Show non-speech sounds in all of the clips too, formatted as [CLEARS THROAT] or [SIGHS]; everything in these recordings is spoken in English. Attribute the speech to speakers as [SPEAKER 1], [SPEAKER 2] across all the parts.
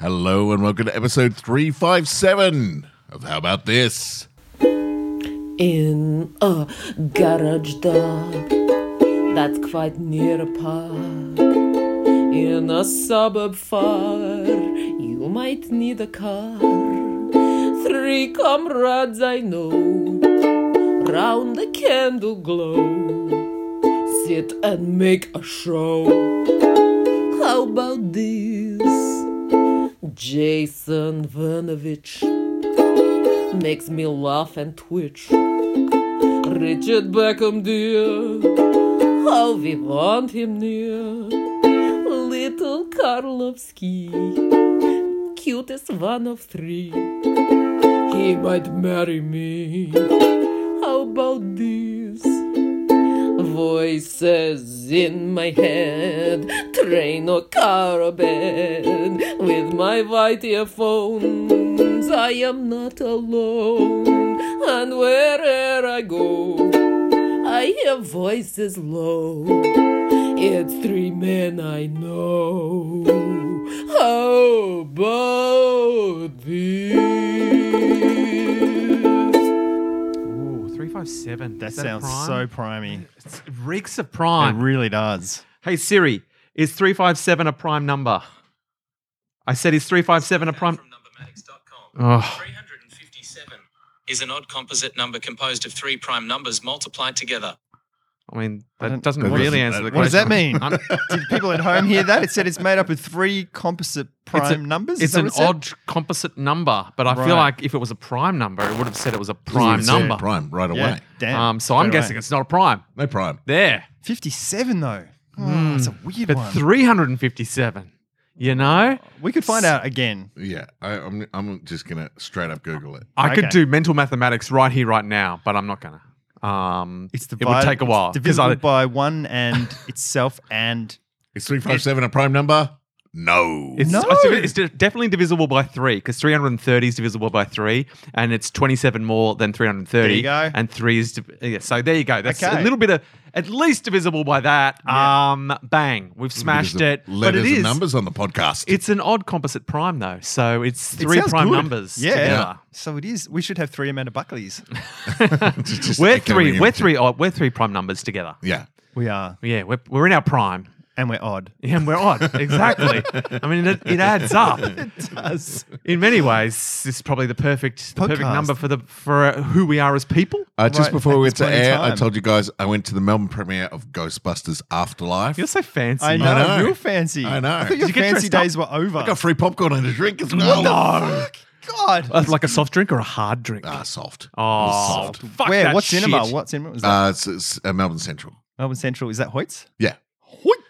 [SPEAKER 1] Hello and welcome to episode 357 of How About This?
[SPEAKER 2] in a garage door that's quite near a park. In a suburb far, you might need a car. Three comrades I know, round the candle glow, sit and make a show. How about this? Jason Vanovich makes me laugh and twitch. Richard Beckham, dear, how we want him near. Little Karlovsky, cutest one of three. He might marry me. How about this? Voices in my head, train or car or bed. With my white earphones, I am not alone. And wherever I go, I hear voices low. It's three men I know. How about this?
[SPEAKER 3] Ooh, 357.
[SPEAKER 4] That
[SPEAKER 3] Is a
[SPEAKER 4] sounds
[SPEAKER 3] prime?
[SPEAKER 4] so primey.
[SPEAKER 3] It's- It reeks of
[SPEAKER 4] It
[SPEAKER 3] prime.
[SPEAKER 4] really does.
[SPEAKER 3] hey, Siri, is 357 a prime number? I said, is 357 a prime?
[SPEAKER 5] from numbermatics.com.
[SPEAKER 3] Oh,
[SPEAKER 5] 357 is an odd composite number composed of three prime numbers multiplied together.
[SPEAKER 3] I mean,
[SPEAKER 4] I
[SPEAKER 3] that
[SPEAKER 4] don't-
[SPEAKER 3] doesn't
[SPEAKER 1] that doesn't-
[SPEAKER 3] really answer the
[SPEAKER 1] that-
[SPEAKER 3] question.
[SPEAKER 4] What does that mean?
[SPEAKER 3] I'm-
[SPEAKER 4] Did people at home hear that? It said it's made up of three composite prime numbers. [LAUGHS] Is
[SPEAKER 3] it's
[SPEAKER 4] that
[SPEAKER 3] an
[SPEAKER 4] what it said?
[SPEAKER 3] odd composite number, but I
[SPEAKER 4] Right.
[SPEAKER 3] feel like if it was a prime number, it would have said it was a prime
[SPEAKER 1] Ooh,
[SPEAKER 3] number.
[SPEAKER 1] yeah, Prime, right away.
[SPEAKER 4] Yeah, damn.
[SPEAKER 3] Um, so I'm
[SPEAKER 4] Straight away.
[SPEAKER 3] guessing it's not a prime.
[SPEAKER 1] No prime.
[SPEAKER 3] There.
[SPEAKER 4] 57 though. Oh,
[SPEAKER 3] Hmm.
[SPEAKER 4] That's a weird
[SPEAKER 3] But
[SPEAKER 4] one.
[SPEAKER 3] 357, you know?
[SPEAKER 4] we could find out again.
[SPEAKER 1] Yeah, I, I'm, I'm just going to straight up Google it.
[SPEAKER 3] I could
[SPEAKER 4] Okay.
[SPEAKER 3] do mental mathematics right here, right now, but I'm not going to. Um,
[SPEAKER 4] It's
[SPEAKER 3] it would
[SPEAKER 4] divided-
[SPEAKER 3] take a while.
[SPEAKER 4] It's
[SPEAKER 3] 'cause
[SPEAKER 4] divisible
[SPEAKER 3] I-
[SPEAKER 4] by one and [LAUGHS] itself and
[SPEAKER 1] Is 357 a prime number? No.
[SPEAKER 3] It's,
[SPEAKER 4] No.
[SPEAKER 3] it's, it's de- definitely divisible by three because 330 is divisible by three, and it's 27 more than 330.
[SPEAKER 4] There you go.
[SPEAKER 3] And three is. Div- yeah, so there you go. That's
[SPEAKER 4] Okay.
[SPEAKER 3] a little bit of at least divisible by that. Um, bang, we've smashed
[SPEAKER 1] Because
[SPEAKER 3] it.
[SPEAKER 1] of
[SPEAKER 3] But
[SPEAKER 1] Letters
[SPEAKER 3] it is.
[SPEAKER 1] and numbers on the podcast.
[SPEAKER 3] It's an odd composite prime though, so it's
[SPEAKER 4] It
[SPEAKER 3] three
[SPEAKER 4] sounds
[SPEAKER 3] prime
[SPEAKER 4] good.
[SPEAKER 3] numbers
[SPEAKER 4] Yeah.
[SPEAKER 3] together.
[SPEAKER 4] So it is. We should have three
[SPEAKER 3] [LAUGHS]
[SPEAKER 4] Amanda Buckleys.
[SPEAKER 1] [LAUGHS] Just- just
[SPEAKER 3] We're
[SPEAKER 1] echoing
[SPEAKER 3] three. We're
[SPEAKER 1] everything.
[SPEAKER 3] three. Odd, we're three prime numbers together.
[SPEAKER 1] Yeah.
[SPEAKER 4] we are,
[SPEAKER 3] Yeah, we're, we're in our prime.
[SPEAKER 4] and we're odd.
[SPEAKER 3] Yeah, and
[SPEAKER 1] [LAUGHS]
[SPEAKER 3] we're odd. Exactly. I mean, it, it adds up.
[SPEAKER 4] [LAUGHS] does.
[SPEAKER 3] In many ways, this is probably the perfect the perfect
[SPEAKER 4] Podcast.
[SPEAKER 3] number for the for uh, who we are as people.
[SPEAKER 1] Uh, just
[SPEAKER 4] Right,
[SPEAKER 1] before
[SPEAKER 4] at
[SPEAKER 1] we went
[SPEAKER 4] this
[SPEAKER 1] to
[SPEAKER 4] point in
[SPEAKER 1] air, I
[SPEAKER 4] time.
[SPEAKER 1] told you guys I went to the Melbourne premiere of Ghostbusters Afterlife.
[SPEAKER 3] You're so fancy.
[SPEAKER 4] I know,
[SPEAKER 1] know.
[SPEAKER 4] Real fancy.
[SPEAKER 1] I know.
[SPEAKER 4] I thought your
[SPEAKER 3] Did you get
[SPEAKER 4] fancy
[SPEAKER 3] dressed up?
[SPEAKER 4] days were over.
[SPEAKER 1] I got free popcorn and a drink as well.
[SPEAKER 4] Fuck. God.
[SPEAKER 3] Uh, like a soft drink or a hard drink.
[SPEAKER 1] Ah, soft. It was
[SPEAKER 3] oh,
[SPEAKER 1] soft.
[SPEAKER 3] fuck
[SPEAKER 4] Where?
[SPEAKER 3] that
[SPEAKER 4] what
[SPEAKER 3] shit.
[SPEAKER 4] cinema? What cinema was that?
[SPEAKER 1] Uh, it's, it's uh, Melbourne Central.
[SPEAKER 4] Melbourne Central. Is that Hoyts?
[SPEAKER 1] Yeah.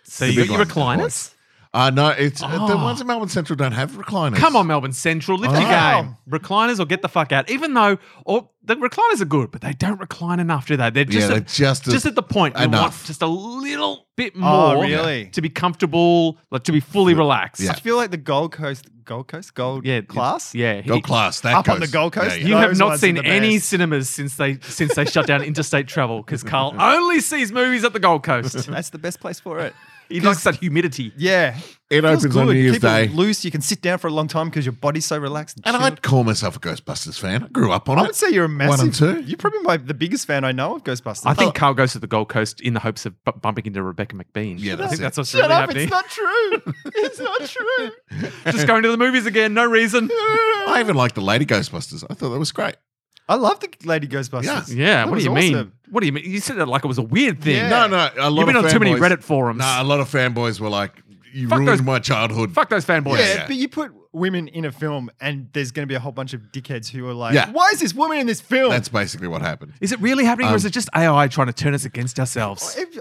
[SPEAKER 3] So
[SPEAKER 1] The
[SPEAKER 3] you
[SPEAKER 1] big
[SPEAKER 3] got
[SPEAKER 1] ones,
[SPEAKER 3] your recliners?
[SPEAKER 1] Uh, no, it's uh, the
[SPEAKER 3] Oh.
[SPEAKER 1] ones at Melbourne Central don't have recliners.
[SPEAKER 3] Come on, Melbourne Central, lift your
[SPEAKER 4] Oh.
[SPEAKER 3] game. Recliners or get the fuck out. Even though or the recliners are good, but they don't recline enough, do they? They're just
[SPEAKER 1] yeah,
[SPEAKER 3] a-
[SPEAKER 1] they're just
[SPEAKER 3] just at the point you
[SPEAKER 1] enough.
[SPEAKER 3] want just a little bit more
[SPEAKER 4] Oh, really?
[SPEAKER 3] to be comfortable, like to be fully relaxed.
[SPEAKER 1] Yeah.
[SPEAKER 4] I feel like the Gold Coast, Gold Coast, Gold
[SPEAKER 3] Yeah,
[SPEAKER 4] class.
[SPEAKER 3] Yeah, he-
[SPEAKER 1] Gold class. That
[SPEAKER 4] Up on
[SPEAKER 1] goes.
[SPEAKER 4] the Gold Coast?
[SPEAKER 1] Yeah, yeah.
[SPEAKER 3] You have
[SPEAKER 4] Those
[SPEAKER 3] not
[SPEAKER 4] ones
[SPEAKER 3] seen
[SPEAKER 4] are the
[SPEAKER 3] any
[SPEAKER 4] best.
[SPEAKER 3] cinemas since they since they shut
[SPEAKER 4] [LAUGHS]
[SPEAKER 3] down interstate travel because Carl only sees movies at the Gold
[SPEAKER 4] [LAUGHS]
[SPEAKER 3] Coast.
[SPEAKER 4] [LAUGHS] That's the best place for it.
[SPEAKER 3] He likes that humidity.
[SPEAKER 1] [LAUGHS]
[SPEAKER 4] Yeah.
[SPEAKER 1] It
[SPEAKER 4] Feels
[SPEAKER 1] opens on New Year's
[SPEAKER 4] Keep
[SPEAKER 1] Day.
[SPEAKER 4] it loose. You can sit down for a long time because your body's so relaxed.
[SPEAKER 1] And
[SPEAKER 4] chilled.
[SPEAKER 1] I'd call myself a Ghostbusters fan. I grew up on
[SPEAKER 4] I
[SPEAKER 1] it.
[SPEAKER 4] would say you're a massive.
[SPEAKER 1] One and two.
[SPEAKER 4] You're probably my, the biggest fan I know of Ghostbusters.
[SPEAKER 3] I think Carl goes to the Gold Coast in the hopes of bu- bumping into Rebecca McBean.
[SPEAKER 1] Yeah,
[SPEAKER 3] I
[SPEAKER 1] that's
[SPEAKER 3] think
[SPEAKER 1] it.
[SPEAKER 3] that's what's
[SPEAKER 4] Oh, Shut
[SPEAKER 3] really
[SPEAKER 4] up!
[SPEAKER 3] happening.
[SPEAKER 4] It's not
[SPEAKER 3] [LAUGHS]
[SPEAKER 4] true. It's not true.
[SPEAKER 3] Just going to the movies again, no
[SPEAKER 4] [LAUGHS]
[SPEAKER 3] reason.
[SPEAKER 1] I even liked the Lady Ghostbusters. I thought that was great.
[SPEAKER 4] I love the Lady Ghostbusters.
[SPEAKER 3] Yeah,
[SPEAKER 4] That
[SPEAKER 3] what
[SPEAKER 4] was
[SPEAKER 3] do you mean?
[SPEAKER 4] awesome.
[SPEAKER 3] What do you mean? You said that like it was a weird thing.
[SPEAKER 4] Yeah.
[SPEAKER 1] No, no. A lot
[SPEAKER 3] You've been
[SPEAKER 1] of
[SPEAKER 3] on too many
[SPEAKER 1] fanboys-
[SPEAKER 3] Reddit forums.
[SPEAKER 1] Nah, a lot of fanboys were like, "You
[SPEAKER 3] Fuck
[SPEAKER 1] ruined
[SPEAKER 3] those-
[SPEAKER 1] my childhood."
[SPEAKER 3] Fuck those fanboys.
[SPEAKER 4] Yeah,
[SPEAKER 1] Oh, Yeah.
[SPEAKER 4] but you put women in a film, and there's going to be a whole bunch of dickheads who are like,
[SPEAKER 1] Yeah.
[SPEAKER 4] "Why is this woman in this film?"
[SPEAKER 1] That's basically what happened.
[SPEAKER 3] Is it really happening,
[SPEAKER 1] Um,
[SPEAKER 3] or is it just AI trying to turn us against ourselves?
[SPEAKER 4] If-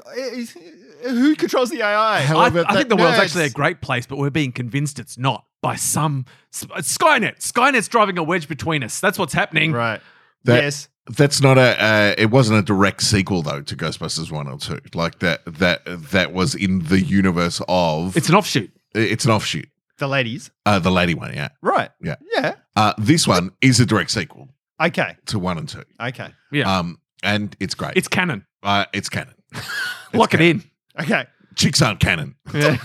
[SPEAKER 4] if- who controls the AI?
[SPEAKER 1] How-
[SPEAKER 3] I,
[SPEAKER 1] However,
[SPEAKER 3] I think the
[SPEAKER 4] that
[SPEAKER 3] world's
[SPEAKER 4] nerds-
[SPEAKER 3] actually a great place, but we're being convinced it's not by some Sp- Skynet. Skynet's driving a wedge between us. That's what's happening.
[SPEAKER 4] right.
[SPEAKER 1] That-
[SPEAKER 4] yes.
[SPEAKER 1] That's not a. Uh, it wasn't a direct sequel though to Ghostbusters one or two. Like that. That that was in the universe of.
[SPEAKER 3] It's an offshoot.
[SPEAKER 1] it's an offshoot.
[SPEAKER 4] The ladies.
[SPEAKER 1] Uh, the Lady one. Yeah.
[SPEAKER 4] Right.
[SPEAKER 1] Yeah.
[SPEAKER 4] Yeah.
[SPEAKER 1] Uh, this one is a direct sequel
[SPEAKER 4] Okay.
[SPEAKER 1] to one and two.
[SPEAKER 4] Okay.
[SPEAKER 3] Yeah.
[SPEAKER 1] Um, and it's great.
[SPEAKER 3] It's canon.
[SPEAKER 1] uh, it's canon.
[SPEAKER 3] Lock it in.
[SPEAKER 4] Okay.
[SPEAKER 1] [LAUGHS] Chicks aren't canon.
[SPEAKER 4] [LAUGHS]
[SPEAKER 3] and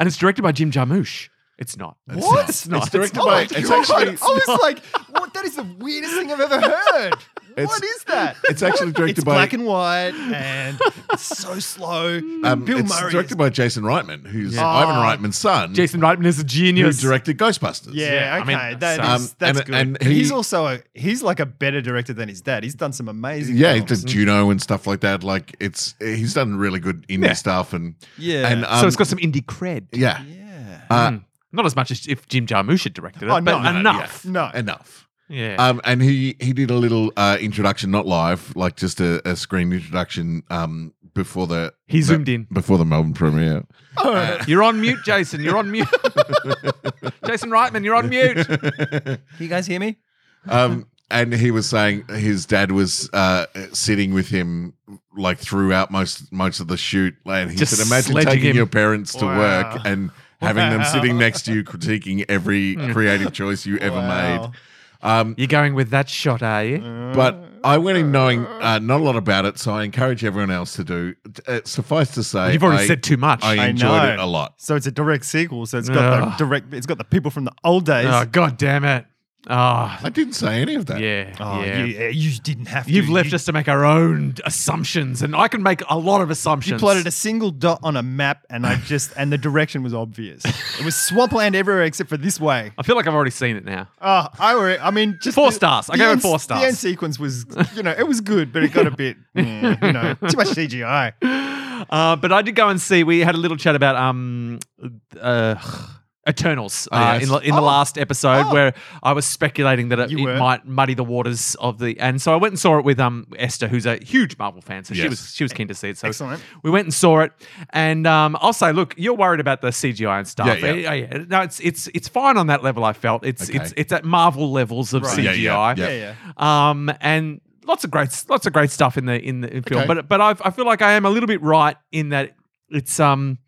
[SPEAKER 3] it's directed by Jim Jarmusch. It's not.
[SPEAKER 1] It's
[SPEAKER 3] What?
[SPEAKER 1] not.
[SPEAKER 3] It's not. Oh,
[SPEAKER 1] It's directed
[SPEAKER 3] not.
[SPEAKER 1] by-
[SPEAKER 4] my
[SPEAKER 1] it's
[SPEAKER 4] God.
[SPEAKER 1] actually-
[SPEAKER 4] I was like, what? That is the weirdest thing I've ever heard.
[SPEAKER 1] [LAUGHS] It's-
[SPEAKER 4] what is that?
[SPEAKER 1] It's
[SPEAKER 3] [LAUGHS]
[SPEAKER 1] actually directed
[SPEAKER 4] It's
[SPEAKER 1] by
[SPEAKER 4] black and white and it's
[SPEAKER 1] [LAUGHS]
[SPEAKER 4] so slow.
[SPEAKER 1] um,
[SPEAKER 4] Bill
[SPEAKER 1] it's
[SPEAKER 4] Murray.
[SPEAKER 1] directed
[SPEAKER 4] is-
[SPEAKER 1] by Jason Reitman, who's
[SPEAKER 4] Yeah.
[SPEAKER 1] Ivan
[SPEAKER 4] Oh.
[SPEAKER 1] Reitman's son,
[SPEAKER 3] Jason Reitman is a
[SPEAKER 1] who
[SPEAKER 3] genius.
[SPEAKER 1] directed Ghostbusters.
[SPEAKER 4] yeah,
[SPEAKER 3] Yeah, I
[SPEAKER 4] okay.
[SPEAKER 3] mean,
[SPEAKER 4] that is,
[SPEAKER 1] um,
[SPEAKER 4] that's
[SPEAKER 1] and-
[SPEAKER 4] good.
[SPEAKER 1] and
[SPEAKER 4] But he's
[SPEAKER 1] he-
[SPEAKER 4] also a he's like a better director than his dad. He's done some amazing
[SPEAKER 1] yeah, he
[SPEAKER 4] films.
[SPEAKER 1] did Juno and stuff like that. Like it's he's done really good indie
[SPEAKER 3] Yeah.
[SPEAKER 1] stuff, and
[SPEAKER 4] Yeah.
[SPEAKER 1] and um,
[SPEAKER 3] so it's got some indie cred.
[SPEAKER 1] yeah,
[SPEAKER 4] yeah.
[SPEAKER 1] uh,
[SPEAKER 3] Mm. Not as much as if Jim Jarmusch had directed it,
[SPEAKER 4] Oh, no,
[SPEAKER 3] but
[SPEAKER 4] no, no,
[SPEAKER 3] enough.
[SPEAKER 4] No.
[SPEAKER 1] enough.
[SPEAKER 3] Yeah.
[SPEAKER 1] Um, and he he did a little uh, introduction, not live, like just a, a screen introduction um, before the
[SPEAKER 3] he zoomed in. Uh,
[SPEAKER 1] before the Melbourne premiere.
[SPEAKER 3] You're on mute, Jason. You're
[SPEAKER 1] [LAUGHS]
[SPEAKER 3] on mute. Jason Reitman, you're on mute.
[SPEAKER 4] [LAUGHS] Can you guys hear me?
[SPEAKER 1] um, and he was saying his dad was uh, sitting with him like throughout most most of the shoot, and he
[SPEAKER 3] Just
[SPEAKER 1] said, "Imagine
[SPEAKER 3] sledging
[SPEAKER 1] taking
[SPEAKER 3] him."
[SPEAKER 1] your parents to
[SPEAKER 4] Wow.
[SPEAKER 1] work and having them
[SPEAKER 4] Wow. [LAUGHS]
[SPEAKER 1] sitting next to you, critiquing every creative choice you ever
[SPEAKER 4] Hmm. Wow.
[SPEAKER 1] made." Um,
[SPEAKER 3] You're going with that shot, are you?
[SPEAKER 1] but I went in knowing uh, not a lot about it, so I encourage everyone else to do. Uh, suffice to say,
[SPEAKER 3] You've already
[SPEAKER 1] I-
[SPEAKER 3] said too much.
[SPEAKER 1] I
[SPEAKER 4] I
[SPEAKER 1] enjoyed
[SPEAKER 4] know.
[SPEAKER 1] it a lot.
[SPEAKER 4] So it's a direct sequel. So it's got
[SPEAKER 3] Ugh.
[SPEAKER 4] the direct. It's got the people from the old days.
[SPEAKER 3] oh, God damn it. Oh,
[SPEAKER 1] I didn't say any of that.
[SPEAKER 3] yeah.
[SPEAKER 4] Oh,
[SPEAKER 3] yeah.
[SPEAKER 4] You, you didn't have to.
[SPEAKER 3] You've left
[SPEAKER 4] you,
[SPEAKER 3] us to make our own assumptions, and I can make a lot of
[SPEAKER 4] You
[SPEAKER 3] assumptions.
[SPEAKER 4] plotted a single dot on a map, and I just and the direction was obvious. it was swampland everywhere except for this way.
[SPEAKER 3] I feel like I've already seen it now.
[SPEAKER 4] Oh, I were. I mean, just
[SPEAKER 3] Four
[SPEAKER 4] the-
[SPEAKER 3] stars. I
[SPEAKER 4] the
[SPEAKER 3] gave it
[SPEAKER 4] end-
[SPEAKER 3] four
[SPEAKER 4] The end
[SPEAKER 3] stars.
[SPEAKER 4] sequence was, you know, it was good, but it got a
[SPEAKER 3] [LAUGHS]
[SPEAKER 4] bit, mm, you know, too much CGI.
[SPEAKER 3] Uh, but I did go and see. We had a little chat about um, uh, Eternals
[SPEAKER 1] Oh,
[SPEAKER 3] uh,
[SPEAKER 1] yes.
[SPEAKER 3] in, the- in the
[SPEAKER 4] Oh.
[SPEAKER 3] last episode,
[SPEAKER 4] Oh.
[SPEAKER 3] where I was speculating that it,
[SPEAKER 4] You
[SPEAKER 3] it
[SPEAKER 4] were.
[SPEAKER 3] might muddy the waters of the. And so I went and saw it with um, Esther, who's a huge Marvel fan, so she
[SPEAKER 1] Yes.
[SPEAKER 3] was she was keen to see it. So
[SPEAKER 4] Excellent.
[SPEAKER 3] we went and saw it, and um, I'll say, look, you're worried about the CGI and stuff.
[SPEAKER 1] Yeah, yeah.
[SPEAKER 3] Uh, yeah. No, it's it's it's fine on that level. I felt it's
[SPEAKER 1] Okay.
[SPEAKER 3] it's it's at Marvel levels of
[SPEAKER 4] Right.
[SPEAKER 1] Yeah,
[SPEAKER 3] CGI.
[SPEAKER 1] yeah, yeah.
[SPEAKER 4] Yeah, yeah.
[SPEAKER 3] Um, and lots of great, lots of great stuff in the in the in film.
[SPEAKER 1] Okay.
[SPEAKER 3] But but I, I feel like I am a little bit right in that it's um.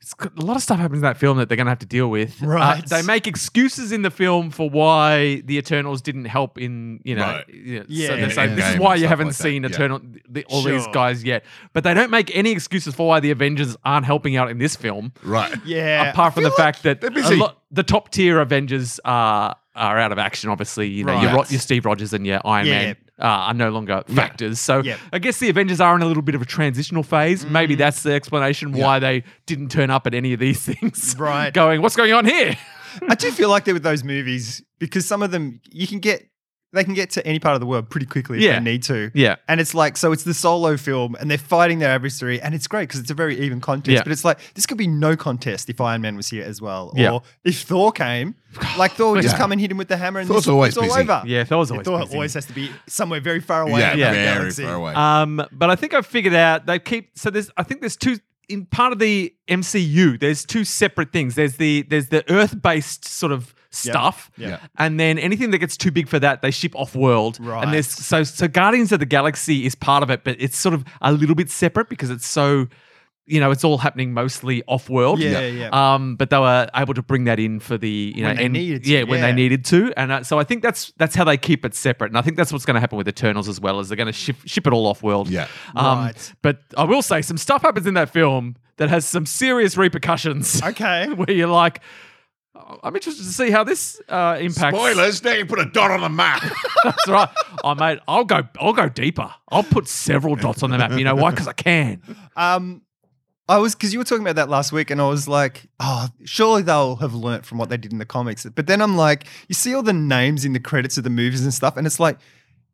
[SPEAKER 3] It's got, a lot of stuff happens in that film that they're going to have to deal with. Uh,
[SPEAKER 4] Right.
[SPEAKER 3] they make excuses in the film for why the Eternals didn't help in, you know,
[SPEAKER 1] Right.
[SPEAKER 3] you know,
[SPEAKER 4] Yeah,
[SPEAKER 3] so they're
[SPEAKER 4] yeah,
[SPEAKER 3] saying,
[SPEAKER 4] yeah.
[SPEAKER 3] this is
[SPEAKER 1] Endgame
[SPEAKER 3] why
[SPEAKER 1] and
[SPEAKER 3] you
[SPEAKER 1] stuff
[SPEAKER 3] haven't
[SPEAKER 1] like that.
[SPEAKER 3] seen
[SPEAKER 1] Yeah.
[SPEAKER 3] Eternal, the, all these
[SPEAKER 4] Sure.
[SPEAKER 3] guys yet. But they don't make any excuses for why the Avengers aren't helping out in this film
[SPEAKER 1] Right.
[SPEAKER 4] Yeah.
[SPEAKER 3] apart from the fact that
[SPEAKER 1] they're
[SPEAKER 3] a
[SPEAKER 1] busy.
[SPEAKER 3] lot, the top tier Avengers are are out of action. Obviously, you know your,
[SPEAKER 4] Right.
[SPEAKER 3] Ro- your Steve Rogers and your Iron
[SPEAKER 4] Yeah,
[SPEAKER 3] Man uh, are no longer factors. So
[SPEAKER 4] Yep.
[SPEAKER 3] I guess the Avengers are in a little bit of a transitional phase.
[SPEAKER 4] Mm.
[SPEAKER 3] Maybe that's the explanation why they didn't turn up at any of these [LAUGHS] things.
[SPEAKER 4] Right.
[SPEAKER 3] Going, what's going on here?
[SPEAKER 4] I do feel like that with those movies because some of them you can get, they can get to any part of the world pretty quickly if
[SPEAKER 3] Yeah.
[SPEAKER 4] they need to.
[SPEAKER 3] Yeah.
[SPEAKER 4] And it's like, so it's the solo film and they're fighting their adversary and it's great because it's a very even contest.
[SPEAKER 3] Yeah.
[SPEAKER 4] But it's like, this could be no contest if Iron Man was here as well. Or
[SPEAKER 3] Yeah.
[SPEAKER 4] if Thor
[SPEAKER 3] [SIGHS]
[SPEAKER 4] came, like Thor would just
[SPEAKER 1] Yeah.
[SPEAKER 4] come and hit him with the hammer and
[SPEAKER 1] Thor's
[SPEAKER 4] this,
[SPEAKER 1] always
[SPEAKER 4] it's all
[SPEAKER 1] busy.
[SPEAKER 4] over.
[SPEAKER 3] Yeah, Thor was
[SPEAKER 4] Yeah,
[SPEAKER 3] always
[SPEAKER 4] Thor
[SPEAKER 3] busy.
[SPEAKER 4] always has to be somewhere very far away.
[SPEAKER 1] Yeah,
[SPEAKER 4] in another
[SPEAKER 1] very
[SPEAKER 4] galaxy.
[SPEAKER 1] far away.
[SPEAKER 3] Um, but I think I've figured out they keep so there's I think there's two in part of the MCU. There's two separate things. There's the there's the Earth based sort of stuff,
[SPEAKER 4] Yeah. Yeah.
[SPEAKER 3] and then anything that gets too big for that they ship off world.
[SPEAKER 4] Right.
[SPEAKER 3] And there's so so Guardians of the Galaxy is part of it, but it's sort of a little bit separate because it's so. You know, it's all happening mostly off world.
[SPEAKER 4] Yeah, yeah.
[SPEAKER 3] Um, but they were able to bring that in for the you know
[SPEAKER 4] When they
[SPEAKER 3] end-
[SPEAKER 4] needed to,
[SPEAKER 3] yeah when they
[SPEAKER 4] yeah.
[SPEAKER 3] needed to, and uh, so I think that's that's how they keep it separate, and I think that's what's going to happen with Eternals as well, is they're going to ship ship it all off world.
[SPEAKER 1] Yeah.
[SPEAKER 3] Um,
[SPEAKER 4] Right.
[SPEAKER 3] But I will say some stuff happens in that film that has some serious repercussions.
[SPEAKER 4] Okay.
[SPEAKER 3] [LAUGHS] where you're like, "Oh, I'm interested to see how this uh, impacts.
[SPEAKER 1] Spoilers! Now you put a dot on the map.
[SPEAKER 3] That's [LAUGHS] right. Oh mate, I'll go. I'll go deeper. I'll put several dots on the map. You know why? Because I can.
[SPEAKER 4] Um, I was because you were talking about that last week, and I was like, oh, surely they'll have learnt from what they did in the comics. But then I'm like, you see all the names in the credits of the movies and stuff, and it's like,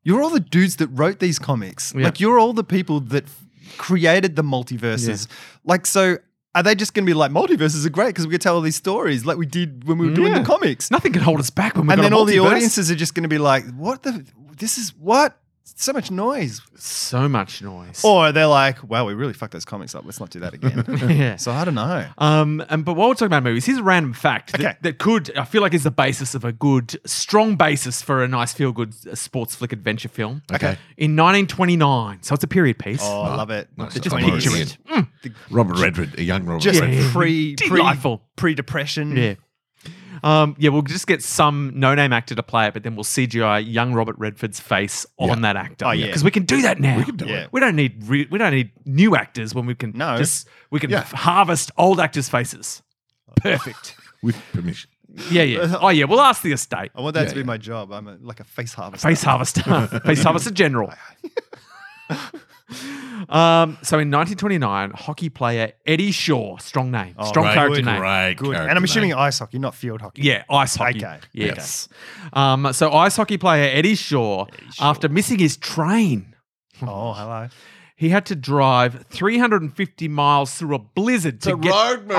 [SPEAKER 4] you're all the dudes that wrote these comics.
[SPEAKER 3] Yeah.
[SPEAKER 4] Like, you're all the people that f- created the multiverses. Like, so. Are they just going to be like multiverses are great because we could tell all these stories like we did when we were doing
[SPEAKER 3] Yeah.
[SPEAKER 4] the comics?
[SPEAKER 3] Nothing can hold us back when we've
[SPEAKER 4] and
[SPEAKER 3] got
[SPEAKER 4] then
[SPEAKER 3] a
[SPEAKER 4] all the
[SPEAKER 3] multiverse.
[SPEAKER 4] audiences are just going to be like, "What the? This is what? So much noise!"
[SPEAKER 3] So much noise.
[SPEAKER 4] Or they're like, "Wow, we really fucked those comics up. Let's not do that again."
[SPEAKER 3] [LAUGHS] yeah.
[SPEAKER 4] so I don't know.
[SPEAKER 3] Um, and but while we're talking about movies, here's a random fact
[SPEAKER 4] Okay.
[SPEAKER 3] that, that could I feel like is the basis of a good, strong basis for a nice feel good sports flick adventure film.
[SPEAKER 1] Okay.
[SPEAKER 3] In 1929, so it's a period piece.
[SPEAKER 4] Oh, I love it.
[SPEAKER 1] Nice.
[SPEAKER 4] The
[SPEAKER 1] I'm
[SPEAKER 4] twenties.
[SPEAKER 1] already in. Robert Redford, a young Robert
[SPEAKER 4] Just
[SPEAKER 1] Redford.
[SPEAKER 3] [LAUGHS]
[SPEAKER 4] pre
[SPEAKER 3] Delightful.
[SPEAKER 4] pre pre depression.
[SPEAKER 3] Yeah. Um, yeah, we'll just get some no-name actor to play it, but then we'll CGI young Robert Redford's face on that actor.
[SPEAKER 4] Oh, yeah.
[SPEAKER 3] because we can do that now. We can
[SPEAKER 1] do
[SPEAKER 4] Yeah. it.
[SPEAKER 3] We don't need re- we don't need new actors when we can
[SPEAKER 4] No.
[SPEAKER 3] just we can
[SPEAKER 1] Yeah.
[SPEAKER 4] [LAUGHS]
[SPEAKER 3] f- harvest old actors' faces. Perfect.
[SPEAKER 1] with permission.
[SPEAKER 3] Yeah, yeah. Oh, yeah. We'll ask the estate.
[SPEAKER 4] I want that
[SPEAKER 1] Yeah,
[SPEAKER 4] to be
[SPEAKER 1] yeah.
[SPEAKER 4] my job. I'm a, like a face harvester.
[SPEAKER 3] Face harvester. Face harvester general. Um, so in 1929, hockey player Eddie Shaw, strong name, strong
[SPEAKER 1] Great,
[SPEAKER 3] character name.
[SPEAKER 1] great
[SPEAKER 4] Good.
[SPEAKER 1] character
[SPEAKER 4] And I'm assuming
[SPEAKER 1] name.
[SPEAKER 4] ice hockey, not field hockey.
[SPEAKER 3] Yeah, ice hockey.
[SPEAKER 4] Okay.
[SPEAKER 3] Yes. Um, so ice hockey player Eddie Shaw, after missing his train,
[SPEAKER 4] Oh, hello.
[SPEAKER 3] he had to drive 350 miles through a blizzard
[SPEAKER 1] it's a
[SPEAKER 3] to get Oh,
[SPEAKER 1] road movie.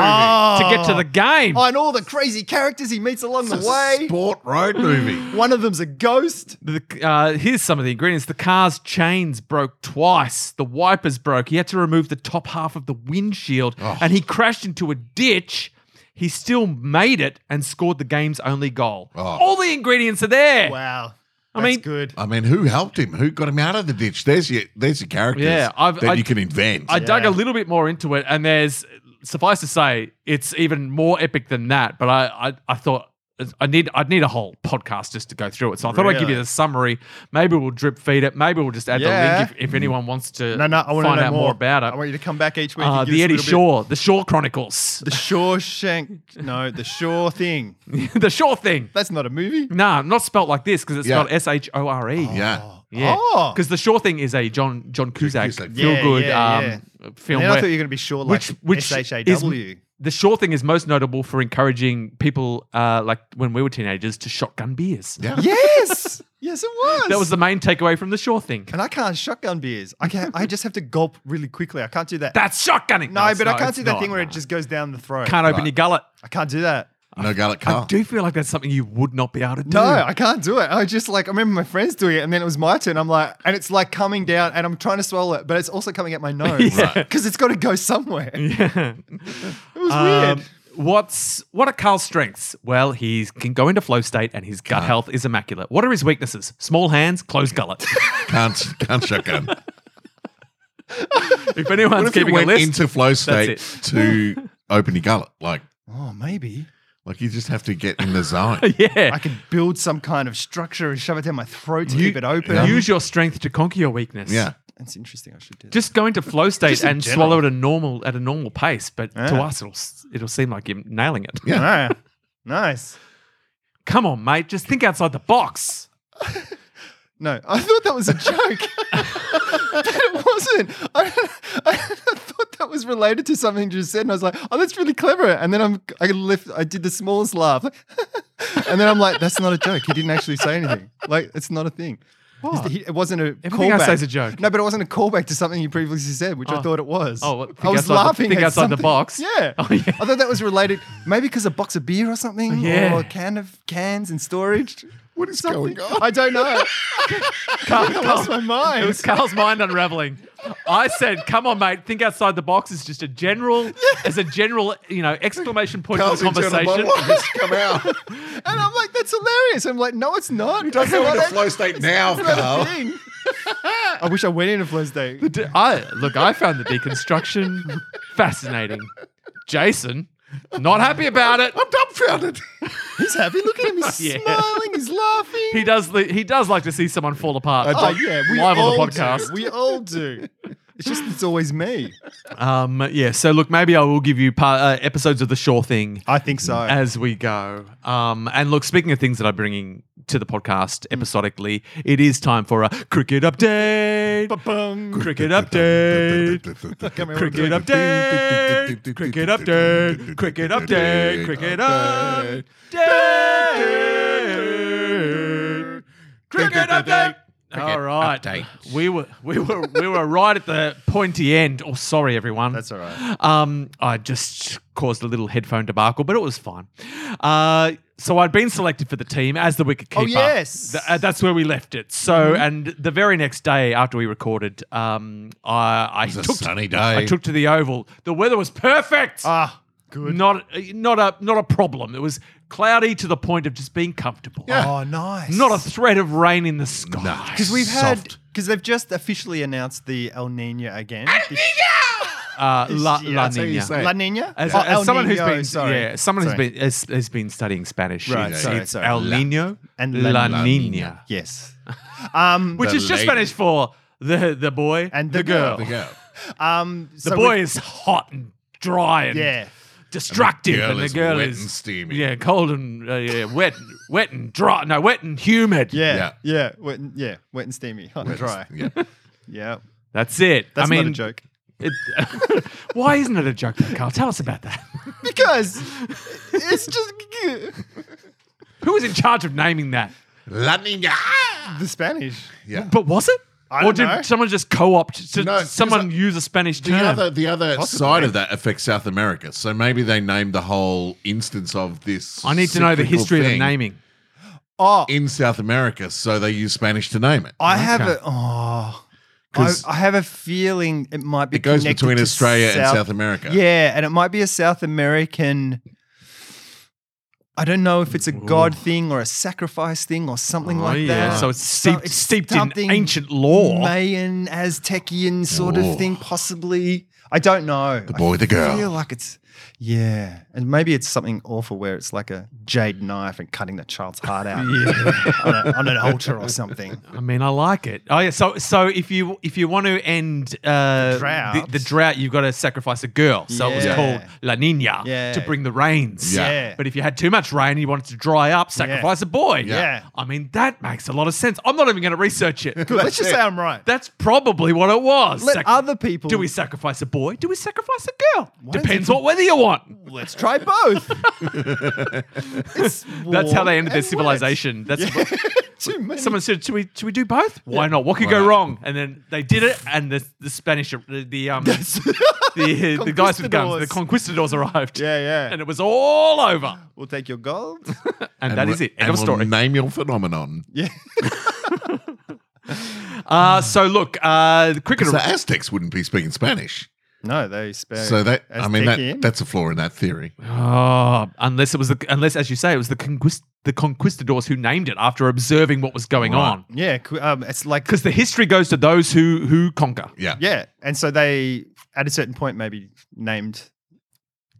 [SPEAKER 3] to get to the game.
[SPEAKER 4] Oh, and Ah, all the crazy characters he meets along the
[SPEAKER 1] It's a
[SPEAKER 4] way.
[SPEAKER 1] sport road movie.
[SPEAKER 4] One of them's a ghost.
[SPEAKER 3] The, uh, here's some of the ingredients. The car's chains broke twice. The wipers broke. He had to remove the top half of the windshield and he crashed into a ditch. He still made it and scored the game's only goal.
[SPEAKER 1] Oh.
[SPEAKER 3] All the ingredients are there.
[SPEAKER 4] Wow.
[SPEAKER 3] I
[SPEAKER 4] That's
[SPEAKER 3] mean-
[SPEAKER 4] good.
[SPEAKER 1] I mean, who helped him? Who got him out of the ditch? There's your there's your characters
[SPEAKER 3] Yeah, I've-
[SPEAKER 1] that
[SPEAKER 3] I-
[SPEAKER 1] you can invent.
[SPEAKER 3] I dug
[SPEAKER 4] Yeah.
[SPEAKER 3] a little bit more into it, and there's suffice to say, it's even more epic than that. But I, I, I thought I need I'd need a whole podcast just to go through it. So I thought I'd give you
[SPEAKER 4] Really?
[SPEAKER 3] the summary. Maybe we'll drip feed it. Maybe we'll just add
[SPEAKER 4] Yeah.
[SPEAKER 3] the link if, if anyone wants to
[SPEAKER 4] No, no, I want to
[SPEAKER 3] find
[SPEAKER 4] know
[SPEAKER 3] out more. about it.
[SPEAKER 4] I want you to come back each week.
[SPEAKER 3] Uh,
[SPEAKER 4] and give
[SPEAKER 3] the
[SPEAKER 4] us a
[SPEAKER 3] Eddie
[SPEAKER 4] little bit-
[SPEAKER 3] Shaw, the Shaw Chronicles, [LAUGHS]
[SPEAKER 4] The Shawshank. No, the Shaw thing.
[SPEAKER 3] the Shaw thing.
[SPEAKER 4] That's not a movie.
[SPEAKER 3] Nah, not spelt like this because it's
[SPEAKER 1] Yeah.
[SPEAKER 3] spelled S H O R E.
[SPEAKER 1] yeah.
[SPEAKER 3] Yeah,
[SPEAKER 4] Oh.
[SPEAKER 3] because the Shaw thing is a John John Cusack,
[SPEAKER 1] Cusack.
[SPEAKER 3] feel good
[SPEAKER 4] Yeah, yeah,
[SPEAKER 3] um,
[SPEAKER 4] And
[SPEAKER 3] film.
[SPEAKER 4] then I
[SPEAKER 3] where-
[SPEAKER 4] thought you were going to be Shaw like
[SPEAKER 3] which which is-
[SPEAKER 4] S-H-A-W.
[SPEAKER 3] the Shaw thing is most notable for encouraging people, uh, like when we were teenagers, to shotgun beers.
[SPEAKER 1] Yeah.
[SPEAKER 4] yes. Yes, it was.
[SPEAKER 3] That was the main takeaway from the Shaw thing.
[SPEAKER 4] And I can't shotgun beers. I can not I just have to gulp really quickly. I can't do that.
[SPEAKER 3] That's shotgunning.
[SPEAKER 4] no,
[SPEAKER 3] it's
[SPEAKER 4] but I
[SPEAKER 3] not,
[SPEAKER 4] can't
[SPEAKER 3] it's
[SPEAKER 4] do that
[SPEAKER 3] not,
[SPEAKER 4] thing where
[SPEAKER 3] no.
[SPEAKER 4] it just goes down the throat.
[SPEAKER 3] can't open your gullet.
[SPEAKER 4] I can't do that.
[SPEAKER 1] No garlic
[SPEAKER 3] I
[SPEAKER 1] car.
[SPEAKER 3] do feel like that's something you would not be able to do.
[SPEAKER 4] No, I can't do it. I just like I remember my friends doing it, and then it was my turn. I'm like, and it's like coming down, and I'm trying to swallow it, but it's also
[SPEAKER 3] [LAUGHS]
[SPEAKER 4] coming at my nose
[SPEAKER 3] Yeah. Right.
[SPEAKER 4] [LAUGHS] because it's got to go somewhere.
[SPEAKER 3] [LAUGHS] Yeah.
[SPEAKER 4] It was
[SPEAKER 3] Um,
[SPEAKER 4] weird.
[SPEAKER 3] what's what are Carl's strengths? Well, he can go into flow state, and his
[SPEAKER 1] Ah.
[SPEAKER 3] gut health is immaculate. What are his weaknesses? Small
[SPEAKER 1] [LAUGHS]
[SPEAKER 3] hands, closed gullet.
[SPEAKER 1] Can't can't
[SPEAKER 3] [LAUGHS]
[SPEAKER 1] shotgun.
[SPEAKER 3] if anyone's
[SPEAKER 1] What if you
[SPEAKER 3] keeping a
[SPEAKER 1] went
[SPEAKER 3] list,
[SPEAKER 1] into flow state
[SPEAKER 3] it. [LAUGHS]
[SPEAKER 1] to open your gullet? Like
[SPEAKER 4] Oh, maybe
[SPEAKER 1] like you just have to get in the
[SPEAKER 3] [LAUGHS]
[SPEAKER 1] zone.
[SPEAKER 3] yeah,
[SPEAKER 4] I could build some kind of structure and shove it down my throat to keep it open.
[SPEAKER 3] use your strength to conquer your weakness.
[SPEAKER 1] Yeah. [LAUGHS]
[SPEAKER 4] That's interesting. I should do. That.
[SPEAKER 3] just go into flow state
[SPEAKER 4] in
[SPEAKER 3] and
[SPEAKER 4] general.
[SPEAKER 3] swallow it a normal at a normal pace. But to
[SPEAKER 4] Yeah.
[SPEAKER 3] us, it'll s- it'll seem like you're nailing it.
[SPEAKER 1] Yeah.
[SPEAKER 4] Ah, nice.
[SPEAKER 3] Come on, mate, just think outside
[SPEAKER 1] [LAUGHS]
[SPEAKER 3] the box.
[SPEAKER 4] No, I thought that was a joke. [LAUGHS] but it wasn't. I, I [LAUGHS] thought that was related to something you just said, and I was like, "Oh, that's really clever." And then I'm, I left. I did the smallest laugh, [LAUGHS] and then I'm like, "That's not a joke. He didn't actually say anything. Like, it's not a thing. It's- he- it wasn't a
[SPEAKER 3] Everything I
[SPEAKER 4] callback.
[SPEAKER 3] say is a joke.
[SPEAKER 4] No, but it wasn't a callback to something you previously said, which I
[SPEAKER 3] Oh.
[SPEAKER 4] thought it was.
[SPEAKER 3] Oh, what, think
[SPEAKER 4] I was
[SPEAKER 3] outside the-
[SPEAKER 4] laughing.
[SPEAKER 3] think
[SPEAKER 4] at
[SPEAKER 3] outside the
[SPEAKER 4] something-
[SPEAKER 3] box?
[SPEAKER 4] Yeah.
[SPEAKER 3] Oh, yeah.
[SPEAKER 4] I thought that was related, maybe because a box of beer or something,
[SPEAKER 3] Yeah.
[SPEAKER 4] or a can of cans in storage.
[SPEAKER 1] What is
[SPEAKER 4] Something.
[SPEAKER 1] going on?
[SPEAKER 4] I don't know.
[SPEAKER 3] Carl,
[SPEAKER 4] [LAUGHS] I lost my mind.
[SPEAKER 3] it was Carl's mind unraveling. I said, "Come on, mate, think outside the box." Is just
[SPEAKER 1] [LAUGHS]
[SPEAKER 3] a general, as a general, you know, exclamation point
[SPEAKER 1] Carl's
[SPEAKER 3] of the
[SPEAKER 1] internal
[SPEAKER 3] conversation.
[SPEAKER 1] monologue has come [LAUGHS] out.
[SPEAKER 4] and I'm like, that's hilarious. I'm like, no, it's not. It
[SPEAKER 1] Don't
[SPEAKER 4] [LAUGHS]
[SPEAKER 1] go into flow state
[SPEAKER 3] [LAUGHS]
[SPEAKER 1] now, Carl. [LAUGHS]
[SPEAKER 4] I wish I went into flow state.
[SPEAKER 3] D- I look, I found the deconstruction fascinating. Jason, not happy about it.
[SPEAKER 1] I'm dumbfounded.
[SPEAKER 4] He's happy. Look at him. [LAUGHS] He's
[SPEAKER 3] Yeah.
[SPEAKER 4] smiling. He's laughing.
[SPEAKER 3] He does. Li- he does like to see someone fall apart.
[SPEAKER 4] oh yeah, we
[SPEAKER 3] live
[SPEAKER 4] all
[SPEAKER 3] on the podcast.
[SPEAKER 4] Do. We all do. It's just it's always me.
[SPEAKER 3] Um, yeah. So look, maybe I will give you part, uh, episodes of the Shaw thing
[SPEAKER 4] I think so.
[SPEAKER 3] as we go. Um, and look, speaking of things that I'm bringing to the podcast episodically, it is time for a cricket update.
[SPEAKER 4] Ba-bum.
[SPEAKER 3] Cricket update. Cricket update. Cricket update. Cricket update. Cricket update. Cricket update. All right, we were we were we were right at the pointy end. Oh, sorry, everyone.
[SPEAKER 4] That's all right.
[SPEAKER 3] Um, I just caused a little headphone debacle, but it was fine. Uh, so I'd been selected for the team as the wicket keeper.
[SPEAKER 4] Oh, yes. Mm-hmm.
[SPEAKER 3] Th- uh, that's where we left it. So, and the very next day after we recorded, um, I, I
[SPEAKER 1] It's a
[SPEAKER 3] took
[SPEAKER 1] sunny
[SPEAKER 3] to,
[SPEAKER 1] day.
[SPEAKER 3] I took to the oval. The weather was perfect.
[SPEAKER 4] Ah, good.
[SPEAKER 3] not not a not a problem. It was cloudy to the point of just being comfortable.
[SPEAKER 4] Oh, nice.
[SPEAKER 3] Not a threat of rain in the sky.
[SPEAKER 1] No.
[SPEAKER 4] because we've had
[SPEAKER 1] Soft.
[SPEAKER 4] because they've just officially announced the El Nino again. This-
[SPEAKER 3] Uh, La,
[SPEAKER 4] Yeah,
[SPEAKER 3] La
[SPEAKER 1] that's how you
[SPEAKER 3] Nina.
[SPEAKER 1] say it.
[SPEAKER 4] La Nina.
[SPEAKER 3] As,
[SPEAKER 4] Oh,
[SPEAKER 3] as
[SPEAKER 4] El
[SPEAKER 3] someone who's
[SPEAKER 4] Niño,
[SPEAKER 3] been
[SPEAKER 4] sorry.
[SPEAKER 3] yeah, someone
[SPEAKER 4] Sorry.
[SPEAKER 3] who's been has, has been studying Spanish.
[SPEAKER 4] Right,
[SPEAKER 3] it's,
[SPEAKER 4] sorry,
[SPEAKER 3] it's
[SPEAKER 4] sorry.
[SPEAKER 3] El
[SPEAKER 4] La-
[SPEAKER 3] Nino
[SPEAKER 4] and
[SPEAKER 3] La,
[SPEAKER 4] La
[SPEAKER 3] Nina,
[SPEAKER 4] Yes. [LAUGHS] Um,
[SPEAKER 3] which
[SPEAKER 1] The
[SPEAKER 3] is just
[SPEAKER 1] lady.
[SPEAKER 3] Spanish for the the boy
[SPEAKER 4] And
[SPEAKER 3] [LAUGHS]
[SPEAKER 4] the
[SPEAKER 3] the girl.
[SPEAKER 4] girl.
[SPEAKER 1] Yeah.
[SPEAKER 4] um,
[SPEAKER 3] The boy is hot and dry and
[SPEAKER 4] yeah.
[SPEAKER 3] destructive,
[SPEAKER 1] girl
[SPEAKER 3] and the
[SPEAKER 1] is
[SPEAKER 3] girl
[SPEAKER 1] wet
[SPEAKER 3] is
[SPEAKER 1] and steamy.
[SPEAKER 3] Yeah, cold and uh, yeah, wet, wet and dry. No, wet and humid.
[SPEAKER 4] Yeah, yeah, wet and, yeah, wet and steamy, hot and dry.
[SPEAKER 1] Yeah.
[SPEAKER 4] Yeah,
[SPEAKER 3] that's it. I
[SPEAKER 4] that's
[SPEAKER 3] mean,
[SPEAKER 4] not a joke.
[SPEAKER 3] it- [LAUGHS] why isn't it a joke, though, Carl? Tell us about that. [LAUGHS]
[SPEAKER 4] [LAUGHS] Because it's just
[SPEAKER 3] Who was in charge of naming that?
[SPEAKER 1] La Niña.
[SPEAKER 4] the Spanish.
[SPEAKER 1] Yeah.
[SPEAKER 3] But was it?
[SPEAKER 4] I
[SPEAKER 3] or
[SPEAKER 4] don't
[SPEAKER 3] did
[SPEAKER 4] know.
[SPEAKER 3] someone just co-opt? Did
[SPEAKER 1] No, 'cause
[SPEAKER 3] someone
[SPEAKER 1] I-
[SPEAKER 3] use a Spanish
[SPEAKER 1] The
[SPEAKER 3] term?
[SPEAKER 1] other the other side of that affects South America. So maybe they named the whole instance of this.
[SPEAKER 3] I need to know the
[SPEAKER 1] cyclical
[SPEAKER 3] history of the
[SPEAKER 1] thing
[SPEAKER 3] naming.
[SPEAKER 4] Oh,
[SPEAKER 1] in South America. So they use Spanish to name it.
[SPEAKER 4] I have
[SPEAKER 3] Okay.
[SPEAKER 4] a oh, I,
[SPEAKER 1] 'Cause
[SPEAKER 4] I have a feeling it might be.
[SPEAKER 1] It goes
[SPEAKER 4] connected
[SPEAKER 1] between
[SPEAKER 4] to
[SPEAKER 1] Australia and South America.
[SPEAKER 4] Yeah, and it might be a South American. I don't know if it's a god thing or a sacrifice thing or something
[SPEAKER 3] Oh,
[SPEAKER 4] like
[SPEAKER 3] yeah.
[SPEAKER 4] that.
[SPEAKER 3] So it's steeped,
[SPEAKER 4] it's
[SPEAKER 3] steeped
[SPEAKER 4] something
[SPEAKER 3] in ancient lore.
[SPEAKER 4] Mayan, Aztecian sort
[SPEAKER 1] Whoa.
[SPEAKER 4] of thing, possibly. I don't know. The
[SPEAKER 1] boy, the girl.
[SPEAKER 4] I feel like it's yeah, and maybe it's something awful where it's like a jade knife and cutting the child's heart out on, a- on an altar or something.
[SPEAKER 3] I mean, I like it. Oh yeah. So so if you if you want to end uh,
[SPEAKER 4] The drought.
[SPEAKER 3] the drought, you've got to sacrifice a girl. So it was
[SPEAKER 4] Yeah.
[SPEAKER 3] called La Nina
[SPEAKER 4] Yeah.
[SPEAKER 3] to bring the rains.
[SPEAKER 1] Yeah.
[SPEAKER 4] Yeah.
[SPEAKER 3] But if you had too much rain, and you wanted to dry up, sacrifice a boy.
[SPEAKER 4] Yeah.
[SPEAKER 3] I mean, that makes a lot of sense. I'm not even going to research it.
[SPEAKER 4] Good. Let's just say I'm right.
[SPEAKER 3] That's probably what it was.
[SPEAKER 4] Let
[SPEAKER 3] Sac-
[SPEAKER 4] other people.
[SPEAKER 3] Do we sacrifice a boy? Do we sacrifice a girl?
[SPEAKER 4] don't
[SPEAKER 3] Depends
[SPEAKER 4] you-
[SPEAKER 3] what weather you want.
[SPEAKER 4] Let's try both. It's
[SPEAKER 3] That's how
[SPEAKER 4] warm
[SPEAKER 3] they ended their
[SPEAKER 4] and wet.
[SPEAKER 3] civilization. That's
[SPEAKER 4] Too many.
[SPEAKER 3] Someone said, "Should we? Should we do both? Why not? What could go
[SPEAKER 1] not?"
[SPEAKER 3] wrong?" And then they did it, and the the Spanish, the the,
[SPEAKER 4] [LAUGHS]
[SPEAKER 3] um, the, the guys with guns, the
[SPEAKER 4] Conquistadors.
[SPEAKER 3] conquistadors arrived.
[SPEAKER 4] Yeah, yeah.
[SPEAKER 3] And it was all over.
[SPEAKER 4] we'll take your gold. [LAUGHS]
[SPEAKER 3] And, that
[SPEAKER 1] we-
[SPEAKER 3] is it. End of
[SPEAKER 1] we'll
[SPEAKER 3] story.
[SPEAKER 1] Name your phenomenon.
[SPEAKER 4] yeah.
[SPEAKER 3] Uh, so look, uh, the cricket.
[SPEAKER 1] Because the Aztecs wouldn't be speaking Spanish.
[SPEAKER 4] No, they spare.
[SPEAKER 1] So that I mean that
[SPEAKER 4] Aztecian.
[SPEAKER 1] that's a flaw in that theory.
[SPEAKER 3] Oh, unless it was the unless, as you say, it was the conquist the conquistadors who named it after observing what was going
[SPEAKER 1] Right.
[SPEAKER 3] on.
[SPEAKER 4] yeah, qu- um, it's like
[SPEAKER 3] Because the history goes to those who who conquer.
[SPEAKER 1] Yeah.
[SPEAKER 4] yeah, and so they at a certain point maybe named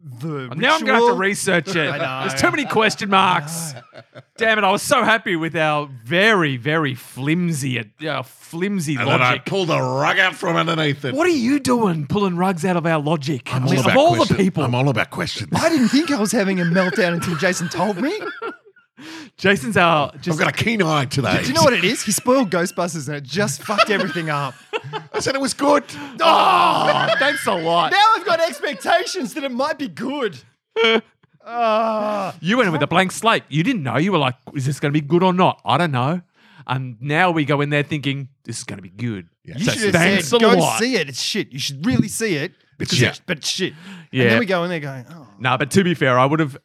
[SPEAKER 4] the.
[SPEAKER 3] Uh, Now I'm going to have
[SPEAKER 4] ritual.
[SPEAKER 3] to research it.
[SPEAKER 4] [LAUGHS] I know.
[SPEAKER 3] There's too many question marks.
[SPEAKER 4] [LAUGHS]
[SPEAKER 3] Damn it! I was so happy with our very, very flimsy, uh, flimsy
[SPEAKER 1] And then I
[SPEAKER 3] logic.
[SPEAKER 1] pulled a rug out from underneath it.
[SPEAKER 3] What are you doing, pulling rugs out of our logic?
[SPEAKER 1] I'm
[SPEAKER 3] I mean,
[SPEAKER 1] all
[SPEAKER 3] of
[SPEAKER 1] about
[SPEAKER 3] all
[SPEAKER 1] question-
[SPEAKER 3] the people,
[SPEAKER 1] I'm all about questions.
[SPEAKER 4] I didn't think I was having a meltdown until Jason told me.
[SPEAKER 3] Jason's our.
[SPEAKER 1] I've
[SPEAKER 3] Just,
[SPEAKER 1] got a keen eye today.
[SPEAKER 4] Do you
[SPEAKER 1] [LAUGHS]
[SPEAKER 4] know what it is? He spoiled Ghostbusters and it just fucked everything up.
[SPEAKER 1] I said it was good.
[SPEAKER 3] [LAUGHS] oh, thanks a
[SPEAKER 1] [LAUGHS]
[SPEAKER 3] lot.
[SPEAKER 4] Now I've got expectations that it might be good. Ah.
[SPEAKER 3] You went in with a blank slate. You didn't know. You were like, "Is this going to be good or not?" I don't know. And now we go in there thinking this is going to be good.
[SPEAKER 1] Yeah.
[SPEAKER 4] You
[SPEAKER 3] So
[SPEAKER 4] should have
[SPEAKER 3] thanks
[SPEAKER 4] said,
[SPEAKER 3] a
[SPEAKER 4] go
[SPEAKER 3] lot.
[SPEAKER 4] see it. It's shit. You should really see it.
[SPEAKER 1] It's
[SPEAKER 4] because
[SPEAKER 1] shit.
[SPEAKER 4] but it's shit. And
[SPEAKER 3] Yeah.
[SPEAKER 4] then we go in there going, oh.
[SPEAKER 3] Nah, but to be fair, I would have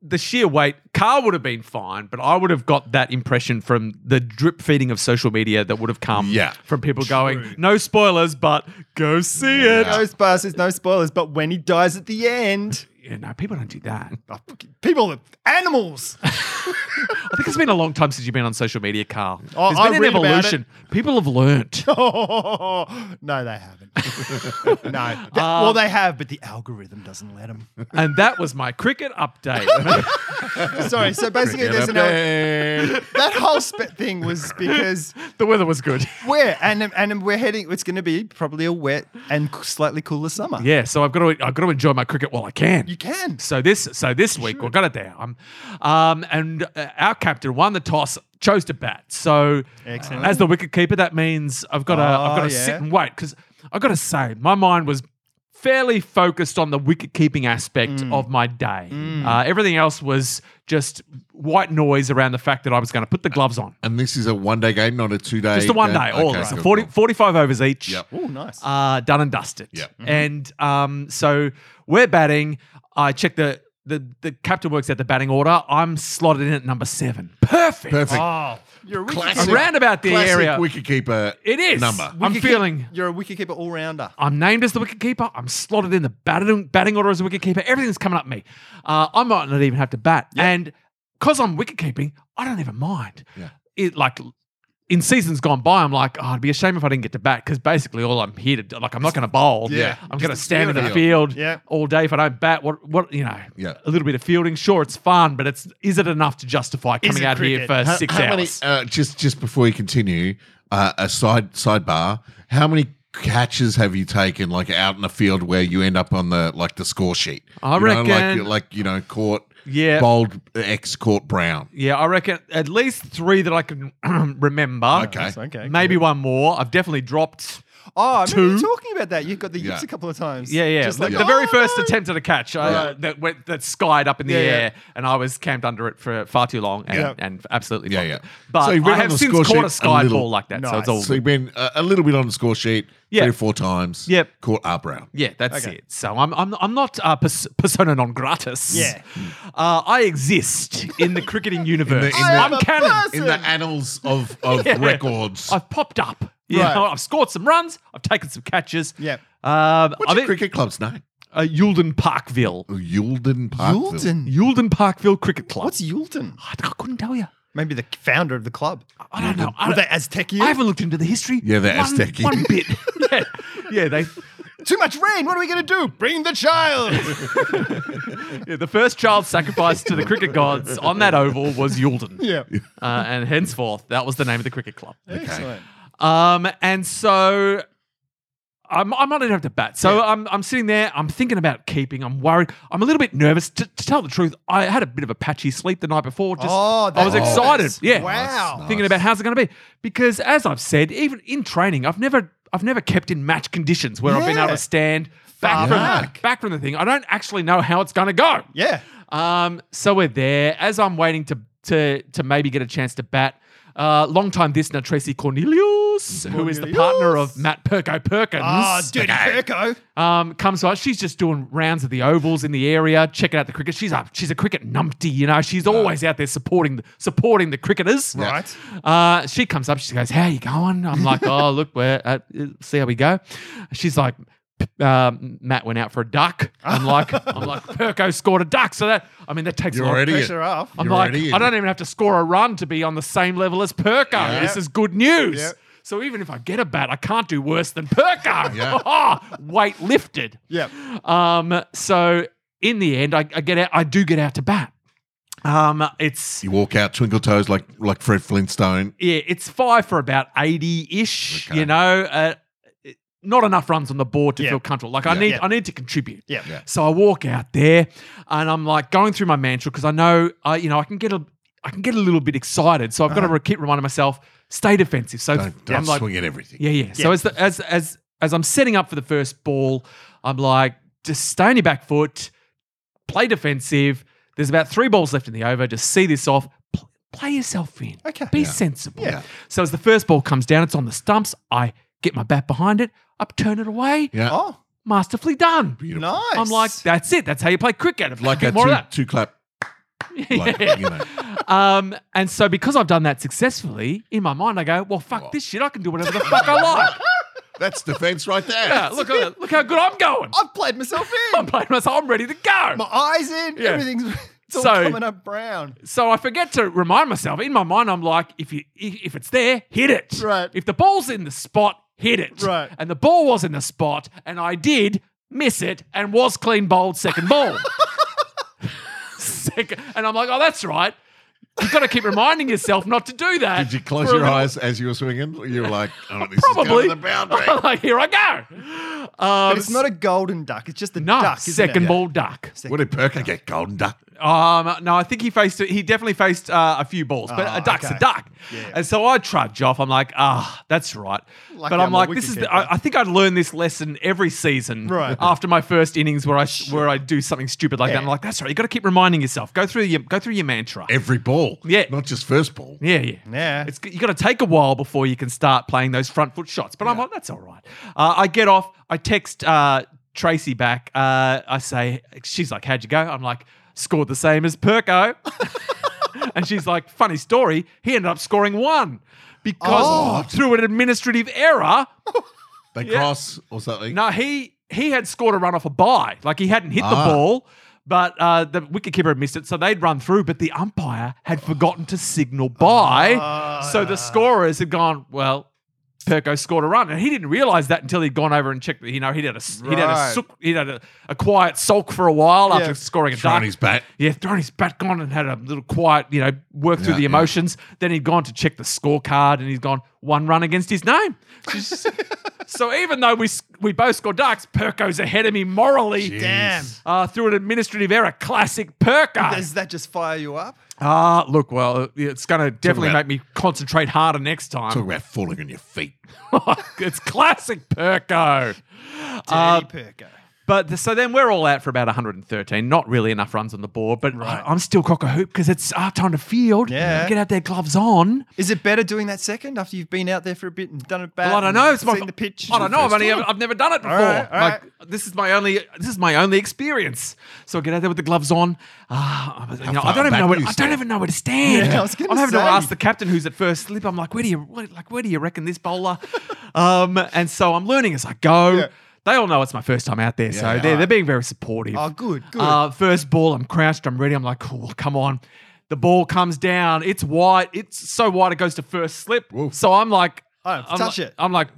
[SPEAKER 3] the sheer weight. Carl would have been fine, but I would have got that impression from the drip feeding of social media that would have come
[SPEAKER 1] Yeah.
[SPEAKER 3] from people going, "No spoilers, but go see it."
[SPEAKER 1] Yeah.
[SPEAKER 4] Ghostbusters, no spoilers, but when he dies at the end,
[SPEAKER 3] Yeah, no, people don't do
[SPEAKER 4] [LAUGHS]
[SPEAKER 3] that.
[SPEAKER 4] oh, fucking people, are animals. [LAUGHS]
[SPEAKER 3] I think it's been a long time since you've been on social media, Carl.
[SPEAKER 4] Oh,
[SPEAKER 3] There's
[SPEAKER 4] I
[SPEAKER 3] been an
[SPEAKER 4] read about it.
[SPEAKER 3] evolution. People have learnt.
[SPEAKER 4] no, they haven't. [LAUGHS] no. That-
[SPEAKER 3] Um,
[SPEAKER 4] well, they have, but the algorithm doesn't
[SPEAKER 3] [LAUGHS]
[SPEAKER 4] let them.
[SPEAKER 3] and that was my cricket update. [LAUGHS]
[SPEAKER 4] Sorry. So basically,
[SPEAKER 1] Get
[SPEAKER 4] there's
[SPEAKER 1] up
[SPEAKER 4] an al-
[SPEAKER 1] there.
[SPEAKER 4] that whole spit thing was because
[SPEAKER 3] the weather was good. [LAUGHS]
[SPEAKER 4] we're and and we're heading. It's going to be probably a wet and slightly cooler summer.
[SPEAKER 3] Yeah, so I've got to I've got to enjoy my cricket while I can.
[SPEAKER 4] you can.
[SPEAKER 3] So this so this week we've got it there. Um, um, and uh, our captain won the toss, chose to bat. So
[SPEAKER 4] Excellent.
[SPEAKER 3] uh, as the wicket keeper, that means I've got to I've
[SPEAKER 4] Oh,
[SPEAKER 3] got to
[SPEAKER 4] yeah.
[SPEAKER 3] sit and wait because I've got to say my mind was fairly focused on the wicket keeping aspect
[SPEAKER 4] Mm.
[SPEAKER 3] of my day. Uh, everything else was just white noise around the fact that I was going to put the gloves on.
[SPEAKER 1] And this is a one day game, not a two day.
[SPEAKER 3] Just the one day, all of us. So 40, 45 overs each
[SPEAKER 1] Yep.
[SPEAKER 4] Oh, nice.
[SPEAKER 3] uh, done and dusted.
[SPEAKER 1] Yeah.
[SPEAKER 3] And um, so we're batting. I check the, the the captain works out the batting order. I'm slotted in at number seven. Perfect.
[SPEAKER 1] Perfect.
[SPEAKER 4] oh, you're a wicket
[SPEAKER 1] Classic-
[SPEAKER 3] Around about the
[SPEAKER 1] classic
[SPEAKER 3] area.
[SPEAKER 1] wicketkeeper.
[SPEAKER 3] It is.
[SPEAKER 1] number.
[SPEAKER 3] I'm feeling.
[SPEAKER 4] You're a wicket keeper all rounder.
[SPEAKER 3] I'm named as the wicketkeeper. I'm slotted in the batting, batting order as a wicketkeeper. Everything's coming up me. Uh, I might not even have to bat. And because I'm wicketkeeping, I don't even mind.
[SPEAKER 1] Yeah.
[SPEAKER 3] It like in seasons gone by, I'm like, oh, it'd be a shame if I didn't get to bat because basically all I'm here to do, like, I'm not going to bowl.
[SPEAKER 1] Yeah.
[SPEAKER 3] I'm
[SPEAKER 1] Just
[SPEAKER 3] going to
[SPEAKER 1] the
[SPEAKER 3] stand in the
[SPEAKER 1] field.
[SPEAKER 3] field
[SPEAKER 4] Yeah.
[SPEAKER 3] all day if I don't bat. What, what, you know,
[SPEAKER 1] Yeah.
[SPEAKER 3] a little bit of fielding. Sure, it's fun, but it's, is it enough to justify coming
[SPEAKER 4] it
[SPEAKER 3] out here
[SPEAKER 4] cricket?
[SPEAKER 3] for
[SPEAKER 1] How-
[SPEAKER 3] six
[SPEAKER 1] how
[SPEAKER 3] hours?
[SPEAKER 1] Many, uh, just just before you continue, uh, a side sidebar. How many catches have you taken like out in the field where you end up on the like the score sheet?
[SPEAKER 3] I
[SPEAKER 1] You know,
[SPEAKER 3] reckon-
[SPEAKER 1] like like you know, caught
[SPEAKER 3] Yeah.
[SPEAKER 1] bold ex caught brown.
[SPEAKER 3] Yeah, I reckon at least three that I can [CLEARS THROAT] remember.
[SPEAKER 1] Okay.
[SPEAKER 4] okay.
[SPEAKER 3] Maybe one more. I've definitely dropped.
[SPEAKER 4] Oh, I remember you
[SPEAKER 3] Two?
[SPEAKER 4] talking about that. You got the yips
[SPEAKER 1] Yeah.
[SPEAKER 4] a couple of times.
[SPEAKER 3] Yeah, yeah.
[SPEAKER 4] Just
[SPEAKER 3] like
[SPEAKER 4] like,
[SPEAKER 3] the very
[SPEAKER 4] "Oh,
[SPEAKER 3] first
[SPEAKER 4] no."
[SPEAKER 3] attempt at a catch uh,
[SPEAKER 1] Right.
[SPEAKER 3] that went that skied up in the
[SPEAKER 4] Yeah, yeah.
[SPEAKER 3] air, and I was camped under it for far too long, and,
[SPEAKER 4] Yeah.
[SPEAKER 3] and absolutely
[SPEAKER 1] Yeah,
[SPEAKER 3] yeah,
[SPEAKER 1] yeah.
[SPEAKER 3] it. But
[SPEAKER 1] So you
[SPEAKER 3] I
[SPEAKER 1] ran on
[SPEAKER 3] have
[SPEAKER 1] the
[SPEAKER 3] since
[SPEAKER 1] score
[SPEAKER 3] caught
[SPEAKER 1] sheet
[SPEAKER 3] a
[SPEAKER 1] a
[SPEAKER 3] sky
[SPEAKER 1] little.
[SPEAKER 3] ball like that, so it's
[SPEAKER 4] Nice.
[SPEAKER 3] all
[SPEAKER 1] So you've been a, a little bit on the score sheet,
[SPEAKER 3] Yeah.
[SPEAKER 1] three or four times.
[SPEAKER 3] Yep.
[SPEAKER 1] Caught R brown.
[SPEAKER 3] Yeah, that's
[SPEAKER 4] Okay.
[SPEAKER 3] it. So I'm I'm I'm not uh, pers- persona non gratis.
[SPEAKER 4] Yeah.
[SPEAKER 3] uh, I exist in the cricketing universe.
[SPEAKER 1] in the-
[SPEAKER 3] I'm
[SPEAKER 4] a
[SPEAKER 3] canon.
[SPEAKER 4] person.
[SPEAKER 1] In the annals of, of
[SPEAKER 3] [LAUGHS] Yeah.
[SPEAKER 1] records.
[SPEAKER 3] I've popped up. Yeah,
[SPEAKER 4] Right.
[SPEAKER 3] I've scored some runs. I've taken some catches.
[SPEAKER 4] Yep.
[SPEAKER 3] Um,
[SPEAKER 1] What's your
[SPEAKER 3] I think
[SPEAKER 1] cricket club's name?
[SPEAKER 3] uh, Yulden Parkville.
[SPEAKER 1] Yulden Park.
[SPEAKER 4] Yulden.
[SPEAKER 3] Yulden Parkville Cricket Club.
[SPEAKER 4] Ah! What's Yulden?
[SPEAKER 3] I, I couldn't tell you.
[SPEAKER 4] Maybe the founder of the club.
[SPEAKER 3] I don't know. I,
[SPEAKER 4] Were
[SPEAKER 3] don't-
[SPEAKER 4] they Aztecian?
[SPEAKER 3] I haven't looked into the history.
[SPEAKER 1] Yeah, they're
[SPEAKER 3] one,
[SPEAKER 1] Aztecian. [LAUGHS]
[SPEAKER 3] One bit. yeah, yeah. They. [LAUGHS]
[SPEAKER 4] Too much rain. What are we going to do? Bring the child. [LAUGHS]
[SPEAKER 3] Yeah, the first child sacrificed to the cricket gods on that oval was Yulden.
[SPEAKER 4] yeah.
[SPEAKER 3] Uh, and henceforth, that was the name of the cricket club.
[SPEAKER 4] Excellent.
[SPEAKER 3] Um, and so I'm, I might not have to bat. So I'm, I'm sitting there, I'm thinking about keeping, I'm worried, I'm a little bit nervous. To, to tell the truth, I had a bit of a patchy sleep the night before. Just,
[SPEAKER 4] Oh,
[SPEAKER 3] I was
[SPEAKER 4] that's-
[SPEAKER 3] excited. Yeah.
[SPEAKER 4] Wow.
[SPEAKER 3] Thinking about how's it going to be. Because as I've said, even in training, I've never, I've never kept in match conditions where I've been able
[SPEAKER 4] Yeah.
[SPEAKER 3] to stand back from,
[SPEAKER 4] Fuck.
[SPEAKER 3] back from the thing. I don't actually know how it's going to go.
[SPEAKER 4] Yeah.
[SPEAKER 3] Um, so we're there. As I'm waiting to to to maybe get a chance to bat, uh, long time listener Tracy Cornelius, who is the
[SPEAKER 4] Cornelius.
[SPEAKER 3] partner of Matt Perko Perkins,
[SPEAKER 4] Oh, dirty
[SPEAKER 1] Okay.
[SPEAKER 4] Perko.
[SPEAKER 3] um, comes out. She's just doing rounds of the ovals in the area, checking out the cricket. She's a she's a cricket numpty, you know. She's always out there supporting the, supporting the cricketers.
[SPEAKER 4] Right.
[SPEAKER 3] Uh, she comes up. She goes, "How you going?" I'm
[SPEAKER 1] [LAUGHS]
[SPEAKER 3] like, "Oh, look, we're uh, see how we go." She's like, "P- um, "Matt went out for a duck." I'm like, "I'm
[SPEAKER 1] [LAUGHS]
[SPEAKER 3] like, Perko scored a duck." So that I mean, that takes
[SPEAKER 1] You're
[SPEAKER 3] a lot of
[SPEAKER 1] already
[SPEAKER 3] pressure.
[SPEAKER 4] Pressure off.
[SPEAKER 3] I'm
[SPEAKER 1] You're
[SPEAKER 3] like,
[SPEAKER 1] already in
[SPEAKER 3] I don't
[SPEAKER 1] it.
[SPEAKER 3] even have to score a run to be on the same level as Perko. This is good news.
[SPEAKER 4] Yep.
[SPEAKER 3] So even if I get a bat, I can't do worse than
[SPEAKER 1] [LAUGHS]
[SPEAKER 3] Perko. [LAUGHS]
[SPEAKER 1] Yeah.
[SPEAKER 3] Weight lifted.
[SPEAKER 4] Yep.
[SPEAKER 3] Um, so in the end, I, I get out. I do get out to bat. Um, it's
[SPEAKER 1] You walk out, twinkle toes like like Fred Flintstone.
[SPEAKER 3] yeah, it's five for about eighty ish.
[SPEAKER 1] Okay.
[SPEAKER 3] You know, uh, it- not enough runs on the board to
[SPEAKER 4] Yeah.
[SPEAKER 3] feel comfortable. Like I
[SPEAKER 1] Yeah.
[SPEAKER 3] need,
[SPEAKER 4] Yeah.
[SPEAKER 3] I need to contribute.
[SPEAKER 4] Yeah.
[SPEAKER 1] Yeah.
[SPEAKER 3] So I walk out there, and I'm like going through my mantra because I know, I you know, I can get a, I can get a little bit excited. So I've got to keep reminding myself, stay defensive. So
[SPEAKER 1] Uh-huh. Don't, don't
[SPEAKER 3] I'm like,
[SPEAKER 1] swing at everything.
[SPEAKER 3] yeah, yeah. So
[SPEAKER 4] Yeah.
[SPEAKER 3] as, the, as as as I'm setting up for the first ball, I'm like, just stay on your back foot, play defensive. There's about three balls left in the over. Just see this off. Pl- play yourself in.
[SPEAKER 4] Okay.
[SPEAKER 3] Be sensible.
[SPEAKER 4] Yeah.
[SPEAKER 3] So as the first ball comes down, it's on the stumps. I get my bat behind it. I turn it away.
[SPEAKER 1] Yeah.
[SPEAKER 4] Oh,
[SPEAKER 3] Masterfully done.
[SPEAKER 1] Beautiful.
[SPEAKER 4] nice.
[SPEAKER 3] I'm like, that's it. That's how you play cricket.
[SPEAKER 1] Like
[SPEAKER 3] a
[SPEAKER 1] a
[SPEAKER 3] bit more
[SPEAKER 1] two,
[SPEAKER 3] of that.
[SPEAKER 1] two
[SPEAKER 3] [LAUGHS]
[SPEAKER 1] clap. Like, you know.
[SPEAKER 3] um, and so because I've done that successfully, in my mind I go, well, fuck
[SPEAKER 1] Well.
[SPEAKER 3] this shit. I can do whatever the fuck I
[SPEAKER 4] [LAUGHS]
[SPEAKER 3] like.
[SPEAKER 1] That's defense right there.
[SPEAKER 3] Yeah, look, at- look how good I'm going.
[SPEAKER 4] I've played
[SPEAKER 3] [LAUGHS]
[SPEAKER 4] myself
[SPEAKER 3] I'm
[SPEAKER 4] in.
[SPEAKER 3] playing myself. I'm ready to go.
[SPEAKER 4] My eyes in.
[SPEAKER 3] Yeah.
[SPEAKER 4] Everything's [LAUGHS] it's all
[SPEAKER 3] So-
[SPEAKER 4] coming up brown.
[SPEAKER 3] So I forget to remind myself. In my mind, I'm like, if you if if it's there, hit it.
[SPEAKER 4] Right.
[SPEAKER 3] If the ball's in the spot, hit it.
[SPEAKER 4] Right.
[SPEAKER 3] And the ball was in the spot, and I did miss it, and was clean bowled second
[SPEAKER 4] [LAUGHS]
[SPEAKER 3] ball. second, and I'm like, oh, that's right. You've got to keep reminding yourself not to do that.
[SPEAKER 1] Did you close
[SPEAKER 3] for a
[SPEAKER 1] your
[SPEAKER 3] little-
[SPEAKER 1] eyes as you were swinging? You were like, oh, this
[SPEAKER 3] [LAUGHS] Probably.
[SPEAKER 1] is going to the
[SPEAKER 3] [LAUGHS]
[SPEAKER 1] boundary.
[SPEAKER 3] like here I go. Um,
[SPEAKER 4] But it's not a golden duck. It's just a
[SPEAKER 3] no,
[SPEAKER 4] duck. Isn't
[SPEAKER 3] second
[SPEAKER 4] it?
[SPEAKER 3] ball duck.
[SPEAKER 1] what did Perker get? Golden duck.
[SPEAKER 3] Um, no, I think he faced he definitely faced uh, a few balls, but
[SPEAKER 4] Ah,
[SPEAKER 3] a duck's
[SPEAKER 4] okay.
[SPEAKER 3] a duck.
[SPEAKER 4] Yeah.
[SPEAKER 3] And so I trudge off. I'm like, ah, that's right.
[SPEAKER 4] Lucky
[SPEAKER 3] but I'm,
[SPEAKER 4] I'm a
[SPEAKER 3] like, this is. The,
[SPEAKER 4] wicketkeeper.
[SPEAKER 3] I, I think I'd learn this lesson every season.
[SPEAKER 4] Right.
[SPEAKER 3] After my first innings, where I where I do something stupid like that,
[SPEAKER 4] Yeah.
[SPEAKER 3] I'm like, that's right. You got to keep reminding yourself. Go through your go through your mantra.
[SPEAKER 1] Every ball.
[SPEAKER 3] Yeah.
[SPEAKER 1] Not just first ball.
[SPEAKER 3] yeah, yeah.
[SPEAKER 4] Yeah.
[SPEAKER 3] It's you got to take a while before you can start playing those front foot shots. But I'm like, that's all right. Uh, I get off. I text uh, Tracy back. Uh, I say, she's like, how'd you go? I'm like, scored the same as Perko. [LAUGHS] and she's like, funny story. He ended up scoring one because
[SPEAKER 1] Oh.
[SPEAKER 3] through an administrative error.
[SPEAKER 1] They cross or something.
[SPEAKER 3] No, he he had scored a run off a bye. Like he hadn't hit
[SPEAKER 1] Ah.
[SPEAKER 3] the ball. But uh, the wicketkeeper had missed it, so they'd run through. But the umpire had forgotten to signal by,
[SPEAKER 1] Ah.
[SPEAKER 3] so the scorers had gone. Well, Perko scored a run, and he didn't realize that until he'd gone over and checked. that, You know, he'd had a s- he'd had a
[SPEAKER 4] Right.
[SPEAKER 3] sook, he'd had a, a quiet sulk for a while
[SPEAKER 4] Yeah.
[SPEAKER 3] after scoring a
[SPEAKER 1] Throwing
[SPEAKER 3] duck.
[SPEAKER 1] his bat.
[SPEAKER 3] Yeah, thrown his bat gone and had a little quiet, you know, work through
[SPEAKER 1] Yeah,
[SPEAKER 3] the
[SPEAKER 1] yeah.
[SPEAKER 3] emotions. Then he'd gone to check the scorecard and he's gone one run against his name. She's- So even though we s- we both score ducks, Perko's ahead of me morally.
[SPEAKER 4] Damn.
[SPEAKER 3] Uh, through an administrative error, classic Perko.
[SPEAKER 4] Does that just fire you up?
[SPEAKER 3] Ah, look, well, it's going to definitely
[SPEAKER 1] about-
[SPEAKER 3] make me concentrate harder next
[SPEAKER 1] Talk
[SPEAKER 3] time.
[SPEAKER 1] about falling on your feet.
[SPEAKER 3] [LAUGHS] it's classic Perko. Uh,
[SPEAKER 4] Danny Perko.
[SPEAKER 3] But th- so then we're all out for about 113. Not really enough runs on the board, but I, am still cock a hoop because it's our time to field.
[SPEAKER 4] Yeah.
[SPEAKER 3] Get out their gloves on.
[SPEAKER 4] Is it better doing that second after you've been out there for a bit and done it bad?
[SPEAKER 3] Well, I don't know. It's my,
[SPEAKER 4] seen the pitch.
[SPEAKER 3] I don't know. I've, only, I've never done it before.
[SPEAKER 4] right, all
[SPEAKER 3] like, This is my only. This is my only experience. So I get out there with the gloves on. Ah, I'm- you know,
[SPEAKER 1] far
[SPEAKER 3] I don't even
[SPEAKER 1] back
[SPEAKER 3] know. Where,
[SPEAKER 1] do you
[SPEAKER 3] I don't
[SPEAKER 1] stand?
[SPEAKER 3] even know where to stand.
[SPEAKER 4] Yeah, I was gonna
[SPEAKER 3] am having
[SPEAKER 4] say.
[SPEAKER 3] to ask the captain who's at first slip. I'm like, where do you what, like? Where do you reckon this
[SPEAKER 4] [LAUGHS]
[SPEAKER 3] bowler? um, and so I'm learning as I go. They all know it's my first time out there, so they're, they're being very supportive.
[SPEAKER 4] Oh, good, good.
[SPEAKER 3] Uh, first ball, I'm crouched, I'm ready. I'm like, cool, come on. The ball comes down. It's wide. It's so wide it goes to first slip. So I'm like,
[SPEAKER 4] I don't
[SPEAKER 3] I'm
[SPEAKER 4] Oh, touch
[SPEAKER 3] like-
[SPEAKER 4] it.
[SPEAKER 3] I'm like,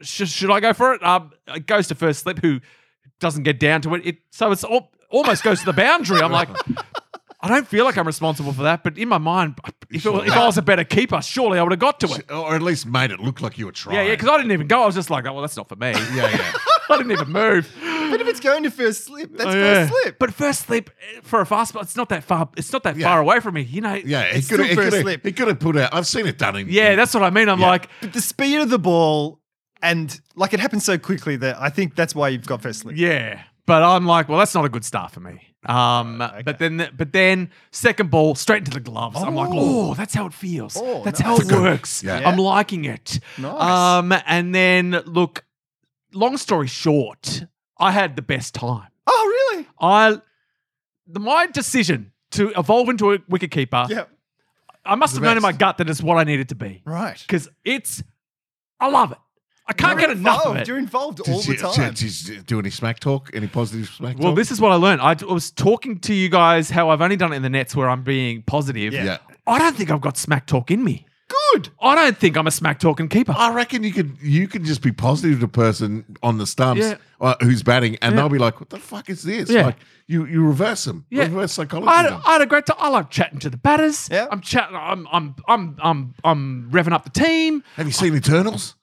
[SPEAKER 3] should, should I go for it? Um, it goes to first slip, who doesn't get down to it. it so it's al- almost goes to the boundary. I'm like, I don't feel like I'm responsible for that, but in my mind, if, it, if I was a better keeper, surely I would have got to it.
[SPEAKER 1] Or at least made it look like you were trying.
[SPEAKER 3] Yeah, yeah, because I didn't even go. I was just like, oh, well, that's not for
[SPEAKER 4] [LAUGHS]
[SPEAKER 3] me.
[SPEAKER 1] yeah, yeah.
[SPEAKER 3] I didn't even move.
[SPEAKER 4] But if it's going to first slip, that's
[SPEAKER 3] Oh, yeah.
[SPEAKER 4] first slip.
[SPEAKER 3] But first slip eh, for a fast ball, it's not that far. It's not that
[SPEAKER 1] Yeah.
[SPEAKER 3] far away from me. You know.
[SPEAKER 1] Yeah, he
[SPEAKER 4] It's
[SPEAKER 1] could
[SPEAKER 4] still first
[SPEAKER 1] have.
[SPEAKER 4] slip.
[SPEAKER 1] He could have put out. I've seen it done in.
[SPEAKER 3] Yeah, that's what I mean. I'm like,
[SPEAKER 4] But the speed of the ball and like it happens so quickly that I think that's why you've got first slip.
[SPEAKER 3] yeah, but I'm like, well, that's not a good start for me.
[SPEAKER 4] Oh,
[SPEAKER 3] Um, but then, but then, second ball straight into the gloves. I'm like, oh, that's how it feels.
[SPEAKER 4] Oh,
[SPEAKER 3] that's
[SPEAKER 4] nice.
[SPEAKER 3] how it
[SPEAKER 1] good-
[SPEAKER 3] works.
[SPEAKER 1] yeah.
[SPEAKER 3] I'm liking it.
[SPEAKER 4] Nice.
[SPEAKER 3] Um, and then look, long story short, I had the best time.
[SPEAKER 4] Oh, really?
[SPEAKER 3] I, the, my decision to evolve into a wicketkeeper,
[SPEAKER 4] Yeah.
[SPEAKER 3] I must have known
[SPEAKER 1] best.
[SPEAKER 3] in my gut that it's what I needed to be.
[SPEAKER 4] Right.
[SPEAKER 3] because it's I love it. I can't
[SPEAKER 4] You're
[SPEAKER 3] get enough of
[SPEAKER 4] involved.
[SPEAKER 3] it.
[SPEAKER 4] You're involved all
[SPEAKER 1] Did you,
[SPEAKER 4] the time.
[SPEAKER 1] did you do any smack talk? Any positive smack
[SPEAKER 3] Well,
[SPEAKER 1] talk?
[SPEAKER 3] this is what I learned. I d- was talking to you guys how I've only done it in the nets where I'm being positive.
[SPEAKER 1] Yeah.
[SPEAKER 3] I don't think I've got smack talk in me.
[SPEAKER 4] Good.
[SPEAKER 3] I don't think I'm a smack talking keeper.
[SPEAKER 1] I reckon you could you can just be positive to a person on the stumps
[SPEAKER 3] Yeah.
[SPEAKER 1] uh, who's batting, and they'll be like, "What the fuck is this?"
[SPEAKER 3] Yeah.
[SPEAKER 1] Like you you reverse them,
[SPEAKER 3] Yeah.
[SPEAKER 1] reverse psychology.
[SPEAKER 3] I had,
[SPEAKER 1] them.
[SPEAKER 3] I had a great time. I like chatting to the batters.
[SPEAKER 4] Yeah.
[SPEAKER 3] I'm chatting. I'm I'm I'm I'm I'm revving up the team. [LAUGHS]
[SPEAKER 1] Have you seen Eternals?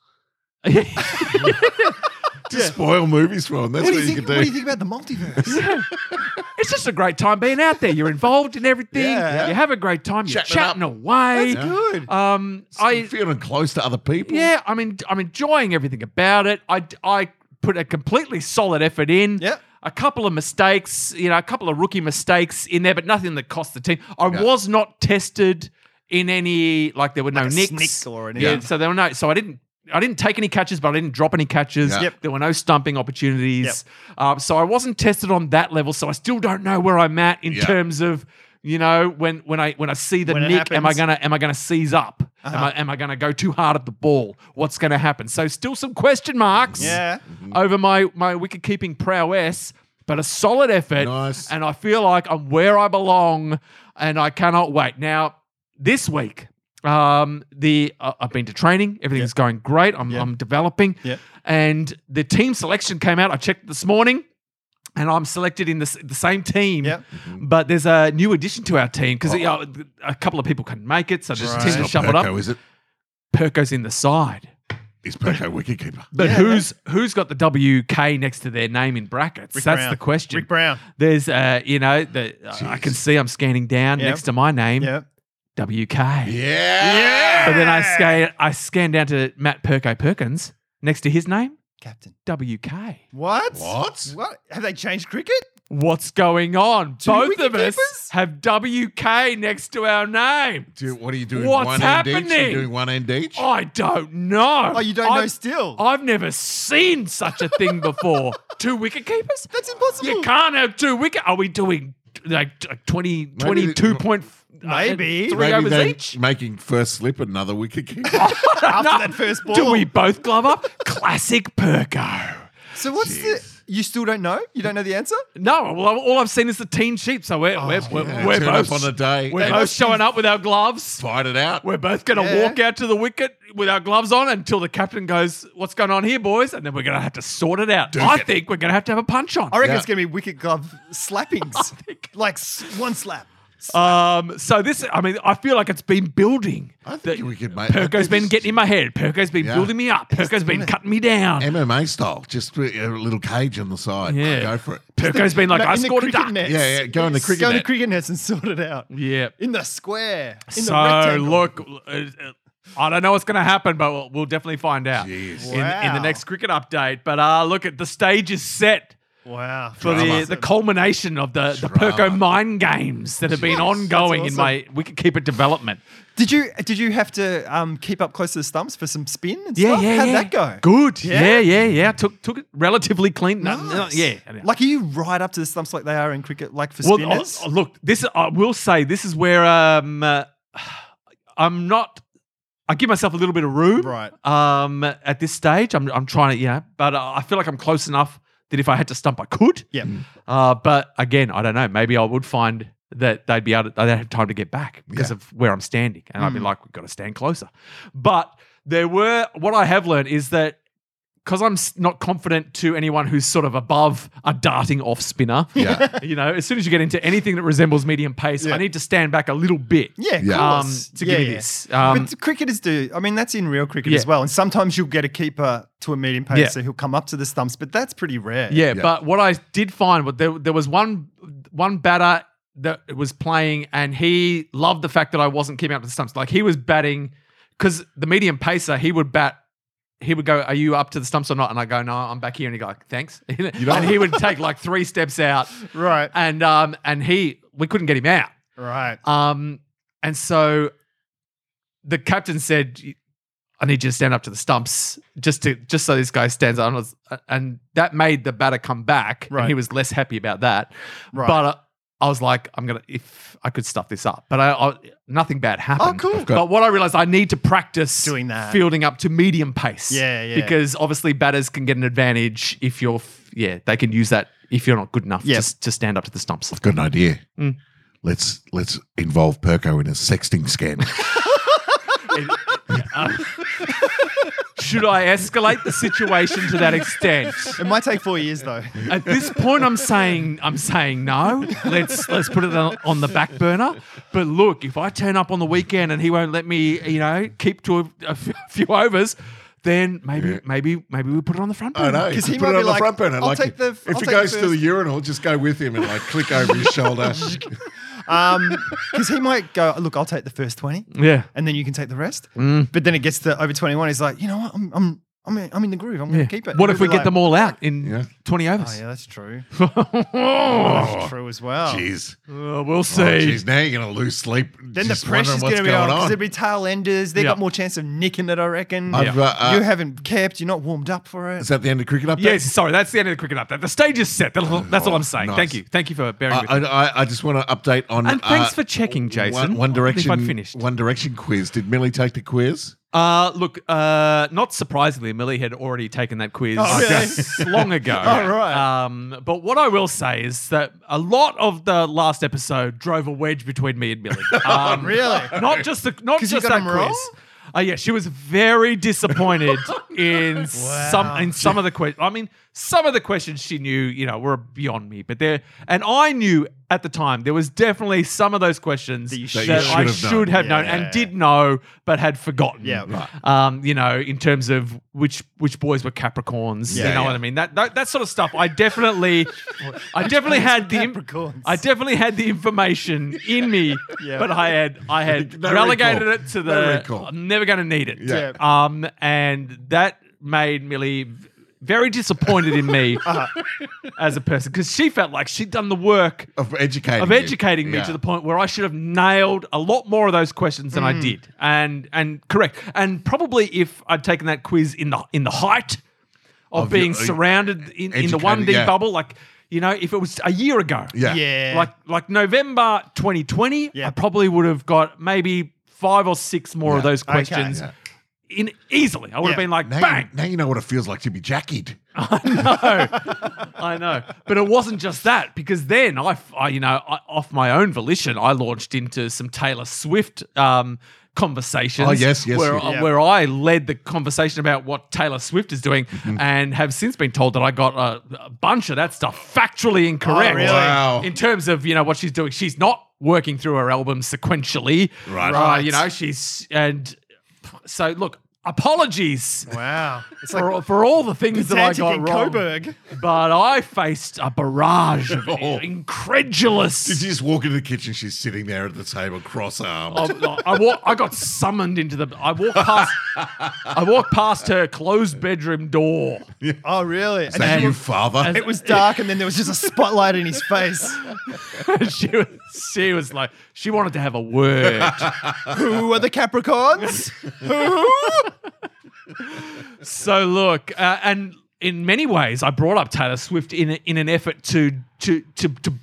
[SPEAKER 1] Just spoil movies for them. That's
[SPEAKER 4] What
[SPEAKER 1] what,
[SPEAKER 4] do, you
[SPEAKER 1] you,
[SPEAKER 4] think,
[SPEAKER 1] can
[SPEAKER 4] what do
[SPEAKER 1] do.
[SPEAKER 4] you think about
[SPEAKER 3] [LAUGHS]
[SPEAKER 4] the multiverse?
[SPEAKER 3] it's just a great time being out there. You're involved in everything.
[SPEAKER 4] Yeah.
[SPEAKER 3] You have a great time. You're
[SPEAKER 1] Chatting
[SPEAKER 3] chatting,
[SPEAKER 1] up.
[SPEAKER 3] away.
[SPEAKER 4] That's good.
[SPEAKER 3] Um, I
[SPEAKER 1] feeling close to other people.
[SPEAKER 3] Yeah, I mean, I'm enjoying everything about it. I, I put a completely solid effort in.
[SPEAKER 4] Yep.
[SPEAKER 3] A couple of mistakes, you know, a couple of rookie mistakes in there, but nothing that cost the team. I
[SPEAKER 1] Yeah.
[SPEAKER 3] was not tested in any like there were no
[SPEAKER 4] a
[SPEAKER 3] nicks
[SPEAKER 4] snick or an
[SPEAKER 3] yeah.
[SPEAKER 4] in.
[SPEAKER 3] So there were no. So I didn't. I didn't take any catches, but I didn't drop any catches.
[SPEAKER 1] Yeah. Yep.
[SPEAKER 3] There were no stumping opportunities. Um, so I wasn't tested on that level. So I still don't know where I'm at in
[SPEAKER 1] Yeah.
[SPEAKER 3] terms of you know when when I when I see the
[SPEAKER 4] When it
[SPEAKER 3] nick, am I
[SPEAKER 4] happens.
[SPEAKER 3] gonna am I gonna seize up? Am I am I gonna go too hard at the ball? What's gonna happen? So still some question marks.
[SPEAKER 4] Yeah.
[SPEAKER 3] Over my my wicket keeping prowess, but a solid effort.
[SPEAKER 1] Nice.
[SPEAKER 3] And I feel like I'm where I belong, and I cannot wait. Now this week. Um, the uh, I've been to training. Everything's going great. I'm, I'm developing.
[SPEAKER 4] Yeah.
[SPEAKER 3] And the team selection came out. I checked this morning, and I'm selected in the, s- the same team. Mm-hmm.
[SPEAKER 4] Yeah.
[SPEAKER 3] But there's a new addition to our team because a couple of people couldn't make it, so the
[SPEAKER 4] Right.
[SPEAKER 3] team
[SPEAKER 1] It's
[SPEAKER 3] is
[SPEAKER 1] not
[SPEAKER 3] shuffled
[SPEAKER 1] Perko,
[SPEAKER 3] up.
[SPEAKER 1] is it?
[SPEAKER 3] Perko's in the side.
[SPEAKER 1] Is Perko wicketkeeper?
[SPEAKER 3] But
[SPEAKER 4] Yeah,
[SPEAKER 3] who's who's got the WK next to their name in brackets? That's
[SPEAKER 4] Brown.
[SPEAKER 3] the question.
[SPEAKER 4] Rick Brown.
[SPEAKER 3] There's, uh, you know, the, I can see I'm scanning down
[SPEAKER 4] Yeah.
[SPEAKER 3] next to my name,
[SPEAKER 4] Yeah.
[SPEAKER 3] WK.
[SPEAKER 1] Yeah.
[SPEAKER 3] But then I scan, I scan down to Matt Perko Perkins next to his name,
[SPEAKER 4] Captain.
[SPEAKER 3] WK.
[SPEAKER 4] What?
[SPEAKER 1] What?
[SPEAKER 4] What? Have they changed cricket?
[SPEAKER 3] What's going on? Both of us
[SPEAKER 4] wicketkeepers?
[SPEAKER 3] have WK next to our name.
[SPEAKER 1] Do, what are you doing?
[SPEAKER 3] What's
[SPEAKER 1] one End each?
[SPEAKER 3] happening? Oh,
[SPEAKER 1] You're doing one end each.
[SPEAKER 3] I don't know.
[SPEAKER 4] Oh, you don't
[SPEAKER 3] I've,
[SPEAKER 4] know still.
[SPEAKER 3] I've never seen such a thing
[SPEAKER 4] [LAUGHS]
[SPEAKER 3] before. two wicket keepers?
[SPEAKER 4] That's impossible.
[SPEAKER 3] You can't have two wicket. Are we doing like t- 20,
[SPEAKER 1] Maybe-
[SPEAKER 3] 22 point? f- uh,
[SPEAKER 4] Maybe.
[SPEAKER 3] three
[SPEAKER 1] Maybe
[SPEAKER 3] overs
[SPEAKER 1] they're [LAUGHS]
[SPEAKER 3] each.
[SPEAKER 1] making first slip another wicketkeeper.
[SPEAKER 4] After that first ball.
[SPEAKER 3] Do we both glove up? Classic Perko.
[SPEAKER 4] So what's the? You still don't know? You don't know the answer?
[SPEAKER 3] No, well, I've- all I've seen is the team sheet. So we're we're, we're,
[SPEAKER 1] Oh, yeah.
[SPEAKER 3] [LAUGHS] we're
[SPEAKER 1] Turn up
[SPEAKER 3] both
[SPEAKER 1] on the day.
[SPEAKER 3] We're
[SPEAKER 1] They
[SPEAKER 3] both
[SPEAKER 1] must
[SPEAKER 3] showing up with our gloves.
[SPEAKER 1] Fight it out.
[SPEAKER 3] We're both going to
[SPEAKER 4] Yeah.
[SPEAKER 3] walk out to the wicket with our gloves on until the captain goes, "What's going on here, boys?" And then we're going to have to sort it out. I
[SPEAKER 1] it.
[SPEAKER 3] think we're going to have to have a punch on.
[SPEAKER 4] I reckon
[SPEAKER 1] Yeah.
[SPEAKER 3] [LAUGHS]
[SPEAKER 4] it's going to be wicket glove slappings. like s- one slap,
[SPEAKER 3] Um, so this, I mean, I feel like it's been building.
[SPEAKER 1] I
[SPEAKER 3] That-
[SPEAKER 1] think we could make I
[SPEAKER 3] Perko's
[SPEAKER 1] think
[SPEAKER 3] been
[SPEAKER 1] it's
[SPEAKER 3] getting in my head. Perko's been
[SPEAKER 1] Yeah.
[SPEAKER 3] building me up. Perko's been cutting me down.
[SPEAKER 1] MMA style, just a little cage on the side.
[SPEAKER 3] Yeah.
[SPEAKER 1] go for it.
[SPEAKER 3] Perko's been like,
[SPEAKER 4] No,
[SPEAKER 3] I
[SPEAKER 4] in the
[SPEAKER 3] scored a
[SPEAKER 4] cricket
[SPEAKER 3] duck.
[SPEAKER 4] nets.
[SPEAKER 1] Yeah, yeah, go in the cricket
[SPEAKER 4] Go in the
[SPEAKER 1] net.
[SPEAKER 4] cricket nets and sort it out.
[SPEAKER 3] Yeah.
[SPEAKER 4] In the square. In the
[SPEAKER 3] So
[SPEAKER 4] rectangle.
[SPEAKER 3] look, uh, uh, I don't know what's going to happen, but we'll, we'll definitely find out
[SPEAKER 1] Jeez.
[SPEAKER 3] in, in the
[SPEAKER 4] Wow.
[SPEAKER 3] next cricket update. But uh, look, at the stage is set
[SPEAKER 4] Wow.
[SPEAKER 3] for the,
[SPEAKER 1] Drama.
[SPEAKER 3] the culmination of the, the
[SPEAKER 1] Drama.
[SPEAKER 3] Perko mind games that have been ongoing in
[SPEAKER 4] awesome.
[SPEAKER 3] my Wicket Keeper development.
[SPEAKER 4] Did you did you have to um, keep up close to the stumps for some spin and stuff? How'd that go?
[SPEAKER 3] Good. Yeah,
[SPEAKER 4] Yeah?
[SPEAKER 3] yeah, yeah. Took took it relatively clean. No, no,
[SPEAKER 4] Nice.
[SPEAKER 3] yeah. uh,
[SPEAKER 4] Like are you right up to the stumps like they are in cricket, like for
[SPEAKER 3] well, oh,
[SPEAKER 4] spinners?
[SPEAKER 3] oh, look, this I will say this is where um uh, [SIGHS] I'm not. I give myself a little bit of room,
[SPEAKER 4] Right.
[SPEAKER 3] Um, at this stage, I'm I'm trying to yeah, but uh, I feel like I'm close enough that if I had to stump, I could.
[SPEAKER 4] yeah.
[SPEAKER 3] Uh, but again, I don't know. Maybe I would find that they'd be able to, they'd have time to get back because
[SPEAKER 1] Yeah.
[SPEAKER 3] of where I'm standing. And I'd be
[SPEAKER 4] Hmm.
[SPEAKER 3] like, we've got to stand closer. But there were, what I have learned is that because I'm s- not confident to anyone who's sort of above a darting off
[SPEAKER 4] [LAUGHS]
[SPEAKER 3] spinner,
[SPEAKER 1] Yeah.
[SPEAKER 3] [LAUGHS] you know, as soon as you get into anything that resembles medium pace, I need to stand back a little bit.
[SPEAKER 4] Yeah, of
[SPEAKER 1] Yeah.
[SPEAKER 3] Um,
[SPEAKER 4] course.
[SPEAKER 3] to
[SPEAKER 4] yeah,
[SPEAKER 3] give me
[SPEAKER 4] yeah.
[SPEAKER 3] this. Um,
[SPEAKER 4] but cricketers do. I mean, that's in real cricket
[SPEAKER 3] Yeah.
[SPEAKER 4] as well. And sometimes you'll get a keeper to a medium pace,
[SPEAKER 3] Yeah.
[SPEAKER 4] so he'll come up to the stumps, but that's pretty rare.
[SPEAKER 3] Yeah,
[SPEAKER 1] Yeah.
[SPEAKER 3] but what I did find was there there was one one batter that was playing and he loved the fact that I wasn't keeping up with the stumps. Like he was batting because the medium pacer he would bat. He would go, "Are you up to the stumps or not?" And I go, "No, I'm back here." And he'd go, like, "Thanks." [LAUGHS] and he would take like three steps out,
[SPEAKER 4] Right.
[SPEAKER 3] and um, and he we couldn't get him out.
[SPEAKER 4] Right.
[SPEAKER 3] Um, and so the captain said, "I need you to stand up to the stumps, just to just so this guy stands up." And, I was- and that made the batter come back, and
[SPEAKER 4] Right.
[SPEAKER 3] he was less happy about that.
[SPEAKER 4] Right.
[SPEAKER 3] But uh, I was like, "I'm gonna if I could stuff this up," but I, I nothing bad happened.
[SPEAKER 4] Oh, cool. I've got-
[SPEAKER 3] But what I realized, I need to practice
[SPEAKER 4] Doing that.
[SPEAKER 3] fielding up to medium pace.
[SPEAKER 4] Yeah, yeah.
[SPEAKER 3] Because obviously batters can get an advantage if you're, f- yeah, they can use that if you're not good enough
[SPEAKER 4] Yeah.
[SPEAKER 3] just to stand up to the stumps.
[SPEAKER 1] I've got an idea.
[SPEAKER 3] Mm.
[SPEAKER 1] Let's let's involve Perko in a sexting
[SPEAKER 3] [LAUGHS]
[SPEAKER 1] scandal.
[SPEAKER 3] uh, Should I escalate the situation to that extent?
[SPEAKER 4] It might take four
[SPEAKER 3] [LAUGHS]
[SPEAKER 4] years though.
[SPEAKER 3] At this point, I'm saying I'm saying no. Let's let's put it on on the back burner. But look, if I turn up on the weekend and he won't let me, you know, keep to a, a few- few overs, then maybe maybe maybe we put it on the front burner.
[SPEAKER 1] I know.
[SPEAKER 4] [LAUGHS] 'Cause
[SPEAKER 1] you
[SPEAKER 4] he
[SPEAKER 1] put
[SPEAKER 4] might
[SPEAKER 1] it
[SPEAKER 4] be
[SPEAKER 1] on the
[SPEAKER 4] like,
[SPEAKER 1] front burner.
[SPEAKER 4] "I'll
[SPEAKER 1] like
[SPEAKER 4] take the-
[SPEAKER 1] if
[SPEAKER 4] I'll
[SPEAKER 1] it
[SPEAKER 4] take
[SPEAKER 1] goes
[SPEAKER 4] the
[SPEAKER 1] to the
[SPEAKER 4] first."
[SPEAKER 1] urinal, just go with him and like click over
[SPEAKER 3] [LAUGHS]
[SPEAKER 1] his shoulder.
[SPEAKER 3] Oh,
[SPEAKER 4] Um, because he might go, look, I'll take the first twenty,
[SPEAKER 3] Yeah.
[SPEAKER 4] and then you can take the rest.
[SPEAKER 1] Mm.
[SPEAKER 4] But then it gets to over twenty one. He's like, you know what? I'm I'm I'm in, I'm in the groove. I'm
[SPEAKER 3] yeah.
[SPEAKER 4] gonna keep it.
[SPEAKER 3] What
[SPEAKER 4] And
[SPEAKER 3] if we
[SPEAKER 4] we'll be
[SPEAKER 3] get them
[SPEAKER 4] like,
[SPEAKER 3] all out in
[SPEAKER 1] Yeah.
[SPEAKER 3] 20
[SPEAKER 4] Oh
[SPEAKER 3] overs?
[SPEAKER 4] yeah,
[SPEAKER 1] [LAUGHS]
[SPEAKER 4] that's true.
[SPEAKER 1] Oh,
[SPEAKER 4] That's true as well.
[SPEAKER 1] jeez.
[SPEAKER 3] Uh, we'll see.
[SPEAKER 1] Oh, jeez. Now you're gonna lose sleep.
[SPEAKER 4] Then
[SPEAKER 1] just
[SPEAKER 4] the pressure's
[SPEAKER 1] wondering what's
[SPEAKER 4] gonna be on
[SPEAKER 1] going
[SPEAKER 4] because
[SPEAKER 1] on.
[SPEAKER 4] it'll be tail enders. They
[SPEAKER 3] Yeah.
[SPEAKER 4] got more chance of nicking it, I reckon.
[SPEAKER 1] I've, uh, uh,
[SPEAKER 4] you haven't kept. You're not warmed up for it.
[SPEAKER 1] Is that the end of cricket update?
[SPEAKER 3] Yes, sorry, that's the end of the cricket update. The stage is set. That'll- That's all I'm saying.
[SPEAKER 1] nice.
[SPEAKER 3] Thank you. Thank you for bearing with me.
[SPEAKER 1] I, I, I just want to update on.
[SPEAKER 3] And thanks
[SPEAKER 1] uh,
[SPEAKER 3] for checking, Jason.
[SPEAKER 1] One, one
[SPEAKER 3] I think
[SPEAKER 1] Direction.
[SPEAKER 3] I'd finished.
[SPEAKER 1] One Direction quiz. Did Millie take the quiz?
[SPEAKER 3] Uh, look, uh, not surprisingly, Millie had already taken that quiz
[SPEAKER 4] Oh, really?
[SPEAKER 3] long
[SPEAKER 4] [LAUGHS]
[SPEAKER 3] ago.
[SPEAKER 4] Oh, right.
[SPEAKER 3] Um, but what I will say is that a lot of the last episode drove a wedge between me and
[SPEAKER 4] [LAUGHS]
[SPEAKER 3] Millie. Um,
[SPEAKER 4] Oh, really?
[SPEAKER 3] Not just the not
[SPEAKER 4] 'Cause you
[SPEAKER 3] just
[SPEAKER 4] got
[SPEAKER 3] that
[SPEAKER 4] 'em wrong? Oh,
[SPEAKER 3] quiz. Uh, yeah, she was very
[SPEAKER 4] [LAUGHS]
[SPEAKER 3] disappointed in some in some of the questions. I mean, some of the questions she knew, you know, were beyond me. But there, and I knew at the time there was definitely some of those questions that,
[SPEAKER 4] you should
[SPEAKER 1] have
[SPEAKER 3] I
[SPEAKER 1] known.
[SPEAKER 3] should have known and
[SPEAKER 4] Yeah.
[SPEAKER 3] did know but had forgotten.
[SPEAKER 4] Yeah, right.
[SPEAKER 3] Um, you know, in terms of which which boys were Capricorns. you
[SPEAKER 1] Yeah,
[SPEAKER 3] know
[SPEAKER 1] yeah.
[SPEAKER 3] what I mean? That, that that sort of stuff.
[SPEAKER 1] [LAUGHS]
[SPEAKER 3] I definitely, I definitely had the im-
[SPEAKER 4] Capricorns.
[SPEAKER 3] I definitely had the information in
[SPEAKER 1] [LAUGHS]
[SPEAKER 3] me,
[SPEAKER 4] Yeah.
[SPEAKER 3] but I had I had
[SPEAKER 1] No
[SPEAKER 3] relegated
[SPEAKER 1] recall.
[SPEAKER 3] it to
[SPEAKER 1] No
[SPEAKER 3] the.
[SPEAKER 1] recall.
[SPEAKER 3] I'm never going to need it.
[SPEAKER 1] Yeah.
[SPEAKER 3] Um, and that made Millie v- very disappointed in
[SPEAKER 1] [LAUGHS]
[SPEAKER 3] me
[SPEAKER 1] Uh-huh.
[SPEAKER 3] as a person because she felt like she'd done the work
[SPEAKER 1] Of educating.
[SPEAKER 3] of
[SPEAKER 1] you.
[SPEAKER 3] educating me
[SPEAKER 1] Yeah.
[SPEAKER 3] to the point where I should have nailed a lot more of those questions than
[SPEAKER 1] Mm.
[SPEAKER 3] I did. And and correct. And probably if I'd taken that quiz in the in the height of,
[SPEAKER 1] Of
[SPEAKER 3] being
[SPEAKER 1] your- e-
[SPEAKER 3] surrounded in, in the
[SPEAKER 1] educated,
[SPEAKER 3] one D
[SPEAKER 1] yeah.
[SPEAKER 3] bubble, like you know, if it was a year ago,
[SPEAKER 1] Yeah.
[SPEAKER 4] yeah.
[SPEAKER 3] like like November 2020,
[SPEAKER 4] Yeah.
[SPEAKER 3] I probably would have got maybe five or six more of
[SPEAKER 1] Yeah.
[SPEAKER 3] those
[SPEAKER 4] Okay.
[SPEAKER 3] questions
[SPEAKER 1] Yeah.
[SPEAKER 3] in easily. I would have
[SPEAKER 4] Yeah.
[SPEAKER 3] been like,
[SPEAKER 1] Now,
[SPEAKER 3] bang.
[SPEAKER 1] You, now you know what it feels like to be jackied.
[SPEAKER 3] [LAUGHS] I know, but it wasn't just that because then I, I you know, I, off my own volition, I launched into some Taylor Swift um, conversations.
[SPEAKER 1] Oh, yes, yes,
[SPEAKER 3] where,
[SPEAKER 1] yes.
[SPEAKER 3] uh, where I led the conversation about what Taylor Swift is doing,
[SPEAKER 1] Mm-hmm.
[SPEAKER 3] and have since been told that I got a, a bunch of that stuff factually incorrect.
[SPEAKER 4] Oh, really?
[SPEAKER 1] Wow.
[SPEAKER 3] In terms of you know what she's doing, she's not working through her album sequentially.
[SPEAKER 1] Right.
[SPEAKER 3] Uh, you know, she's and so look, apologies
[SPEAKER 4] Wow. It's
[SPEAKER 3] for, for all the things [LAUGHS] that I
[SPEAKER 4] Dantic
[SPEAKER 3] got
[SPEAKER 4] and
[SPEAKER 3] wrong.
[SPEAKER 4] Coburg.
[SPEAKER 3] But I faced a barrage
[SPEAKER 1] [LAUGHS]
[SPEAKER 3] of
[SPEAKER 1] Oh.
[SPEAKER 3] incredulous.
[SPEAKER 1] Did you just walk into the kitchen? She's sitting there at the table, cross-armed.
[SPEAKER 3] I, I, wa- I got summoned into the. I walked past. I walked past her closed bedroom door. [LAUGHS]
[SPEAKER 4] Oh, really?
[SPEAKER 1] Is that
[SPEAKER 3] and-
[SPEAKER 1] you, father?
[SPEAKER 3] and-
[SPEAKER 4] It was dark, and then there was just a spotlight in
[SPEAKER 1] [LAUGHS]
[SPEAKER 4] his face.
[SPEAKER 3] she was. She was like. She wanted to have a word.
[SPEAKER 4] Who are
[SPEAKER 1] [LAUGHS]
[SPEAKER 4] the Capricorns? Who?
[SPEAKER 3] so look, uh, and in many ways, I brought up Taylor Swift in a, in an effort to to to to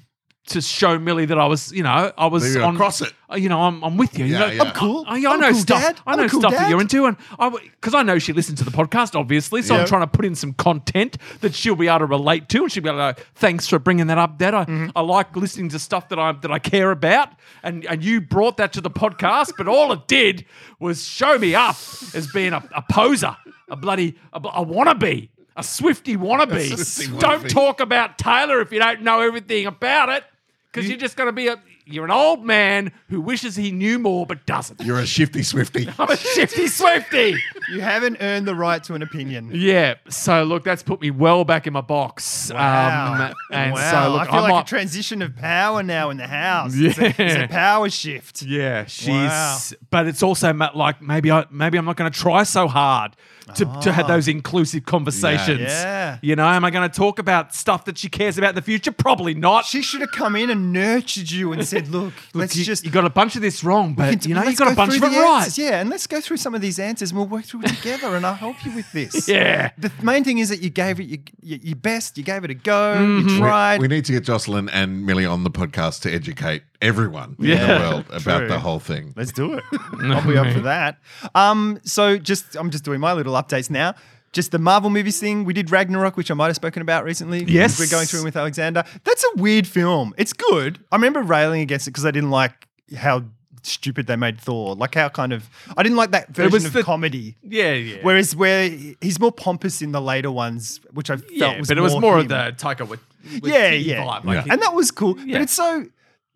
[SPEAKER 3] to show Millie that I was, you know, I was
[SPEAKER 1] That you're
[SPEAKER 3] on
[SPEAKER 1] across it.
[SPEAKER 3] uh, You know, I'm, I'm with you. you
[SPEAKER 1] Yeah,
[SPEAKER 3] know,
[SPEAKER 1] yeah. I'm
[SPEAKER 4] cool.
[SPEAKER 3] I, I know
[SPEAKER 4] I'm a cool
[SPEAKER 3] stuff.
[SPEAKER 4] dad.
[SPEAKER 3] I
[SPEAKER 4] I'm a
[SPEAKER 3] know
[SPEAKER 4] cool
[SPEAKER 3] stuff that
[SPEAKER 4] dad.
[SPEAKER 3] you're into, and I because I know she listens to the podcast, obviously. So
[SPEAKER 1] Yeah.
[SPEAKER 3] I'm trying to put in some content that she'll be able to relate to, and she'll be able to. go, Thanks for bringing that up, Dad. I,
[SPEAKER 1] Mm-hmm.
[SPEAKER 3] I like listening to stuff that I that I care about, and and you brought that to the podcast, but all it did was show me up as being a, a poser, a bloody a, bl- a wannabe. A Swifty wannabe.
[SPEAKER 1] Swiftie
[SPEAKER 3] Don't
[SPEAKER 1] wannabe.
[SPEAKER 3] talk about Taylor if you don't know everything about it, because you, are just going to be a. You're an old man who wishes he knew more but doesn't.
[SPEAKER 1] You're a shifty
[SPEAKER 3] [LAUGHS]
[SPEAKER 1] swifty.
[SPEAKER 3] I'm a shifty swifty.
[SPEAKER 4] You haven't earned the right to an opinion.
[SPEAKER 3] yeah. So look, that's put me well back in my box.
[SPEAKER 4] Wow.
[SPEAKER 3] Um, and
[SPEAKER 4] wow.
[SPEAKER 3] so look,
[SPEAKER 4] I feel
[SPEAKER 3] am
[SPEAKER 4] like a transition of power now in the house. It's, a, it's
[SPEAKER 3] Yeah.
[SPEAKER 4] a power shift.
[SPEAKER 3] yeah, she's.
[SPEAKER 4] Wow.
[SPEAKER 3] But it's also ma- like maybe I maybe I'm not going to try so hard to, to have those inclusive conversations.
[SPEAKER 4] Ah. Yeah.
[SPEAKER 3] You know, am I going to talk about stuff that she cares about in the future? Probably not.
[SPEAKER 4] She should have come in and nurtured you and
[SPEAKER 3] [LAUGHS]
[SPEAKER 4] said, "Look, let's
[SPEAKER 3] you,
[SPEAKER 4] just
[SPEAKER 3] you got a bunch of this wrong,
[SPEAKER 4] we
[SPEAKER 3] but
[SPEAKER 4] can-
[SPEAKER 3] you know you
[SPEAKER 4] let's
[SPEAKER 3] got a
[SPEAKER 4] go
[SPEAKER 3] bunch of
[SPEAKER 4] through
[SPEAKER 3] it
[SPEAKER 4] the
[SPEAKER 3] right.
[SPEAKER 4] answers. Yeah, and let's go through some of these answers and we'll work through it together and I'll help you with
[SPEAKER 3] [LAUGHS]
[SPEAKER 4] this.
[SPEAKER 3] Yeah.
[SPEAKER 4] The th- main thing is that you gave it your, your, your best, you gave it a go,
[SPEAKER 3] Mm-hmm.
[SPEAKER 4] you tried.
[SPEAKER 1] We need to get Jocelyn and Millie on the podcast to educate everyone in
[SPEAKER 3] Yeah.
[SPEAKER 1] the world
[SPEAKER 3] [LAUGHS]
[SPEAKER 1] about
[SPEAKER 4] True.
[SPEAKER 1] the whole thing.
[SPEAKER 4] Let's do it. I'll be up for that. Um, so just I'm just doing my little updates now. Just the Marvel movies thing. We did Ragnarok, which I might have spoken about recently.
[SPEAKER 3] Yes.
[SPEAKER 4] we're going through with Alexander. That's a weird film. It's good. I remember railing against it because I didn't like how stupid they made Thor. Like how kind of I didn't like that version
[SPEAKER 3] was
[SPEAKER 4] of
[SPEAKER 3] the-
[SPEAKER 4] comedy.
[SPEAKER 3] Yeah, yeah.
[SPEAKER 4] Whereas where he's more pompous in the later ones, which I felt
[SPEAKER 3] yeah,
[SPEAKER 4] was
[SPEAKER 3] but it was more
[SPEAKER 4] him.
[SPEAKER 3] of the Taika with,
[SPEAKER 4] Yeah, yeah.
[SPEAKER 3] vibe.
[SPEAKER 1] Yeah.
[SPEAKER 3] Like he-
[SPEAKER 4] And that was cool.
[SPEAKER 3] Yeah.
[SPEAKER 4] But it's so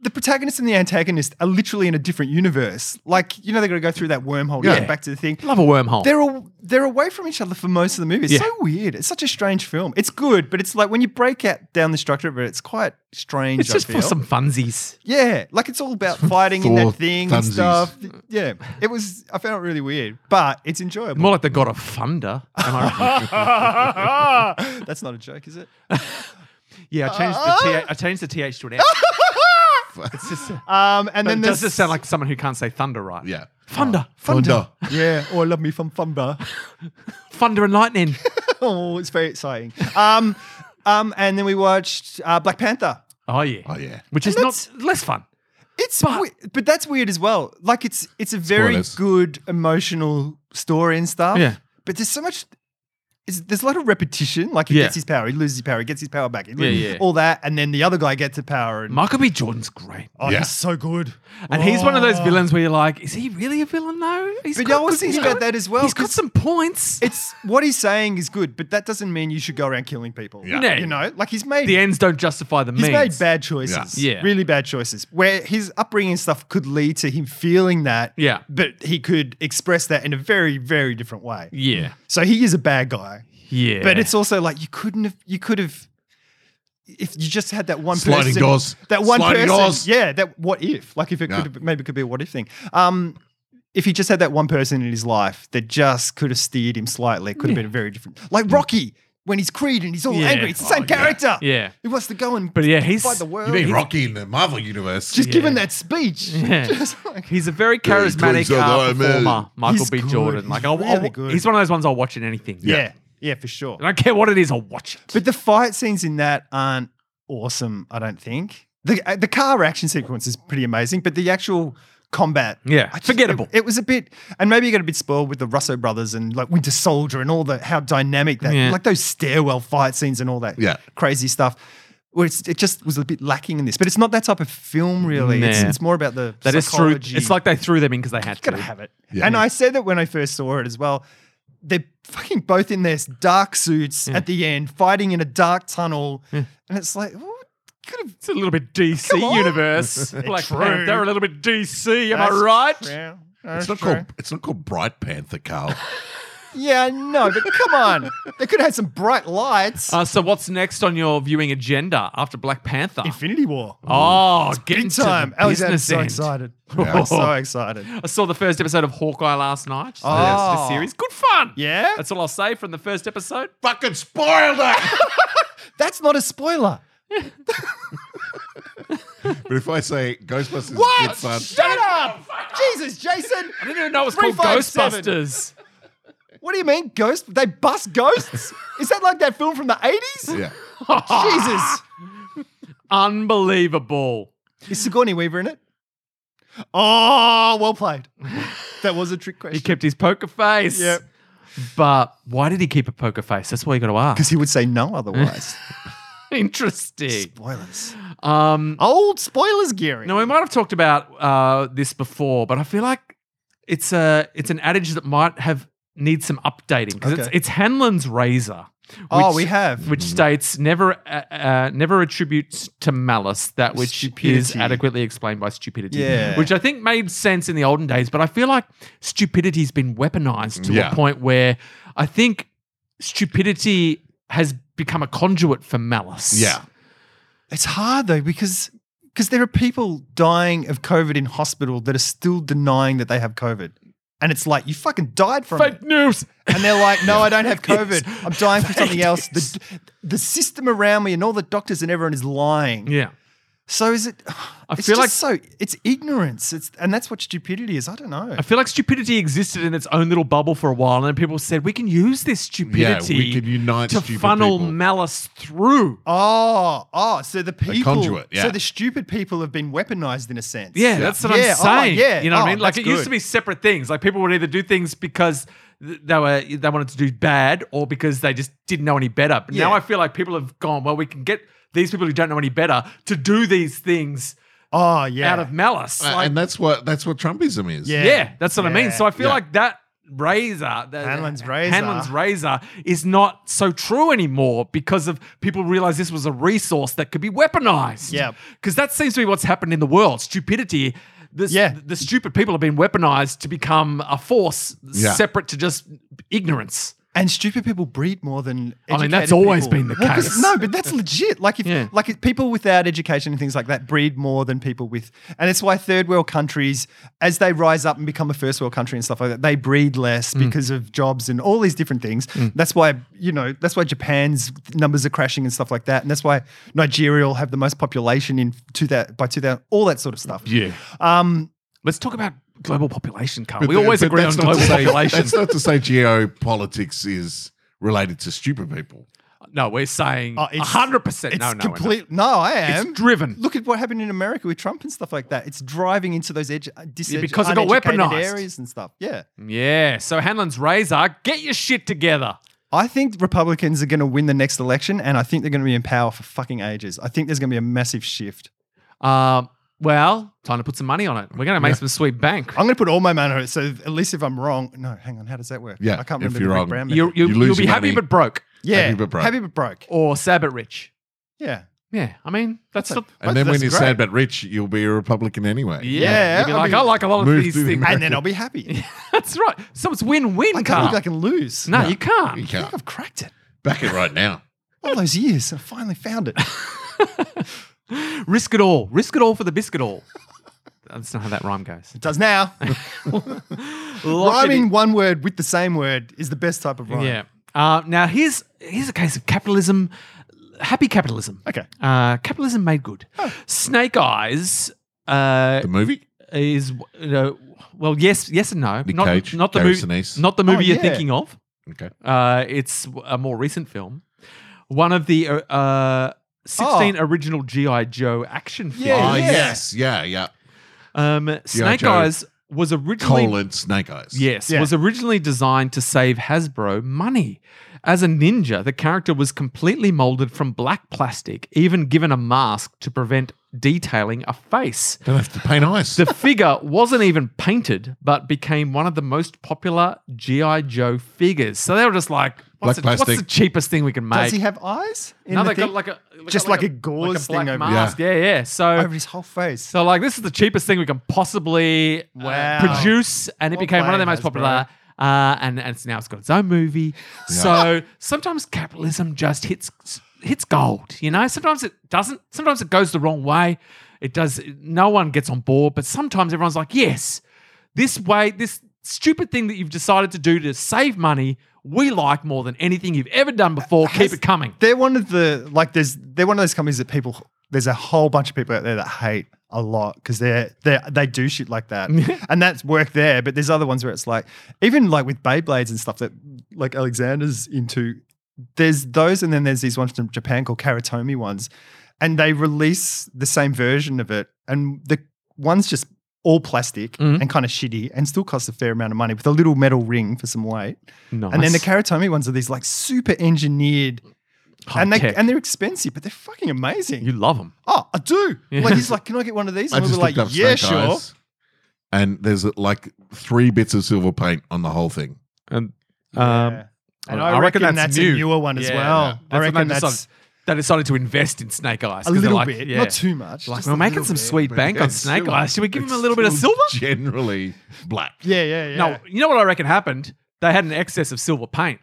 [SPEAKER 4] the protagonist and the antagonist are literally in a different universe. Like, you know, they're gonna go through that wormhole to
[SPEAKER 1] Yeah.
[SPEAKER 4] get back to the thing.
[SPEAKER 3] love a wormhole.
[SPEAKER 4] They're all, they're away from each other for most of the movie. It's
[SPEAKER 3] Yeah.
[SPEAKER 4] so weird. It's such a strange film. It's good, but it's like when you break out down the structure of it, it's quite strange.
[SPEAKER 3] it's just
[SPEAKER 4] I
[SPEAKER 3] for
[SPEAKER 4] feel.
[SPEAKER 3] some funsies.
[SPEAKER 4] Yeah, like it's all
[SPEAKER 3] [LAUGHS]
[SPEAKER 4] about fighting in
[SPEAKER 1] Thor
[SPEAKER 4] that thing and
[SPEAKER 1] thunsies.
[SPEAKER 4] stuff. Yeah, it was. I found it really weird, but it's enjoyable.
[SPEAKER 3] More like the god of thunder. Am I
[SPEAKER 4] [LAUGHS]
[SPEAKER 3] right?
[SPEAKER 4] That's not a joke, is it?
[SPEAKER 3] yeah, I changed the th. I changed the th to an f. it's just,
[SPEAKER 4] Um, [LAUGHS]
[SPEAKER 3] then
[SPEAKER 4] and then Oh.
[SPEAKER 3] does
[SPEAKER 4] there's
[SPEAKER 3] this sound like someone who can't say thunder right?
[SPEAKER 1] Yeah.
[SPEAKER 3] thunder,
[SPEAKER 1] Thunder.
[SPEAKER 4] [LAUGHS] yeah? Oh, I love me from Fumba.
[SPEAKER 3] thunder and
[SPEAKER 4] [LAUGHS]
[SPEAKER 3] lightning.
[SPEAKER 4] oh, it's very exciting. Um, um, and then we watched uh, Black Panther.
[SPEAKER 3] Oh yeah,
[SPEAKER 1] Oh, yeah.
[SPEAKER 3] Which is
[SPEAKER 4] And
[SPEAKER 3] not less fun.
[SPEAKER 4] It's but, but that's weird as well. Like it's it's a very
[SPEAKER 1] Spoilers.
[SPEAKER 4] good emotional story and stuff.
[SPEAKER 3] Yeah.
[SPEAKER 4] But there's so much. It's, there's a lot of repetition. Like he
[SPEAKER 3] Yeah.
[SPEAKER 4] gets his power, he loses his power, he gets his power back, he
[SPEAKER 3] Yeah,
[SPEAKER 4] loses-
[SPEAKER 3] yeah.
[SPEAKER 4] all that, and then the other guy gets the power. And,
[SPEAKER 3] Michael B. Jordan's great,
[SPEAKER 4] oh,
[SPEAKER 1] Yeah.
[SPEAKER 4] he's so good.
[SPEAKER 3] and he's one of those
[SPEAKER 4] Oh.
[SPEAKER 3] villains where you're like, is he really a villain though? He's
[SPEAKER 4] But
[SPEAKER 3] got
[SPEAKER 4] I was
[SPEAKER 3] good-
[SPEAKER 4] thinking
[SPEAKER 3] you know,
[SPEAKER 4] about that as well,
[SPEAKER 3] He's got
[SPEAKER 4] 'cause-
[SPEAKER 3] some points.
[SPEAKER 4] It's what he's saying is good, but that doesn't mean you should go around killing people.
[SPEAKER 1] Yeah.
[SPEAKER 3] No.
[SPEAKER 4] You know, like he's made
[SPEAKER 3] the ends don't justify the
[SPEAKER 4] He's
[SPEAKER 3] means.
[SPEAKER 4] made bad choices.
[SPEAKER 3] Yeah. Yeah.
[SPEAKER 4] Really bad choices. Where his upbringing and stuff could lead to him feeling that.
[SPEAKER 3] Yeah.
[SPEAKER 4] But he could express that in a very, very different way.
[SPEAKER 3] Yeah,
[SPEAKER 4] So he is a bad guy.
[SPEAKER 3] yeah.
[SPEAKER 4] But it's also like you couldn't have you could have if you just had that one
[SPEAKER 1] Sliding
[SPEAKER 4] person.
[SPEAKER 1] doors.
[SPEAKER 4] That one
[SPEAKER 1] Sliding
[SPEAKER 4] person.
[SPEAKER 1] doors.
[SPEAKER 4] Yeah, that what if? Like if it
[SPEAKER 1] Yeah.
[SPEAKER 4] could have, maybe it could be a what if thing. Um if he just had that one person in his life that just could have steered him slightly, it could have been very different. Like Rocky, when he's Creed and he's all
[SPEAKER 3] Yeah.
[SPEAKER 4] angry, it's the same
[SPEAKER 1] yeah.
[SPEAKER 4] character.
[SPEAKER 3] Yeah.
[SPEAKER 4] He wants to go and
[SPEAKER 3] But yeah, he's-
[SPEAKER 4] fight the world.
[SPEAKER 1] You mean
[SPEAKER 4] He's
[SPEAKER 1] Rocky in the Marvel universe?
[SPEAKER 4] just
[SPEAKER 3] Yeah.
[SPEAKER 4] giving that
[SPEAKER 3] [LAUGHS]
[SPEAKER 4] speech.
[SPEAKER 3] Yeah.
[SPEAKER 4] [LAUGHS] Just like,
[SPEAKER 3] He's a very
[SPEAKER 1] Yeah, he claims
[SPEAKER 3] charismatic
[SPEAKER 1] so,
[SPEAKER 3] uh,
[SPEAKER 1] though, man.
[SPEAKER 3] performer, Michael
[SPEAKER 4] He's
[SPEAKER 3] B.
[SPEAKER 4] good.
[SPEAKER 3] Jordan.
[SPEAKER 4] He's
[SPEAKER 3] Like, I'll, I'll,
[SPEAKER 4] really good.
[SPEAKER 3] he's one of those ones I'll watch in anything.
[SPEAKER 4] yeah. yeah. for sure.
[SPEAKER 3] I don't care what it is, I'll watch it.
[SPEAKER 4] But the fight scenes in that aren't awesome, I don't think. The uh, the car action sequence is pretty amazing, but the actual combat
[SPEAKER 3] Yeah,
[SPEAKER 4] I just-
[SPEAKER 3] forgettable.
[SPEAKER 4] It, it was a bit, and maybe you got a bit spoiled with the Russo brothers and like Winter Soldier and all the how dynamic that,
[SPEAKER 3] Yeah.
[SPEAKER 4] like those stairwell fight scenes and all that
[SPEAKER 1] Yeah.
[SPEAKER 4] crazy stuff. Where it's, it just was a bit lacking in this, but it's not that type of film really. It's,
[SPEAKER 3] Nah.
[SPEAKER 4] it's more about the
[SPEAKER 3] That is true.
[SPEAKER 4] psychology.
[SPEAKER 3] It's like they threw them in because they had
[SPEAKER 4] gotta
[SPEAKER 3] to.
[SPEAKER 4] have it.
[SPEAKER 1] Yeah.
[SPEAKER 4] And I said that when I first saw it as well. They're fucking both in their dark suits at the end, fighting in a dark tunnel, and it's like, what could have.
[SPEAKER 3] It's a little bit DC universe. [LAUGHS] Black
[SPEAKER 4] True.
[SPEAKER 3] Panther, a little bit DC. Am
[SPEAKER 4] That's
[SPEAKER 3] I right?
[SPEAKER 4] Yeah,
[SPEAKER 1] It's
[SPEAKER 4] that's
[SPEAKER 1] not
[SPEAKER 4] true.
[SPEAKER 1] called. It's not called Bright Panther, Carl. [LAUGHS]
[SPEAKER 4] Yeah, no, but come on, they could have had some bright lights.
[SPEAKER 3] Uh, so what's next on your viewing agenda after Black Panther?
[SPEAKER 4] Infinity War.
[SPEAKER 3] oh, getting
[SPEAKER 4] Big time.
[SPEAKER 3] To the
[SPEAKER 4] Alexander's
[SPEAKER 3] business
[SPEAKER 4] so
[SPEAKER 3] end.
[SPEAKER 4] excited.
[SPEAKER 1] Yeah.
[SPEAKER 4] I'm so excited.
[SPEAKER 3] I saw the first episode of Hawkeye last night. Just the
[SPEAKER 4] Oh.
[SPEAKER 3] latest of the series. Good fun.
[SPEAKER 4] Yeah?
[SPEAKER 3] That's all I'll say from the first episode.
[SPEAKER 1] Fucking spoiled it.
[SPEAKER 4] That's not a spoiler.
[SPEAKER 1] but if I say Ghostbusters, is
[SPEAKER 4] What?
[SPEAKER 1] good fun,
[SPEAKER 4] Shut up! Jesus, Jason.
[SPEAKER 3] I didn't even know it was
[SPEAKER 4] Three,
[SPEAKER 3] called
[SPEAKER 4] five, seven.
[SPEAKER 3] Ghostbusters. [LAUGHS]
[SPEAKER 4] What do you mean, ghost? They bust ghosts? Is that like that film from
[SPEAKER 1] [LAUGHS]
[SPEAKER 4] the 80s?
[SPEAKER 1] yeah,
[SPEAKER 4] [LAUGHS]
[SPEAKER 3] Ah.
[SPEAKER 4] Jesus.
[SPEAKER 3] Unbelievable.
[SPEAKER 4] Is Sigourney Weaver in it? Oh, well played. [LAUGHS] That was a trick
[SPEAKER 3] He
[SPEAKER 4] question.
[SPEAKER 3] kept his poker face.
[SPEAKER 4] [LAUGHS] Yep.
[SPEAKER 3] But why did he keep a poker face? That's what you got to ask.
[SPEAKER 4] [LAUGHS] Because he would say no [LAUGHS] otherwise.
[SPEAKER 3] Interesting.
[SPEAKER 4] Spoilers.
[SPEAKER 3] Um,
[SPEAKER 4] Old spoilers, Gary.
[SPEAKER 3] now we might have talked about uh, this before, but I feel like it's a it's an adage that might have need some updating because it's,
[SPEAKER 4] Okay.
[SPEAKER 3] it's Hanlon's razor.
[SPEAKER 4] oh,
[SPEAKER 3] which-
[SPEAKER 4] we have.
[SPEAKER 3] which states never uh, uh, never attributes to malice that which is
[SPEAKER 4] Stupidity.
[SPEAKER 3] adequately explained by stupidity.
[SPEAKER 4] Yeah.
[SPEAKER 3] Which I think made sense in the olden days, but I feel like stupidity's been weaponized to
[SPEAKER 1] Yeah.
[SPEAKER 3] a point where I think stupidity has become a conduit for malice.
[SPEAKER 1] yeah.
[SPEAKER 4] It's hard though because because there are people dying of COVID in hospital that are still denying that they have COVID, and it's like you fucking died from
[SPEAKER 3] Fake
[SPEAKER 4] it,
[SPEAKER 3] news.
[SPEAKER 4] and they're like, no, I don't [LAUGHS] have COVID.
[SPEAKER 3] It's
[SPEAKER 4] I'm dying from something
[SPEAKER 3] fake
[SPEAKER 4] else. The the system around me and all the doctors and everyone is lying.
[SPEAKER 3] Yeah.
[SPEAKER 4] So is it?
[SPEAKER 3] I
[SPEAKER 4] it's
[SPEAKER 3] feel
[SPEAKER 4] just so. It's ignorance. It's and that's what stupidity is. I don't know.
[SPEAKER 3] I feel like stupidity existed in its own little bubble for a while, and then people said we can use this stupidity
[SPEAKER 1] Yeah, we can unite
[SPEAKER 3] to
[SPEAKER 1] stupid
[SPEAKER 3] funnel
[SPEAKER 1] people.
[SPEAKER 3] malice through.
[SPEAKER 4] Oh, oh, so the people,
[SPEAKER 1] conduit, yeah.
[SPEAKER 4] so the stupid people have been weaponized in a sense.
[SPEAKER 3] Yeah, that's what
[SPEAKER 4] Yeah,
[SPEAKER 3] I'm
[SPEAKER 4] oh,
[SPEAKER 3] saying.
[SPEAKER 4] yeah.
[SPEAKER 3] you know what I
[SPEAKER 4] Oh,
[SPEAKER 3] mean. Like it
[SPEAKER 4] that's
[SPEAKER 3] used to
[SPEAKER 4] good.
[SPEAKER 3] be separate things. Like people would either do things because th- they were they wanted to do bad or because they just didn't know any better. But now
[SPEAKER 4] Yeah.
[SPEAKER 3] I feel like people have gone. Well, we can get these people who don't know any better to do these things
[SPEAKER 4] Oh, yeah.
[SPEAKER 3] out of malice.
[SPEAKER 1] Uh,
[SPEAKER 3] Like,
[SPEAKER 1] and that's what that's what Trumpism is.
[SPEAKER 4] Yeah.
[SPEAKER 3] yeah. that's what I mean.
[SPEAKER 4] Yeah.
[SPEAKER 3] So I feel
[SPEAKER 1] Yeah.
[SPEAKER 3] like that razor, that,
[SPEAKER 4] Hanlon's razor.
[SPEAKER 3] Hanlon's razor, is not so true anymore because of people realize this was a resource that could be weaponized.
[SPEAKER 4] Yep.
[SPEAKER 3] because that seems to be what's happened in the world. Stupidity. This,
[SPEAKER 4] Yeah.
[SPEAKER 3] the stupid people have been weaponized to become a force
[SPEAKER 1] Yeah.
[SPEAKER 3] separate to just ignorance.
[SPEAKER 4] And stupid people breed more than.
[SPEAKER 3] I mean, that's
[SPEAKER 4] educated
[SPEAKER 3] always
[SPEAKER 4] people.
[SPEAKER 3] been the
[SPEAKER 4] 'cause-
[SPEAKER 3] case.
[SPEAKER 4] No, but that's legit. Like if,
[SPEAKER 3] Yeah.
[SPEAKER 4] like if people without education and things like that breed more than people with, and it's why third world countries, as they rise up and become a first world country and stuff like that, they breed less
[SPEAKER 3] Mm.
[SPEAKER 4] because of jobs and all these different things. That's why you know that's why Japan's numbers are crashing and stuff like that, and that's why Nigeria will have the most population in two that by two thousand, all that sort of stuff.
[SPEAKER 1] yeah.
[SPEAKER 4] Um,
[SPEAKER 3] Let's talk about global population, Carl.
[SPEAKER 1] But
[SPEAKER 3] we
[SPEAKER 1] th-
[SPEAKER 3] always
[SPEAKER 1] but
[SPEAKER 3] agree on
[SPEAKER 1] that's not
[SPEAKER 3] global
[SPEAKER 1] to say-
[SPEAKER 3] population.
[SPEAKER 1] That's not to say geopolitics is related to stupid people.
[SPEAKER 3] No, we're saying
[SPEAKER 4] Oh,
[SPEAKER 3] a
[SPEAKER 4] it's-
[SPEAKER 3] 100%.
[SPEAKER 4] it's
[SPEAKER 3] no, no, we're not.
[SPEAKER 4] complete. No, I am.
[SPEAKER 3] It's driven.
[SPEAKER 4] Look at what happened in America with Trump and stuff like that. It's driving into those edu- disedu-
[SPEAKER 3] because it got
[SPEAKER 4] uneducated
[SPEAKER 3] weaponized.
[SPEAKER 4] areas and stuff. Yeah,
[SPEAKER 3] Yeah. So Hanlon's razor, get your shit together.
[SPEAKER 4] I think Republicans are going to win the next election, and I think they're going to be in power for fucking ages. I think there's going to be a massive shift.
[SPEAKER 3] Um, well, time to put some money on it. We're going to make some sweet bank.
[SPEAKER 4] I'm going to put all my money on it. So at least if I'm wrong, no, hang on, how does that work?
[SPEAKER 1] Yeah,
[SPEAKER 4] I can't
[SPEAKER 1] if
[SPEAKER 4] remember.
[SPEAKER 1] you're
[SPEAKER 4] the Rick
[SPEAKER 1] wrong,
[SPEAKER 4] Brown
[SPEAKER 3] You,
[SPEAKER 4] method.
[SPEAKER 3] you,
[SPEAKER 1] You
[SPEAKER 3] you
[SPEAKER 1] lose
[SPEAKER 3] will be
[SPEAKER 1] your
[SPEAKER 3] happy
[SPEAKER 1] money.
[SPEAKER 3] but broke
[SPEAKER 4] yeah,
[SPEAKER 1] Happy but broke.
[SPEAKER 4] Happy but broke.
[SPEAKER 3] or sad but rich. [LAUGHS]
[SPEAKER 4] Yeah,
[SPEAKER 3] Yeah. I mean, that's
[SPEAKER 4] That's
[SPEAKER 3] not.
[SPEAKER 1] And
[SPEAKER 4] But
[SPEAKER 1] then when
[SPEAKER 4] that's
[SPEAKER 1] you're
[SPEAKER 4] great.
[SPEAKER 1] sad but rich, you'll be a Republican anyway.
[SPEAKER 3] Yeah. You'd be
[SPEAKER 4] I
[SPEAKER 3] like,
[SPEAKER 4] mean-
[SPEAKER 3] I like a lot of
[SPEAKER 1] Move
[SPEAKER 3] these
[SPEAKER 1] to the
[SPEAKER 3] things.
[SPEAKER 1] Ameri-
[SPEAKER 4] and then I'll be
[SPEAKER 3] [LAUGHS]
[SPEAKER 4] happy.
[SPEAKER 3] That's right. So it's win-win,
[SPEAKER 4] I can't
[SPEAKER 3] Carl.
[SPEAKER 4] look like I can lose.
[SPEAKER 3] no,
[SPEAKER 4] I
[SPEAKER 3] you can't.
[SPEAKER 1] You
[SPEAKER 4] think
[SPEAKER 1] can't
[SPEAKER 4] I've cracked it.
[SPEAKER 1] back it right now.
[SPEAKER 4] All those years, and I finally found it.
[SPEAKER 3] Risk it all. Risk it all for the biscuit all. That's not how that rhyme goes.
[SPEAKER 4] It
[SPEAKER 3] [LAUGHS]
[SPEAKER 4] does now.
[SPEAKER 3] Lock it
[SPEAKER 4] Rhyming one word with the same word is the best type of rhyme.
[SPEAKER 3] Yeah. Uh, now here's here's a case of capitalism, happy capitalism.
[SPEAKER 4] Okay.
[SPEAKER 3] Uh, capitalism made good. Snake Eyes uh,
[SPEAKER 1] The movie?
[SPEAKER 3] is you know, well, yes, yes and no.
[SPEAKER 1] Nick
[SPEAKER 3] not,
[SPEAKER 1] Cage,
[SPEAKER 3] not the
[SPEAKER 1] Gary
[SPEAKER 3] movie.
[SPEAKER 1] Sinise.
[SPEAKER 3] Not the movie you're
[SPEAKER 4] Oh, yeah.
[SPEAKER 3] thinking of.
[SPEAKER 1] Okay.
[SPEAKER 3] Uh, it's a more recent film. One of the uh, uh, 16 original GI Joe action films.
[SPEAKER 4] Oh. Yeah,
[SPEAKER 1] oh,
[SPEAKER 4] yeah.
[SPEAKER 1] yes. Yeah, yeah.
[SPEAKER 3] Um, Snake
[SPEAKER 1] Joe.
[SPEAKER 3] Eyes was originally
[SPEAKER 1] Colon Snake Eyes.
[SPEAKER 3] yes
[SPEAKER 4] Yeah.
[SPEAKER 3] was originally designed to save Hasbro money, As a ninja, the character was completely molded from black plastic, even given a mask to prevent detailing a face.
[SPEAKER 1] Don't have to pay nice.
[SPEAKER 3] The figure wasn't even painted, but became one of the most popular G.I. Joe figures. So they were just like, what's,
[SPEAKER 1] Black
[SPEAKER 3] the, what's
[SPEAKER 1] plastic.
[SPEAKER 3] the cheapest thing we can make?
[SPEAKER 4] Does he have eyes? In
[SPEAKER 3] no,
[SPEAKER 4] the
[SPEAKER 3] they
[SPEAKER 4] thing?
[SPEAKER 3] got like a they got
[SPEAKER 4] Just like a gauze
[SPEAKER 3] like a black
[SPEAKER 4] thing over-
[SPEAKER 3] mask. Yeah, yeah. So
[SPEAKER 4] over his whole face.
[SPEAKER 3] so like this is the cheapest thing we can possibly uh,
[SPEAKER 4] Wow.
[SPEAKER 3] produce, and it
[SPEAKER 4] Well
[SPEAKER 3] became one of
[SPEAKER 4] played,
[SPEAKER 3] the most
[SPEAKER 4] Hasbro.
[SPEAKER 3] popular. Uh, and and it's now it's got its own movie. So sometimes capitalism just hits hits gold. You know, sometimes it doesn't. Sometimes it goes the wrong way. It does. No one gets on board, but sometimes everyone's like, yes, this way, this stupid thing that you've decided to do to save money, we like more than anything you've ever done before. Keep it coming.
[SPEAKER 4] They're one of the like. There's they're one of those companies that people. There's a whole bunch of people out there that hate a lot because they're they they do shit like that, and that's work there. But there's other ones where it's like even like with Beyblades and stuff that like Alexander's into. There's those, and then there's these ones from Japan called Karatomi ones, and they release the same version of it, and the one's just all plastic
[SPEAKER 3] Mhm.
[SPEAKER 4] and kind of shitty, and still costs a fair amount of money with a little metal ring for some weight. And then the Karatomi ones are these like super engineered, and they and they're expensive, but they're fucking amazing.
[SPEAKER 3] you love them.
[SPEAKER 4] oh, I do.
[SPEAKER 3] Yeah.
[SPEAKER 4] Like he's like, can I get one of these?
[SPEAKER 1] I
[SPEAKER 4] And we
[SPEAKER 1] just
[SPEAKER 4] were like,
[SPEAKER 1] looked up
[SPEAKER 4] yeah,
[SPEAKER 1] snake
[SPEAKER 4] sure.
[SPEAKER 1] eyes, and there's like three bits of silver paint on the whole thing.
[SPEAKER 3] And
[SPEAKER 4] Yeah.
[SPEAKER 3] um,
[SPEAKER 4] and
[SPEAKER 3] I
[SPEAKER 4] I,
[SPEAKER 3] reckon
[SPEAKER 4] reckon,
[SPEAKER 3] that's
[SPEAKER 4] that's,
[SPEAKER 3] new.
[SPEAKER 4] a newer one as
[SPEAKER 3] Yeah,
[SPEAKER 4] well.
[SPEAKER 3] yeah.
[SPEAKER 4] I
[SPEAKER 3] That's what
[SPEAKER 4] reckon
[SPEAKER 3] they
[SPEAKER 4] that's
[SPEAKER 3] decided- they decided to invest in Snake Eyes.
[SPEAKER 4] a
[SPEAKER 3] 'cause they're
[SPEAKER 4] little
[SPEAKER 3] like,
[SPEAKER 4] bit,
[SPEAKER 3] yeah,
[SPEAKER 4] not too much.
[SPEAKER 3] Like,
[SPEAKER 4] just
[SPEAKER 3] we're
[SPEAKER 4] a
[SPEAKER 3] making
[SPEAKER 4] little
[SPEAKER 3] some
[SPEAKER 4] bit.
[SPEAKER 3] sweet bank on
[SPEAKER 1] it's
[SPEAKER 3] Snake
[SPEAKER 1] still-
[SPEAKER 3] Eyes. Should we give
[SPEAKER 1] it's
[SPEAKER 3] him a little bit of
[SPEAKER 1] still
[SPEAKER 3] silver?
[SPEAKER 1] Generally black.
[SPEAKER 4] Yeah, yeah, yeah.
[SPEAKER 3] No, you know what I reckon happened? They had an excess of silver
[SPEAKER 4] [LAUGHS]
[SPEAKER 3] paint.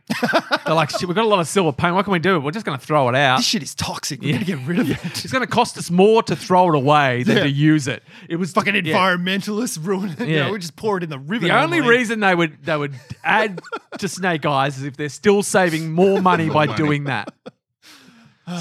[SPEAKER 3] They're like, shit, we've got a lot of silver paint. What can we do? We're just going to throw it out.
[SPEAKER 4] this shit is toxic. We're gonna get
[SPEAKER 3] [LAUGHS]
[SPEAKER 4] rid of it.
[SPEAKER 3] It's going to cost us more to throw it away than
[SPEAKER 4] Yeah.
[SPEAKER 3] to use it. It was
[SPEAKER 4] Fucking
[SPEAKER 3] yeah.
[SPEAKER 4] environmentalists ruin it.
[SPEAKER 3] Yeah.
[SPEAKER 4] Yeah, we just pour it in the river.
[SPEAKER 3] The only
[SPEAKER 4] normally.
[SPEAKER 3] reason they would they would add to Snake Eyes is if they're still saving more money by
[SPEAKER 1] money.
[SPEAKER 3] doing that.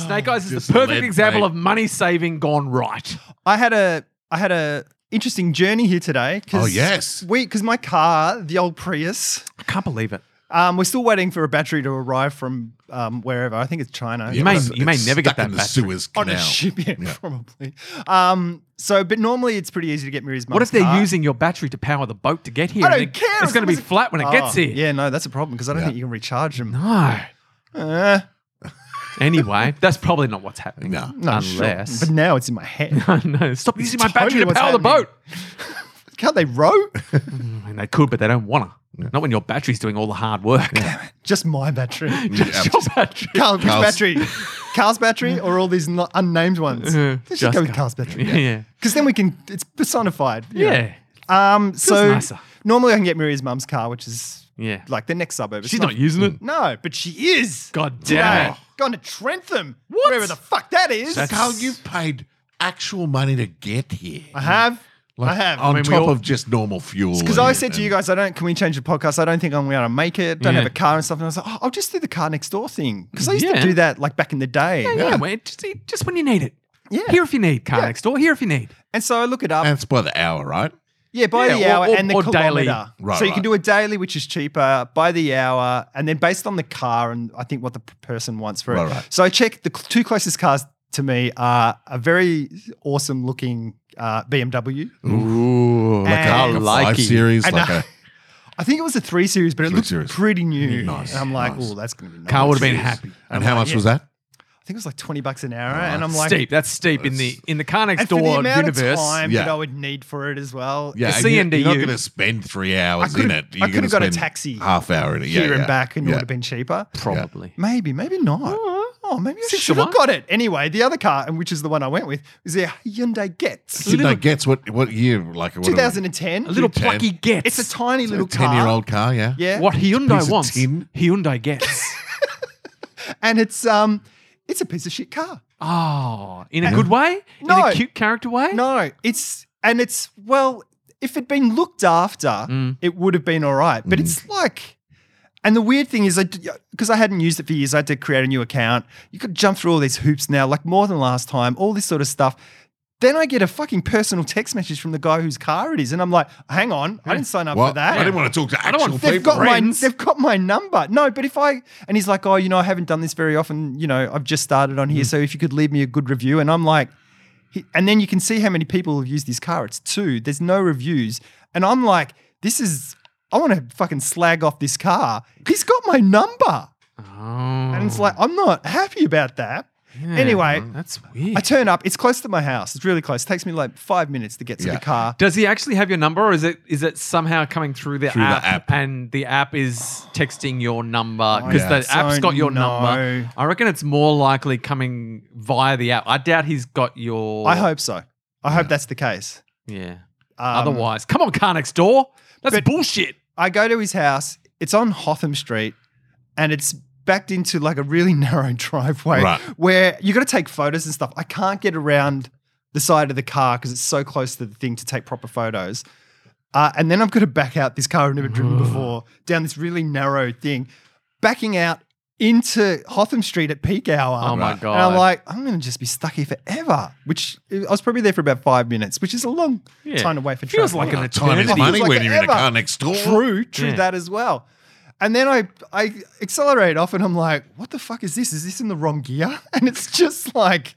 [SPEAKER 3] Snake Eyes is
[SPEAKER 1] Just
[SPEAKER 3] the perfect
[SPEAKER 1] lead
[SPEAKER 3] example
[SPEAKER 1] paint.
[SPEAKER 3] of money saving gone right.
[SPEAKER 4] I had a I had a interesting journey here today. 'cause
[SPEAKER 1] Oh, yes.
[SPEAKER 4] we because my car, the old Prius,
[SPEAKER 3] I can't believe it.
[SPEAKER 4] um, we're still waiting for a battery to arrive from um, wherever. I think it's China.
[SPEAKER 1] Yeah,
[SPEAKER 3] may-
[SPEAKER 1] it's-
[SPEAKER 3] you may
[SPEAKER 1] it's
[SPEAKER 3] never get
[SPEAKER 1] stuck in
[SPEAKER 3] that
[SPEAKER 1] Oh, the
[SPEAKER 3] back.
[SPEAKER 1] Suez
[SPEAKER 4] on
[SPEAKER 1] Canal.
[SPEAKER 4] a ship, yeah,
[SPEAKER 1] Yeah.
[SPEAKER 4] probably. Um, so, but normally it's pretty easy to get Miri's mum's
[SPEAKER 3] What if they're
[SPEAKER 4] car.
[SPEAKER 3] using your battery to power the boat to get here?
[SPEAKER 4] Uh, I don't
[SPEAKER 3] And it-
[SPEAKER 4] care.
[SPEAKER 3] It's
[SPEAKER 4] if
[SPEAKER 3] going to be
[SPEAKER 4] was a-
[SPEAKER 3] flat when it
[SPEAKER 4] Oh,
[SPEAKER 3] gets here.
[SPEAKER 4] Yeah, no, that's a problem because I don't
[SPEAKER 1] Yeah.
[SPEAKER 4] think you can recharge them.
[SPEAKER 3] No.
[SPEAKER 4] Uh,
[SPEAKER 3] Anyway, that's probably not what's happening.
[SPEAKER 1] [LAUGHS] No.
[SPEAKER 4] no, sure.
[SPEAKER 3] Unless.
[SPEAKER 4] But now it's in my head.
[SPEAKER 3] [LAUGHS] no, stop using my
[SPEAKER 4] It's totally
[SPEAKER 3] battery to
[SPEAKER 4] what's
[SPEAKER 3] power the
[SPEAKER 4] happening.
[SPEAKER 3] boat.
[SPEAKER 4] Can't they row?
[SPEAKER 3] I mean, they could, but they don't want to. Not when your battery's doing all the hard work. [LAUGHS]
[SPEAKER 4] Just my battery.
[SPEAKER 1] Yeah,
[SPEAKER 3] Just your battery.
[SPEAKER 4] Carl, which
[SPEAKER 1] Carl's-
[SPEAKER 4] battery?
[SPEAKER 3] [LAUGHS]
[SPEAKER 4] Carl's battery or all these not unnamed ones?
[SPEAKER 3] Uh,
[SPEAKER 4] Let's
[SPEAKER 3] just
[SPEAKER 4] just go with
[SPEAKER 3] Carl.
[SPEAKER 4] Carl's battery.
[SPEAKER 3] Yeah. yeah.
[SPEAKER 4] Because then we can, it's personified. you know.
[SPEAKER 3] Yeah.
[SPEAKER 4] Um, so
[SPEAKER 3] nicer.
[SPEAKER 4] normally I can get Maria's mum's car, which is like the next suburb. It's
[SPEAKER 3] She's not using it.
[SPEAKER 4] No, but she is.
[SPEAKER 3] God
[SPEAKER 4] today.
[SPEAKER 3] damn it.
[SPEAKER 4] Gone to Trentham.
[SPEAKER 3] What?
[SPEAKER 4] Wherever the fuck that is.
[SPEAKER 1] That's how you paid actual money to get here.
[SPEAKER 4] I have. I have.
[SPEAKER 1] On
[SPEAKER 3] mean, we
[SPEAKER 1] top
[SPEAKER 3] all-
[SPEAKER 1] of just normal fuel.
[SPEAKER 4] because
[SPEAKER 1] and-
[SPEAKER 4] I said to you
[SPEAKER 1] and-
[SPEAKER 4] guys, I don't. Can we change the podcast? I don't think I'm going to make it. Don't
[SPEAKER 3] Yeah.
[SPEAKER 4] have a car and stuff. And I was like, oh, I'll just do the car next door thing because I used
[SPEAKER 3] Yeah.
[SPEAKER 4] to do that like back in the day.
[SPEAKER 3] Yeah, well, just, just when you need it.
[SPEAKER 4] Yeah.
[SPEAKER 3] Here if you need, car next door. Here if you need.
[SPEAKER 4] And so I look it up.
[SPEAKER 1] And it's by the hour, right?
[SPEAKER 4] yeah, by
[SPEAKER 3] yeah,
[SPEAKER 4] the hour
[SPEAKER 3] or-
[SPEAKER 4] and the
[SPEAKER 3] or
[SPEAKER 4] kilometer.
[SPEAKER 3] daily.
[SPEAKER 1] Right,
[SPEAKER 4] so you
[SPEAKER 1] right.
[SPEAKER 4] can do a daily, which is cheaper, by the hour, and then based on the car and I think what the p- person wants for it.
[SPEAKER 1] Right, right.
[SPEAKER 4] So I check the cl- two closest cars to me are a very awesome looking uh, BMW.
[SPEAKER 1] Ooh, like a,
[SPEAKER 4] And-
[SPEAKER 1] like a five
[SPEAKER 3] Likey.
[SPEAKER 1] series,
[SPEAKER 4] And
[SPEAKER 1] like [LAUGHS]
[SPEAKER 4] I-
[SPEAKER 1] a
[SPEAKER 4] I think it was a three series, but it
[SPEAKER 1] Three
[SPEAKER 4] looked
[SPEAKER 1] series.
[SPEAKER 4] pretty new.
[SPEAKER 1] Nice,
[SPEAKER 4] And I'm like,
[SPEAKER 1] nice.
[SPEAKER 4] oh, that's going to be nice.
[SPEAKER 3] Car would have been happy.
[SPEAKER 1] and how much was that?
[SPEAKER 4] I think it was like 20 bucks an hour. and I'm like,
[SPEAKER 3] steep. That's steep in the in the car next
[SPEAKER 4] and for the
[SPEAKER 3] door
[SPEAKER 4] amount
[SPEAKER 3] universe.
[SPEAKER 4] of time that
[SPEAKER 1] Yeah.
[SPEAKER 4] I would need for it as well.
[SPEAKER 1] Yeah,
[SPEAKER 3] The
[SPEAKER 1] and you- You're not
[SPEAKER 3] CNDU.
[SPEAKER 1] going to spend three
[SPEAKER 4] I
[SPEAKER 1] hours
[SPEAKER 4] could
[SPEAKER 1] in
[SPEAKER 4] have
[SPEAKER 1] it.
[SPEAKER 4] I
[SPEAKER 1] You're
[SPEAKER 4] could
[SPEAKER 1] gonna
[SPEAKER 4] have got a
[SPEAKER 1] spend
[SPEAKER 4] taxi
[SPEAKER 1] half hour in it. Yeah,
[SPEAKER 4] here
[SPEAKER 1] yeah.
[SPEAKER 4] and back, and
[SPEAKER 1] Yeah.
[SPEAKER 4] it would have been cheaper.
[SPEAKER 3] Probably.
[SPEAKER 4] Maybe, maybe not. Oh, maybe I
[SPEAKER 3] Six to
[SPEAKER 4] should have
[SPEAKER 3] one.
[SPEAKER 4] got it. Anyway, the other car, and which is the one I went with, is the Hyundai Getz,
[SPEAKER 1] Did they guess what what year? Like what
[SPEAKER 4] 2010.
[SPEAKER 3] A little
[SPEAKER 1] Ten.
[SPEAKER 3] plucky gets.
[SPEAKER 4] It's a tiny little car.
[SPEAKER 1] ten year old car? Yeah,
[SPEAKER 4] Yeah.
[SPEAKER 3] What
[SPEAKER 1] Piece
[SPEAKER 3] Hyundai
[SPEAKER 1] of
[SPEAKER 3] wants,
[SPEAKER 1] tin.
[SPEAKER 3] Hyundai
[SPEAKER 4] [LAUGHS]
[SPEAKER 3] gets.
[SPEAKER 4] And it's um, it's a piece of shit car.
[SPEAKER 3] oh, in a good way? In
[SPEAKER 4] No.
[SPEAKER 3] a cute character way?
[SPEAKER 4] No, it's and it's well, if it'd been looked after, it would have been all right. But it's like, and the weird thing is, I because I hadn't used it for years, I had to create a new account. You could jump through all these hoops now, like more than last time, all this sort of stuff. Then I get a fucking personal text message from the guy whose car it is, and I'm like, "Hang on, I didn't sign up
[SPEAKER 1] Well,
[SPEAKER 4] for that."
[SPEAKER 1] I didn't want to talk to
[SPEAKER 3] don't want
[SPEAKER 1] actual
[SPEAKER 3] thick
[SPEAKER 1] people.
[SPEAKER 4] They've got
[SPEAKER 3] Friends.
[SPEAKER 4] my they've got my number. No, but if I and he's like, oh, you know, I haven't done this very often. You know, I've just started on
[SPEAKER 3] Mm.
[SPEAKER 4] here, so if you could leave me a good review, and I'm like, he, and then you can see how many people have used this car. It's two. There's no reviews, and I'm
[SPEAKER 3] Oh,
[SPEAKER 4] like, this is. I want to fucking slag off this car. He's got my number. And it's like, I'm not happy about that. Anyway,
[SPEAKER 3] that's weird.
[SPEAKER 4] I turn up. It's close to my house. It's really close. It takes me like five minutes to get to
[SPEAKER 1] Yeah.
[SPEAKER 4] the car.
[SPEAKER 3] Does he actually have your number, or is it is it somehow coming through the,
[SPEAKER 1] Through the
[SPEAKER 3] app,
[SPEAKER 1] app.
[SPEAKER 3] and the app is texting your number
[SPEAKER 4] Oh,
[SPEAKER 3] because
[SPEAKER 1] I
[SPEAKER 3] Uh, the app's got
[SPEAKER 4] don't
[SPEAKER 3] your
[SPEAKER 4] know.
[SPEAKER 3] number? I reckon it's more likely coming via the app. I doubt he's got your.
[SPEAKER 4] I hope so. I hope that's the case.
[SPEAKER 3] Yeah.
[SPEAKER 4] Um,
[SPEAKER 3] Otherwise, come on, car next door. That's
[SPEAKER 4] but-
[SPEAKER 3] bullshit.
[SPEAKER 4] I go to his house. It's on Hotham Street, and it's backed into like a really [LAUGHS] narrow driveway
[SPEAKER 1] Right.
[SPEAKER 4] where you got to take photos and stuff. I can't get around the side of the car because it's so close to the thing to take proper photos. Uh, and then I've got to back out this car I've never
[SPEAKER 3] Mm.
[SPEAKER 4] driven before down this really narrow thing, backing out into Hotham Street at peak hour.
[SPEAKER 3] Oh my
[SPEAKER 4] And I'm
[SPEAKER 3] God.
[SPEAKER 4] like, I'm going to just be stuck here forever. Which uh, I was probably there for about five minutes, which is a long
[SPEAKER 3] Yeah.
[SPEAKER 4] time to wait for
[SPEAKER 3] Feels
[SPEAKER 4] traffic.
[SPEAKER 3] like an
[SPEAKER 1] Time is
[SPEAKER 3] eternity.
[SPEAKER 1] money
[SPEAKER 4] Like
[SPEAKER 1] when you're in a
[SPEAKER 4] ever.
[SPEAKER 1] car next door.
[SPEAKER 4] True, true
[SPEAKER 3] Yeah.
[SPEAKER 4] that as well. And then I I accelerate off and I'm like, what the fuck is this? Is this in the wrong gear? [LAUGHS] And it's just like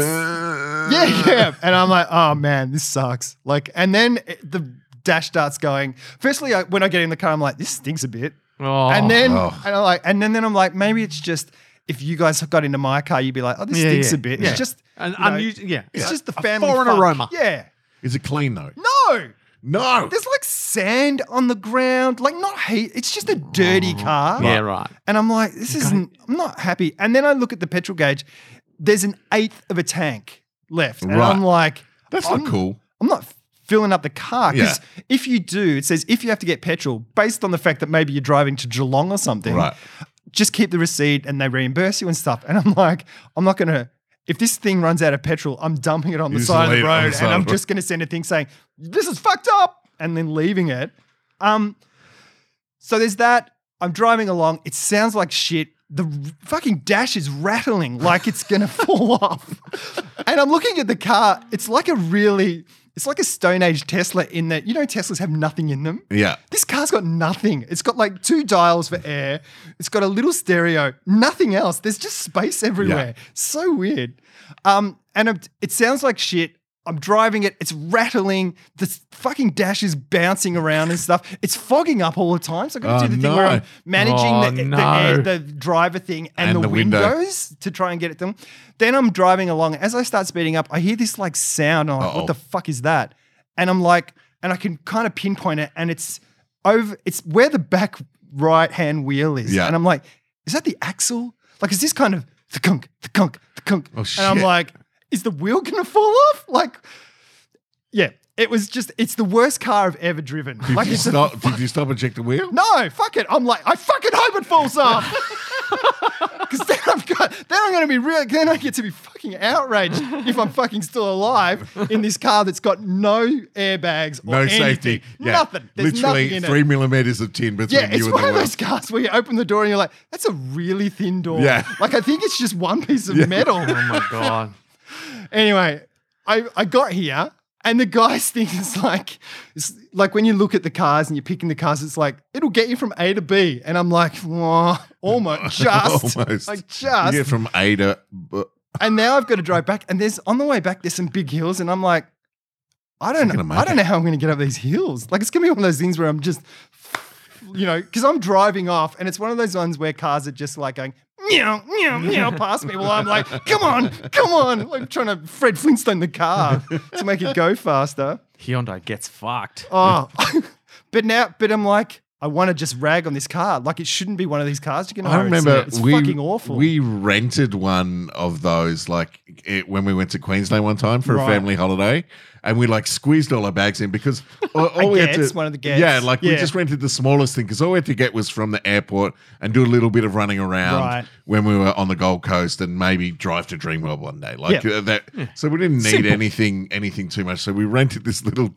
[SPEAKER 1] Uh,
[SPEAKER 4] yeah, yeah. And I'm like, oh man, this sucks. Like, and then it- the dash starts going. Firstly, I, when I get in the car, I'm like, this stinks a bit.
[SPEAKER 3] Oh.
[SPEAKER 4] and then
[SPEAKER 1] Oh.
[SPEAKER 4] and I'm like, and then, then I'm like, maybe it's just if you guys got into my car, you'd be like, oh, this
[SPEAKER 3] Yeah,
[SPEAKER 4] stinks
[SPEAKER 3] yeah,
[SPEAKER 4] a bit.
[SPEAKER 3] yeah.
[SPEAKER 4] It's just
[SPEAKER 3] An
[SPEAKER 4] you know,
[SPEAKER 3] unusual- yeah.
[SPEAKER 4] It's
[SPEAKER 3] Yeah.
[SPEAKER 4] just the
[SPEAKER 3] A
[SPEAKER 4] family
[SPEAKER 3] foreign
[SPEAKER 4] fuck.
[SPEAKER 3] aroma.
[SPEAKER 4] Yeah.
[SPEAKER 1] Is it clean though?
[SPEAKER 4] No.
[SPEAKER 1] No.
[SPEAKER 4] There's like sand on the ground, like not hate. It's just a dirty
[SPEAKER 1] Oh.
[SPEAKER 4] car.
[SPEAKER 3] Yeah, right.
[SPEAKER 4] And I'm like, this isn't. I'm not happy. And then I look at the petrol gauge. There's an eighth of a tank left, and
[SPEAKER 1] Right.
[SPEAKER 4] I'm like,
[SPEAKER 1] That's
[SPEAKER 4] I'm,
[SPEAKER 1] not cool.
[SPEAKER 4] I'm not filling up the car because if you do, it says if you have to get petrol, based on the fact that maybe you're driving to Geelong or something,
[SPEAKER 1] Right.
[SPEAKER 4] just keep the receipt and they reimburse you and stuff. And I'm like, I'm not gonna. If this thing runs out of petrol, I'm dumping it on the
[SPEAKER 1] You just
[SPEAKER 4] side of the
[SPEAKER 1] leave it on the
[SPEAKER 4] road,
[SPEAKER 1] side
[SPEAKER 4] and
[SPEAKER 1] of
[SPEAKER 4] I'm
[SPEAKER 1] the road.
[SPEAKER 4] just gonna send a thing saying this is fucked up, and then leaving it. Um, so there's that. I'm driving along. It sounds like shit. The r- fucking dash is rattling like
[SPEAKER 1] [LAUGHS]
[SPEAKER 4] it's gonna fall off. And I'm looking at the car. It's like a really, it's like a Stone Age Tesla in that, you know, Teslas have nothing in them.
[SPEAKER 1] Yeah.
[SPEAKER 4] This car's got nothing. It's got like two dials for air. It's got a little stereo, nothing else. There's just space everywhere. So weird. Um, and it, it sounds like shit. I'm driving it. It's rattling. The s- fucking dash is bouncing around and stuff. It's fogging up all the time. So I got to
[SPEAKER 1] Oh,
[SPEAKER 4] do the
[SPEAKER 1] no.
[SPEAKER 4] thing where I'm managing
[SPEAKER 3] Oh,
[SPEAKER 4] the, the,
[SPEAKER 3] no.
[SPEAKER 4] air, the driver thing and,
[SPEAKER 1] And
[SPEAKER 4] the,
[SPEAKER 1] the window.
[SPEAKER 4] windows to try and get at them. Then I'm driving along. As I start speeding up, I hear this like sound. And I'm like,
[SPEAKER 1] Uh-oh.
[SPEAKER 4] what the fuck is that? And I'm like, and I can kind of pinpoint it, and it's over. It's where the back right hand wheel is.
[SPEAKER 1] Yeah.
[SPEAKER 4] And I'm like, is that the axle? Like, is this kind of the kunk, the kunk, the kunk?
[SPEAKER 1] Oh, shit.
[SPEAKER 4] And I'm like, is the wheel gonna fall off? Like, yeah. It was just, it's the worst car I've ever driven.
[SPEAKER 1] did,
[SPEAKER 4] Like,
[SPEAKER 1] you
[SPEAKER 4] it's a
[SPEAKER 1] stop, did you stop and check the wheel?
[SPEAKER 4] no, fuck it. I'm like, I fucking hope it falls off. Because then I've got, then I'm going to be real. Then I get to be fucking outraged if I'm fucking still alive in this car that's got no airbags or
[SPEAKER 1] No
[SPEAKER 4] anything.
[SPEAKER 1] safety. Yeah.
[SPEAKER 4] Nothing. There's
[SPEAKER 1] Literally
[SPEAKER 4] nothing in
[SPEAKER 1] three
[SPEAKER 4] it.
[SPEAKER 1] millimeters of tin between
[SPEAKER 4] Yeah, it's
[SPEAKER 1] you and
[SPEAKER 4] one
[SPEAKER 1] the
[SPEAKER 4] of
[SPEAKER 1] wheel.
[SPEAKER 4] those cars where you open the door and you're like, that's a really thin door.
[SPEAKER 1] Yeah.
[SPEAKER 4] Like I think it's just one
[SPEAKER 1] [LAUGHS]
[SPEAKER 4] piece of metal.
[SPEAKER 3] Oh my god.
[SPEAKER 4] Anyway, I, I got here and the guy's [LAUGHS] thing is like, it's like when you look at the cars and you're picking the cars, it's like, it'll get you from A to B. And I'm like, "Wah, almost, just,
[SPEAKER 1] Almost.
[SPEAKER 4] like
[SPEAKER 1] You
[SPEAKER 4] just.
[SPEAKER 1] get from A to B.
[SPEAKER 4] And now I've got to drive back. And there's on the way back, there's some big hills. And I'm like, I don't
[SPEAKER 1] Not gonna
[SPEAKER 4] know.
[SPEAKER 1] make
[SPEAKER 4] I don't
[SPEAKER 1] it.
[SPEAKER 4] know how I'm going to get up these hills. Like it's going to be one of those things where I'm just, you know, because I'm driving off and it's one of those ones where cars are just like going, meow,
[SPEAKER 1] [LAUGHS]
[SPEAKER 4] meow, meow past me. Well, I'm like, come on, come on. Like trying to Fred Flintstone the car to make it go faster.
[SPEAKER 3] [LAUGHS] Hyundai gets fucked.
[SPEAKER 4] Oh, [LAUGHS] but now, but I'm like, I want to just rag on this car. Like it shouldn't be one of these cars. You can
[SPEAKER 1] I remember
[SPEAKER 4] It's,
[SPEAKER 1] we
[SPEAKER 4] fucking awful.
[SPEAKER 1] we rented one of those like it, when we went to Queensland one time for
[SPEAKER 4] Right.
[SPEAKER 1] a family holiday, and we like squeezed all our bags in
[SPEAKER 4] [LAUGHS]
[SPEAKER 1] because all, all we had
[SPEAKER 4] gets,
[SPEAKER 1] to
[SPEAKER 4] one of the gets.
[SPEAKER 1] yeah, like we
[SPEAKER 4] Yeah.
[SPEAKER 1] just rented the smallest thing because all we had to get was from the airport and do a little bit of running around
[SPEAKER 4] Right.
[SPEAKER 1] when we were on the Gold Coast and maybe drive to Dreamworld one day like
[SPEAKER 4] Yeah.
[SPEAKER 1] uh, that. So we didn't need anything anything too much. So we rented this little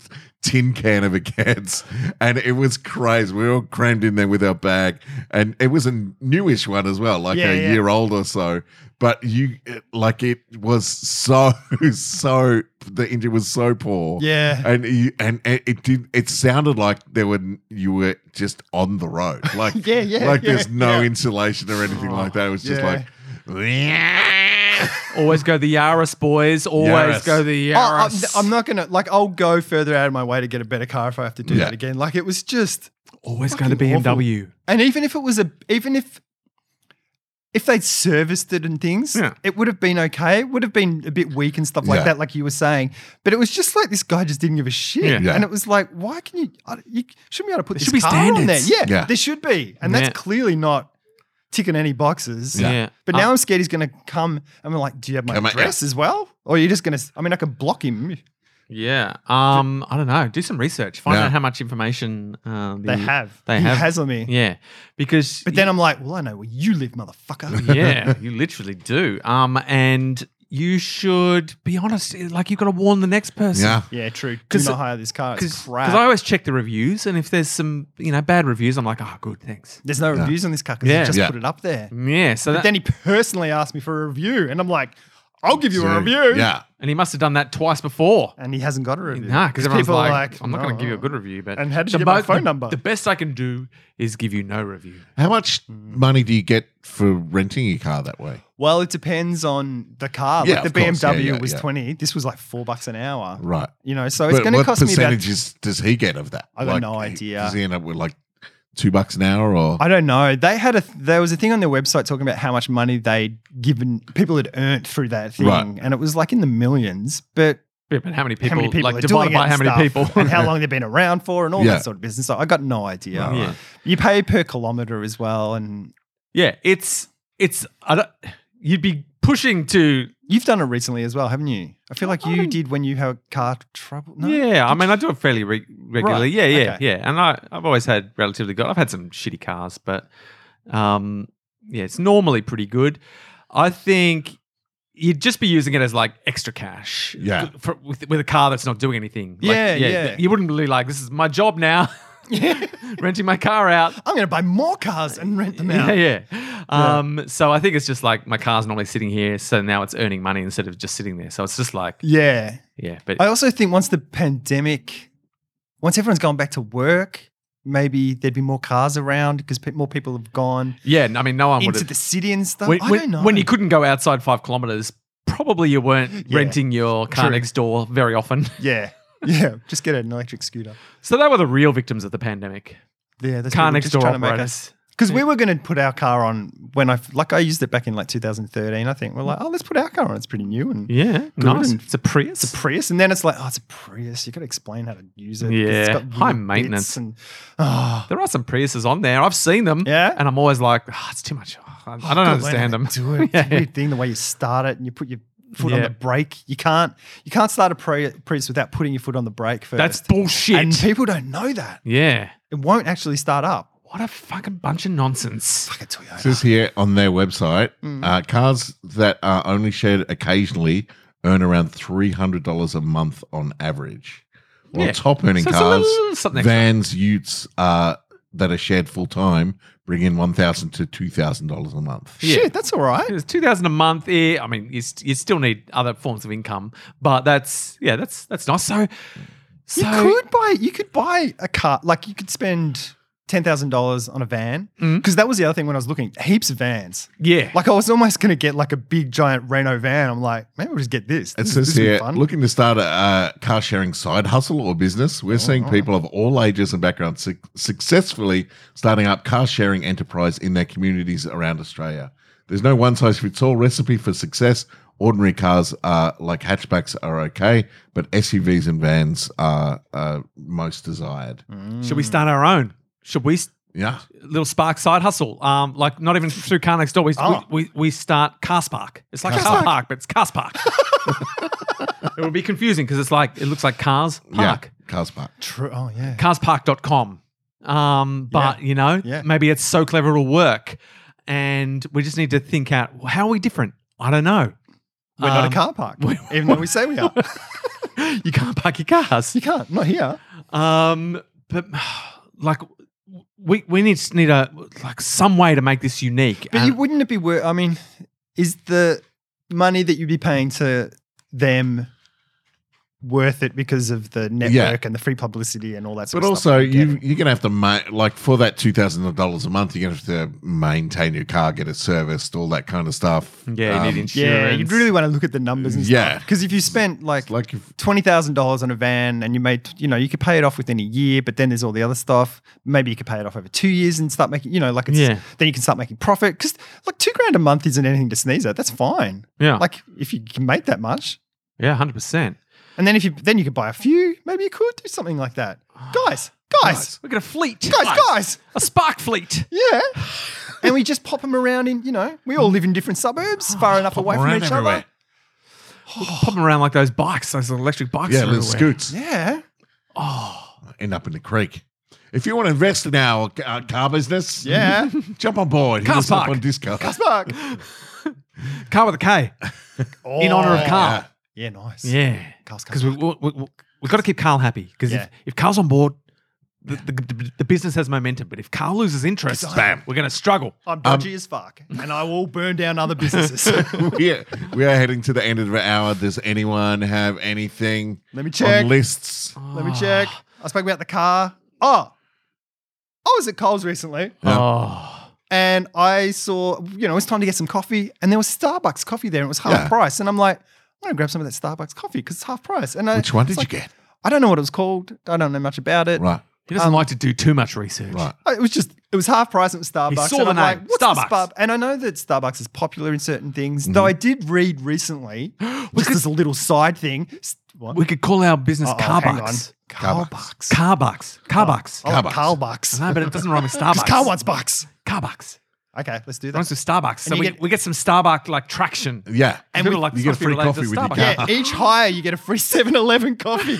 [SPEAKER 1] tin can of a cats, and it was crazy. We were all crammed in there with our bag, and it was a newish one as well, like like
[SPEAKER 4] Yeah,
[SPEAKER 1] a
[SPEAKER 4] yeah.
[SPEAKER 1] year old or so. But you, it, like, it was so, [LAUGHS] so, the engine was so poor.
[SPEAKER 4] Yeah.
[SPEAKER 1] And you, and it, it did, it sounded like there were, you were just on the
[SPEAKER 4] [LAUGHS]
[SPEAKER 1] road. Like,
[SPEAKER 4] Yeah, yeah,
[SPEAKER 1] Like,
[SPEAKER 4] yeah,
[SPEAKER 1] there's no
[SPEAKER 4] yeah.
[SPEAKER 1] insulation or anything like that. It was just
[SPEAKER 4] Yeah.
[SPEAKER 1] like,
[SPEAKER 4] [LAUGHS]
[SPEAKER 1] yeah.
[SPEAKER 3] Always go the Yaris boys. Always
[SPEAKER 1] Yaris.
[SPEAKER 3] go the
[SPEAKER 4] Oh, I'm,
[SPEAKER 3] Yaris.
[SPEAKER 4] I'm not gonna like. I'll go further out of my way to get a better car if I have to do
[SPEAKER 1] Yeah.
[SPEAKER 4] that again. Like it was just,
[SPEAKER 3] always going to
[SPEAKER 4] fucking
[SPEAKER 3] BMW.
[SPEAKER 4] and even if it was a, even if if they'd serviced it and things,
[SPEAKER 3] Yeah.
[SPEAKER 4] it would have been okay. It would have been a bit weak and stuff like
[SPEAKER 1] Yeah.
[SPEAKER 4] that, like you were saying. But it was just like this guy just didn't give a shit.
[SPEAKER 3] Yeah.
[SPEAKER 1] Yeah.
[SPEAKER 4] And it was like, why can you? I- You shouldn't be able to put
[SPEAKER 3] There
[SPEAKER 4] this
[SPEAKER 3] should be
[SPEAKER 4] car on there.
[SPEAKER 3] standards.
[SPEAKER 4] Yeah,
[SPEAKER 1] Yeah.
[SPEAKER 4] there should be, and
[SPEAKER 3] Yeah.
[SPEAKER 4] that's clearly not ticking any boxes.
[SPEAKER 3] Yeah. Yeah.
[SPEAKER 4] But now
[SPEAKER 3] Uh,
[SPEAKER 4] I'm scared he's going to come and we're like, do you have my
[SPEAKER 1] Come on,
[SPEAKER 4] address as well? Or you're just going to? I mean, I can block him.
[SPEAKER 3] Yeah. Um, I don't know. Do some research. Find
[SPEAKER 1] Yeah.
[SPEAKER 3] out how much information uh, the,
[SPEAKER 4] They have.
[SPEAKER 3] They
[SPEAKER 4] he
[SPEAKER 3] have.
[SPEAKER 4] has on me.
[SPEAKER 3] Yeah. Because
[SPEAKER 4] But then I'm like, well, I know where you live, motherfucker. [LAUGHS]
[SPEAKER 3] yeah, you literally do. Um, and you should be honest. eh, Like you got to warn the next person.
[SPEAKER 1] Yeah.
[SPEAKER 4] yeah, true. Do
[SPEAKER 3] 'Cause-
[SPEAKER 4] not hire this car. It's
[SPEAKER 3] Because
[SPEAKER 4] crap.
[SPEAKER 3] I always check the reviews, and if there's some you know bad reviews, I'm like, oh, good, thanks.
[SPEAKER 4] There's no reviews on this car because
[SPEAKER 3] Yeah.
[SPEAKER 4] he just
[SPEAKER 1] Yeah.
[SPEAKER 4] put it up there.
[SPEAKER 3] Yeah. So
[SPEAKER 4] But
[SPEAKER 3] that,
[SPEAKER 4] then he personally asked me for a review, and I'm like, I'll give you a review.
[SPEAKER 1] Yeah.
[SPEAKER 3] and he must have done that twice before.
[SPEAKER 4] And he hasn't got a review.
[SPEAKER 3] Nah, because everyone's
[SPEAKER 4] people are "Oh."
[SPEAKER 3] like, I'm not going
[SPEAKER 4] "No."
[SPEAKER 3] to give you a good review. But
[SPEAKER 4] And how did
[SPEAKER 3] the
[SPEAKER 4] you get my
[SPEAKER 3] mo-
[SPEAKER 4] phone
[SPEAKER 3] the-
[SPEAKER 4] number?
[SPEAKER 3] The best I can do is give you no review.
[SPEAKER 1] How much money do you get for renting your car that way?
[SPEAKER 4] Well, it depends on the car.
[SPEAKER 1] Yeah,
[SPEAKER 4] like the
[SPEAKER 1] of course.
[SPEAKER 4] BMW
[SPEAKER 1] Yeah, yeah,
[SPEAKER 4] was
[SPEAKER 1] yeah.
[SPEAKER 4] 20. This was like four bucks an hour.
[SPEAKER 1] Right.
[SPEAKER 4] You know, so it's going to
[SPEAKER 1] what
[SPEAKER 4] cost me about
[SPEAKER 1] percentages does he get of that?
[SPEAKER 4] I got no idea.
[SPEAKER 1] Does he end up with like two bucks an hour or?
[SPEAKER 4] I don't know. They had a there was a thing on their website talking about how much money they'd given people had earned through that thing,
[SPEAKER 1] Right.
[SPEAKER 4] and it was like in the millions. But
[SPEAKER 3] Yeah, but how many people?
[SPEAKER 4] how many people
[SPEAKER 3] like
[SPEAKER 4] are
[SPEAKER 3] divided
[SPEAKER 4] doing it
[SPEAKER 3] by
[SPEAKER 4] and
[SPEAKER 3] how many
[SPEAKER 4] stuff,
[SPEAKER 3] people?
[SPEAKER 4] and how long they've been around for, and all
[SPEAKER 1] Yeah.
[SPEAKER 4] that sort of business. So I got no idea.
[SPEAKER 1] Right,
[SPEAKER 3] yeah.
[SPEAKER 4] You pay per kilometer as well, and
[SPEAKER 3] [LAUGHS] yeah. It's it's. I don't, you'd be pushing to
[SPEAKER 4] you've done it recently as well, haven't you? I feel like
[SPEAKER 3] I
[SPEAKER 4] you
[SPEAKER 3] don't-
[SPEAKER 4] did when you had car trouble. No?
[SPEAKER 3] Yeah, I mean, I do it fairly re- regularly.
[SPEAKER 4] Right,
[SPEAKER 3] Yeah, yeah,
[SPEAKER 4] okay.
[SPEAKER 3] yeah. And I, I've always had relatively good. I've had some shitty cars, but um, yeah, it's normally pretty good. I think you'd just be using it as like extra cash.
[SPEAKER 1] Yeah.
[SPEAKER 3] For, with, with a car that's not doing anything. Like,
[SPEAKER 4] Yeah, yeah.
[SPEAKER 3] You wouldn't really like this is my job now, [LAUGHS] renting my car out.
[SPEAKER 4] [LAUGHS] I'm going to buy more cars and rent them out.
[SPEAKER 3] [LAUGHS] Yeah, yeah. Um, So I think it's just like my car's normally sitting here, so now it's earning money instead of just sitting there. So it's just like,
[SPEAKER 4] yeah.
[SPEAKER 3] yeah, but
[SPEAKER 4] I also think once the pandemic, once everyone's gone back to work, maybe there'd be more cars around because pe- more people have gone
[SPEAKER 3] yeah, I mean, no one would
[SPEAKER 4] into
[SPEAKER 3] have.
[SPEAKER 4] the city and stuff.
[SPEAKER 3] when,
[SPEAKER 4] I
[SPEAKER 3] when-
[SPEAKER 4] don't know.
[SPEAKER 3] when you couldn't go outside five kilometers, probably you weren't
[SPEAKER 4] Yeah.
[SPEAKER 3] renting your car
[SPEAKER 4] True.
[SPEAKER 3] next door very often. [LAUGHS]
[SPEAKER 4] yeah, [LAUGHS] yeah, just get an electric scooter.
[SPEAKER 3] So they were the real victims of the pandemic.
[SPEAKER 4] Yeah, that's
[SPEAKER 3] car next door operators.
[SPEAKER 4] Because we were going to put our car on when I like I used it back in like 2013. I think we're like, oh, let's put our car on. It's pretty new and
[SPEAKER 3] Yeah,
[SPEAKER 4] Good
[SPEAKER 3] nice.
[SPEAKER 4] and-
[SPEAKER 3] It's a Prius.
[SPEAKER 4] It's a Prius, and then it's like, oh, it's a Prius. You got to explain how to use it. 'cause it's
[SPEAKER 3] Yeah,
[SPEAKER 4] got
[SPEAKER 3] high
[SPEAKER 4] little
[SPEAKER 3] maintenance.
[SPEAKER 4] bits and oh,
[SPEAKER 3] there are some Priuses on there. I've seen them.
[SPEAKER 4] Yeah?
[SPEAKER 3] and I'm always like, "Ah, it's too much. I- I don't understand them. [LAUGHS]
[SPEAKER 4] Do it. It's a
[SPEAKER 3] Yeah.
[SPEAKER 4] weird thing the way you start it and you put your foot on
[SPEAKER 3] Yeah.
[SPEAKER 4] the brake. You can't you can't start a Pri- Prius without putting your foot on the brake first.
[SPEAKER 3] That's bullshit.
[SPEAKER 4] and people don't know that.
[SPEAKER 3] yeah.
[SPEAKER 4] It won't actually start up.
[SPEAKER 3] What a fucking bunch of nonsense.
[SPEAKER 4] Fuck a Toyota.
[SPEAKER 1] It says here on their website,
[SPEAKER 3] Mm.
[SPEAKER 1] uh, cars that are only shared occasionally earn around three hundred dollars a month on average. While
[SPEAKER 3] Yeah.
[SPEAKER 1] top earning
[SPEAKER 3] So it's a
[SPEAKER 1] cars,
[SPEAKER 3] little something extra.
[SPEAKER 1] vans, utes uh, that are shared full time bring in one thousand to two thousand dollars a month.
[SPEAKER 3] Yeah.
[SPEAKER 4] Shit, that's all right.
[SPEAKER 3] It's two thousand a month. Yeah, I mean, you, st- you still need other forms of income, but that's yeah, that's that's nice. So, so
[SPEAKER 4] you could buy you could buy a car like you could spend ten thousand dollars on a van
[SPEAKER 3] Mm.
[SPEAKER 4] because that was the other thing when I was looking heaps of vans.
[SPEAKER 3] yeah,
[SPEAKER 4] Like I was almost gonna get like a big giant Renault van. I'm like, maybe we'll just get this.
[SPEAKER 1] It
[SPEAKER 4] This-
[SPEAKER 1] says
[SPEAKER 4] this would be
[SPEAKER 1] here,
[SPEAKER 4] fun.
[SPEAKER 1] looking to start a uh, car sharing side hustle or business, we're seeing
[SPEAKER 4] Oh.
[SPEAKER 1] people of all ages and backgrounds su- successfully starting up car sharing enterprise in their communities around Australia. There's no one size fits all recipe for success. Ordinary cars are like hatchbacks are okay, but SUVs and vans are uh, most desired.
[SPEAKER 4] Hmm.
[SPEAKER 3] Should we
[SPEAKER 4] Mm.
[SPEAKER 3] start our own? Should we s-
[SPEAKER 1] Yeah,
[SPEAKER 3] little Spark side hustle? Um, like not even through car next door. We
[SPEAKER 4] Oh.
[SPEAKER 3] we, we, we start Car Spark. It's like
[SPEAKER 1] Car
[SPEAKER 3] Car,
[SPEAKER 1] Spark.
[SPEAKER 3] Park, but it's Car
[SPEAKER 4] [LAUGHS]
[SPEAKER 3] Spark. it would be confusing because it's like it looks like Cars Park.
[SPEAKER 1] yeah, cars park.
[SPEAKER 4] True. Oh yeah.
[SPEAKER 3] Carspark.com. Um, but you know,
[SPEAKER 4] Yeah.
[SPEAKER 3] maybe it's so clever it'll work, and we just need to think out well, how are we different. I don't know.
[SPEAKER 4] We're not
[SPEAKER 3] Um,
[SPEAKER 4] a car park,
[SPEAKER 3] [LAUGHS] we-
[SPEAKER 4] even though we
[SPEAKER 3] [LAUGHS]
[SPEAKER 4] say we are.
[SPEAKER 3] You can't park your cars.
[SPEAKER 4] you can't, not here.
[SPEAKER 3] Um, but [SIGHS] like we we need need a like some way to make this unique.
[SPEAKER 4] But
[SPEAKER 3] And-
[SPEAKER 4] you, wouldn't it be worth? I mean, is the money that you'd be paying to them worth it because of the network and the free publicity and all that sort
[SPEAKER 1] But
[SPEAKER 4] of
[SPEAKER 1] also,
[SPEAKER 4] stuff. that they're
[SPEAKER 1] you,
[SPEAKER 4] getting.
[SPEAKER 1] you're going to have to, ma- like, for that $2,000 a month, you're going to have to maintain your car, get it serviced, all that kind of stuff.
[SPEAKER 3] Yeah, you
[SPEAKER 1] Um,
[SPEAKER 3] need insurance.
[SPEAKER 4] Yeah, you'd really want to look at the numbers and
[SPEAKER 1] Yeah.
[SPEAKER 4] Because if you spent like,
[SPEAKER 1] like if-
[SPEAKER 4] twenty thousand dollars on a van and you made you know, you could pay it off within a year, but then there's all the other stuff. Maybe you could pay it off over two years and start making you know, like it's
[SPEAKER 3] Yeah.
[SPEAKER 4] then you can start making profit. Because like two grand a month isn't anything to sneeze at. That's fine.
[SPEAKER 3] Yeah.
[SPEAKER 4] Like if you can make that much.
[SPEAKER 3] yeah, 100%.
[SPEAKER 4] And then if you then you could buy a few, maybe you could do something like that. Guys, guys,
[SPEAKER 3] We're going to fleet.
[SPEAKER 4] guys, guys.
[SPEAKER 3] A spark
[SPEAKER 4] [LAUGHS]
[SPEAKER 3] fleet.
[SPEAKER 4] Yeah. And we just pop them around in, you know, we all live in different suburbs,
[SPEAKER 3] Oh,
[SPEAKER 4] far enough away from
[SPEAKER 1] around
[SPEAKER 4] each
[SPEAKER 1] everywhere.
[SPEAKER 4] other.
[SPEAKER 3] Pop them around like those bikes, those electric bikes.
[SPEAKER 1] Yeah,
[SPEAKER 3] are
[SPEAKER 1] little
[SPEAKER 3] everywhere.
[SPEAKER 1] scoots.
[SPEAKER 4] Yeah.
[SPEAKER 1] End up in the creek. If you want to invest in our uh, car business, [LAUGHS]
[SPEAKER 4] Yeah.
[SPEAKER 1] jump on board. Hit
[SPEAKER 3] Car
[SPEAKER 1] us up
[SPEAKER 3] park.
[SPEAKER 1] on Discord.
[SPEAKER 4] Spark.
[SPEAKER 3] Car with a
[SPEAKER 4] [LAUGHS]
[SPEAKER 3] K. in honor of Carl.
[SPEAKER 4] Oh, Yeah, nice.
[SPEAKER 3] Yeah.
[SPEAKER 4] Carl's
[SPEAKER 3] Because we, we, we, we've got to keep Carl happy. Because
[SPEAKER 4] Yeah.
[SPEAKER 3] if, if Carl's on board, the, the, the, the business has momentum. But if Carl loses interest,
[SPEAKER 1] Bam.
[SPEAKER 3] we're going to struggle.
[SPEAKER 4] I'm dodgy
[SPEAKER 3] Um,
[SPEAKER 4] as fuck, and I will burn down other businesses. [LAUGHS]
[SPEAKER 1] [LAUGHS] we, are, we are heading to the end of the hour. Does anyone have anything
[SPEAKER 4] Let me check. Uh,
[SPEAKER 1] on lists?
[SPEAKER 4] Let me
[SPEAKER 3] [SIGHS]
[SPEAKER 4] check. I spoke about the car. Oh, I was at Coles recently,
[SPEAKER 1] Yeah.
[SPEAKER 3] Oh.
[SPEAKER 4] and I saw you know it was time to get some coffee, and there was Starbucks coffee there, and it was half
[SPEAKER 1] Yeah.
[SPEAKER 4] price, and I'm like. I'm gonna grab some of that Starbucks coffee because it's half price. And I,
[SPEAKER 1] Which one
[SPEAKER 4] it's
[SPEAKER 1] did you
[SPEAKER 4] like,
[SPEAKER 1] get?
[SPEAKER 4] I don't know what it was called. I don't know much about it.
[SPEAKER 1] Right,
[SPEAKER 3] He doesn't
[SPEAKER 4] Um,
[SPEAKER 3] like to do too much research.
[SPEAKER 1] right.
[SPEAKER 4] I- It was just it was half price. and It was Starbucks.
[SPEAKER 3] saw
[SPEAKER 4] and
[SPEAKER 3] the
[SPEAKER 4] I'm like,
[SPEAKER 3] name,
[SPEAKER 4] What's this
[SPEAKER 3] Starbucks."
[SPEAKER 4] pub?" And I know that Starbucks is popular in certain things.
[SPEAKER 1] Mm-hmm.
[SPEAKER 4] Though I did read recently,
[SPEAKER 1] [GASPS]
[SPEAKER 4] just as a little side thing. s- What?
[SPEAKER 3] We could call our business
[SPEAKER 4] Uh-oh, hang on. Oh,
[SPEAKER 3] Carbucks.
[SPEAKER 4] Carbucks.
[SPEAKER 3] Carbucks. Carbucks.
[SPEAKER 4] I like
[SPEAKER 1] Carbucks.
[SPEAKER 4] Carbucks.
[SPEAKER 3] Oh. No, but it doesn't rhyme with Starbucks.
[SPEAKER 4] Because Carl wants bucks.
[SPEAKER 3] Carbucks.
[SPEAKER 4] Okay, let's do
[SPEAKER 3] It rhymes
[SPEAKER 4] that.
[SPEAKER 3] with Starbucks. So
[SPEAKER 4] And you
[SPEAKER 3] we
[SPEAKER 4] get-
[SPEAKER 3] get, we get some Starbucks like traction.
[SPEAKER 1] Yeah.
[SPEAKER 3] And we, like,
[SPEAKER 1] you
[SPEAKER 3] this
[SPEAKER 1] get
[SPEAKER 3] must be
[SPEAKER 1] free
[SPEAKER 3] related
[SPEAKER 1] coffee
[SPEAKER 3] to
[SPEAKER 1] with your
[SPEAKER 3] Starbucks.
[SPEAKER 1] car. [LAUGHS]
[SPEAKER 4] Yeah, each hire you get a free [LAUGHS] 7-Eleven coffee.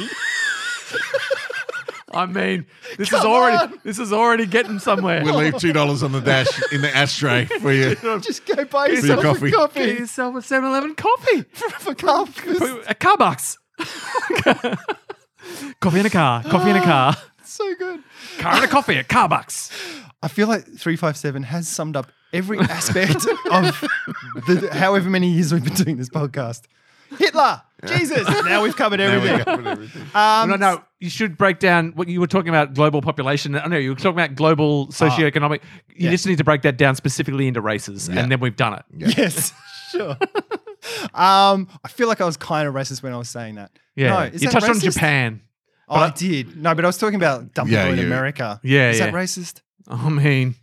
[SPEAKER 3] I mean, this is
[SPEAKER 4] Come
[SPEAKER 3] already
[SPEAKER 4] on.
[SPEAKER 3] this is already getting somewhere.
[SPEAKER 1] We'll leave two dollars on the dash in the ashtray for
[SPEAKER 4] [LAUGHS]
[SPEAKER 1] you.
[SPEAKER 4] Just go buy
[SPEAKER 1] Here's your
[SPEAKER 4] yourself
[SPEAKER 1] coffee.
[SPEAKER 3] [LAUGHS]
[SPEAKER 4] a
[SPEAKER 3] Get
[SPEAKER 4] coffee
[SPEAKER 3] yourself a 7-Eleven coffee.
[SPEAKER 4] for [LAUGHS] Carl. It's
[SPEAKER 3] a Carbucks. [LAUGHS] coffee in a car. Coffee in a car.
[SPEAKER 4] so good.
[SPEAKER 3] Car in a coffee at Carbucks.
[SPEAKER 4] I feel like 357 has summed up every aspect of the however many years we've been doing this podcast. Hitler,
[SPEAKER 3] [LAUGHS]
[SPEAKER 4] Jesus. Now we've covered
[SPEAKER 1] There we
[SPEAKER 4] everything.
[SPEAKER 1] go. Everything.
[SPEAKER 4] Um,
[SPEAKER 3] no, no, you should break down what you were talking about global population. I know you were talking about global socioeconomic. you
[SPEAKER 4] yeah.
[SPEAKER 3] just need to break that down specifically into races,
[SPEAKER 1] Yeah.
[SPEAKER 3] and then we've done it.
[SPEAKER 1] Yeah.
[SPEAKER 4] [LAUGHS] Yes, sure. um, I feel like I was kind of racist when I was saying that.
[SPEAKER 3] Yeah,
[SPEAKER 4] No, is
[SPEAKER 3] you
[SPEAKER 4] that
[SPEAKER 3] touched on
[SPEAKER 4] racist?
[SPEAKER 3] Japan.
[SPEAKER 4] Oh, I did. No, but I was talking about dumb
[SPEAKER 1] Yeah,
[SPEAKER 4] people in
[SPEAKER 1] you-
[SPEAKER 4] America.
[SPEAKER 3] Yeah,
[SPEAKER 4] Is
[SPEAKER 3] yeah.
[SPEAKER 4] that racist?
[SPEAKER 3] [LAUGHS] I mean,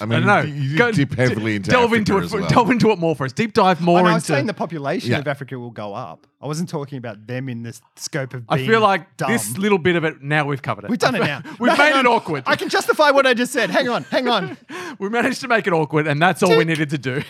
[SPEAKER 1] I
[SPEAKER 3] I
[SPEAKER 1] mean,
[SPEAKER 3] don't know.
[SPEAKER 1] you, you
[SPEAKER 3] Go-
[SPEAKER 1] dip heavily into
[SPEAKER 3] delve into
[SPEAKER 1] Africa
[SPEAKER 3] it.
[SPEAKER 1] as well.
[SPEAKER 3] Delve into it more for us. Deep dive more
[SPEAKER 4] Oh, no, I was
[SPEAKER 3] into.
[SPEAKER 4] saying the population
[SPEAKER 1] Yeah.
[SPEAKER 4] of Africa will go up. I wasn't talking about them in the scope of.
[SPEAKER 3] I
[SPEAKER 4] being
[SPEAKER 3] feel like
[SPEAKER 4] dumb.
[SPEAKER 3] this little bit of it. Now we've covered it.
[SPEAKER 4] We've done it now.
[SPEAKER 3] [LAUGHS] we've
[SPEAKER 4] No,
[SPEAKER 3] made
[SPEAKER 4] hang
[SPEAKER 3] it
[SPEAKER 4] on.
[SPEAKER 3] awkward.
[SPEAKER 4] I can justify what I just said. Hang on, hang on.
[SPEAKER 3] [LAUGHS] We managed to make it awkward, and that's all we needed to
[SPEAKER 4] [LAUGHS]
[SPEAKER 3] do.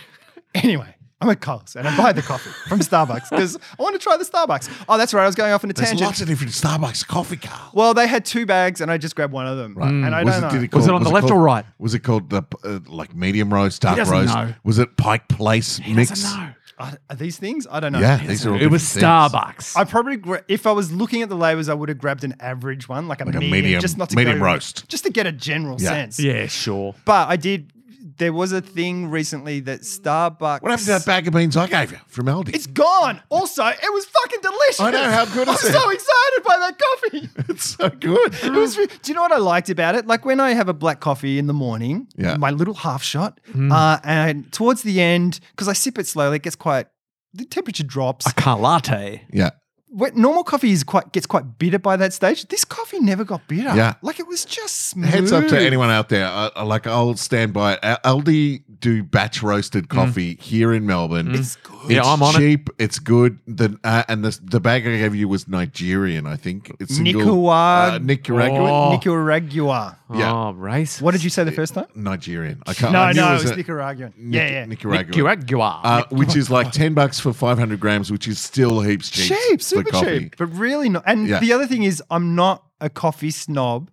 [SPEAKER 4] Anyway, I'm at Coles and I buy the coffee from Starbucks because I want to try the Starbucks. Oh, that's right. I was going off on a
[SPEAKER 1] There's
[SPEAKER 4] tangent.
[SPEAKER 1] lots of different Starbucks coffee car.
[SPEAKER 4] well, they had two bags and I just grabbed one of them.
[SPEAKER 1] Right.
[SPEAKER 4] And I don't know.
[SPEAKER 1] did
[SPEAKER 3] Mm. Was it on the left
[SPEAKER 1] called-
[SPEAKER 3] or right?
[SPEAKER 1] Was it called the uh, like medium roast, dark
[SPEAKER 3] doesn't
[SPEAKER 1] roast?
[SPEAKER 3] know.
[SPEAKER 1] Was it Pike Place mix?
[SPEAKER 4] Are, are these things? I don't know.
[SPEAKER 1] Yeah, these are all
[SPEAKER 3] It was
[SPEAKER 1] different things.
[SPEAKER 3] Starbucks.
[SPEAKER 4] I probably, gra- if I was looking at the labels, I would have grabbed an average one, like a,
[SPEAKER 1] Like a
[SPEAKER 4] medium,
[SPEAKER 1] medium-
[SPEAKER 4] just not to
[SPEAKER 1] medium
[SPEAKER 4] go-
[SPEAKER 1] roast.
[SPEAKER 4] just to get a general
[SPEAKER 1] Yeah.
[SPEAKER 4] sense.
[SPEAKER 3] yeah, sure.
[SPEAKER 4] But I did. There was a thing recently that Starbucks.
[SPEAKER 1] What happened to that bag of beans I gave you from Aldi?
[SPEAKER 4] It's gone. Also, it was fucking delicious.
[SPEAKER 1] I know, how good
[SPEAKER 4] I'm
[SPEAKER 1] is it?
[SPEAKER 4] so excited by that coffee.
[SPEAKER 1] [LAUGHS] It's so good.
[SPEAKER 4] It was. re- Do you know what I liked about it? Like when I have a black coffee in the morning,
[SPEAKER 1] Yeah.
[SPEAKER 4] my little half shot, uh, and towards the end, because I sip it slowly, it gets quite. The temperature drops.
[SPEAKER 3] Carlatte.
[SPEAKER 1] Yeah,
[SPEAKER 4] Wet, normal coffee is quite gets quite bitter by that stage. This coffee never got bitter.
[SPEAKER 1] Yeah.
[SPEAKER 4] like it was just smooth.
[SPEAKER 1] heads up to anyone out there. I, I, like I'll stand by it. Al- Aldi do batch roasted
[SPEAKER 4] Mm.
[SPEAKER 1] coffee here in Melbourne.
[SPEAKER 4] It's good.
[SPEAKER 3] Yeah,
[SPEAKER 1] It's
[SPEAKER 3] I'm on it.
[SPEAKER 1] cheap. It's good. The uh, and the the bag I gave you was Nigerian, I think. It's single-
[SPEAKER 4] Nicarag-
[SPEAKER 1] uh, Nicaraguan.
[SPEAKER 3] Oh.
[SPEAKER 4] Nicaragua.
[SPEAKER 1] Yeah.
[SPEAKER 3] Oh, race.
[SPEAKER 4] What did you say the first time?
[SPEAKER 1] Nigerian. I can't.
[SPEAKER 4] No,
[SPEAKER 1] I knew
[SPEAKER 4] no, it was
[SPEAKER 1] a-
[SPEAKER 4] Nicaraguan.
[SPEAKER 1] Nic-
[SPEAKER 4] yeah, yeah.
[SPEAKER 1] Nicaraguan.
[SPEAKER 3] Nicaragua.
[SPEAKER 1] Uh, which is like ten bucks for five hundred grams, which is still heaps cheap.
[SPEAKER 4] cheap,
[SPEAKER 1] for
[SPEAKER 4] super
[SPEAKER 1] coffee.
[SPEAKER 4] cheap, but really not. And
[SPEAKER 1] Yeah.
[SPEAKER 4] the other thing is, I'm not a coffee snob.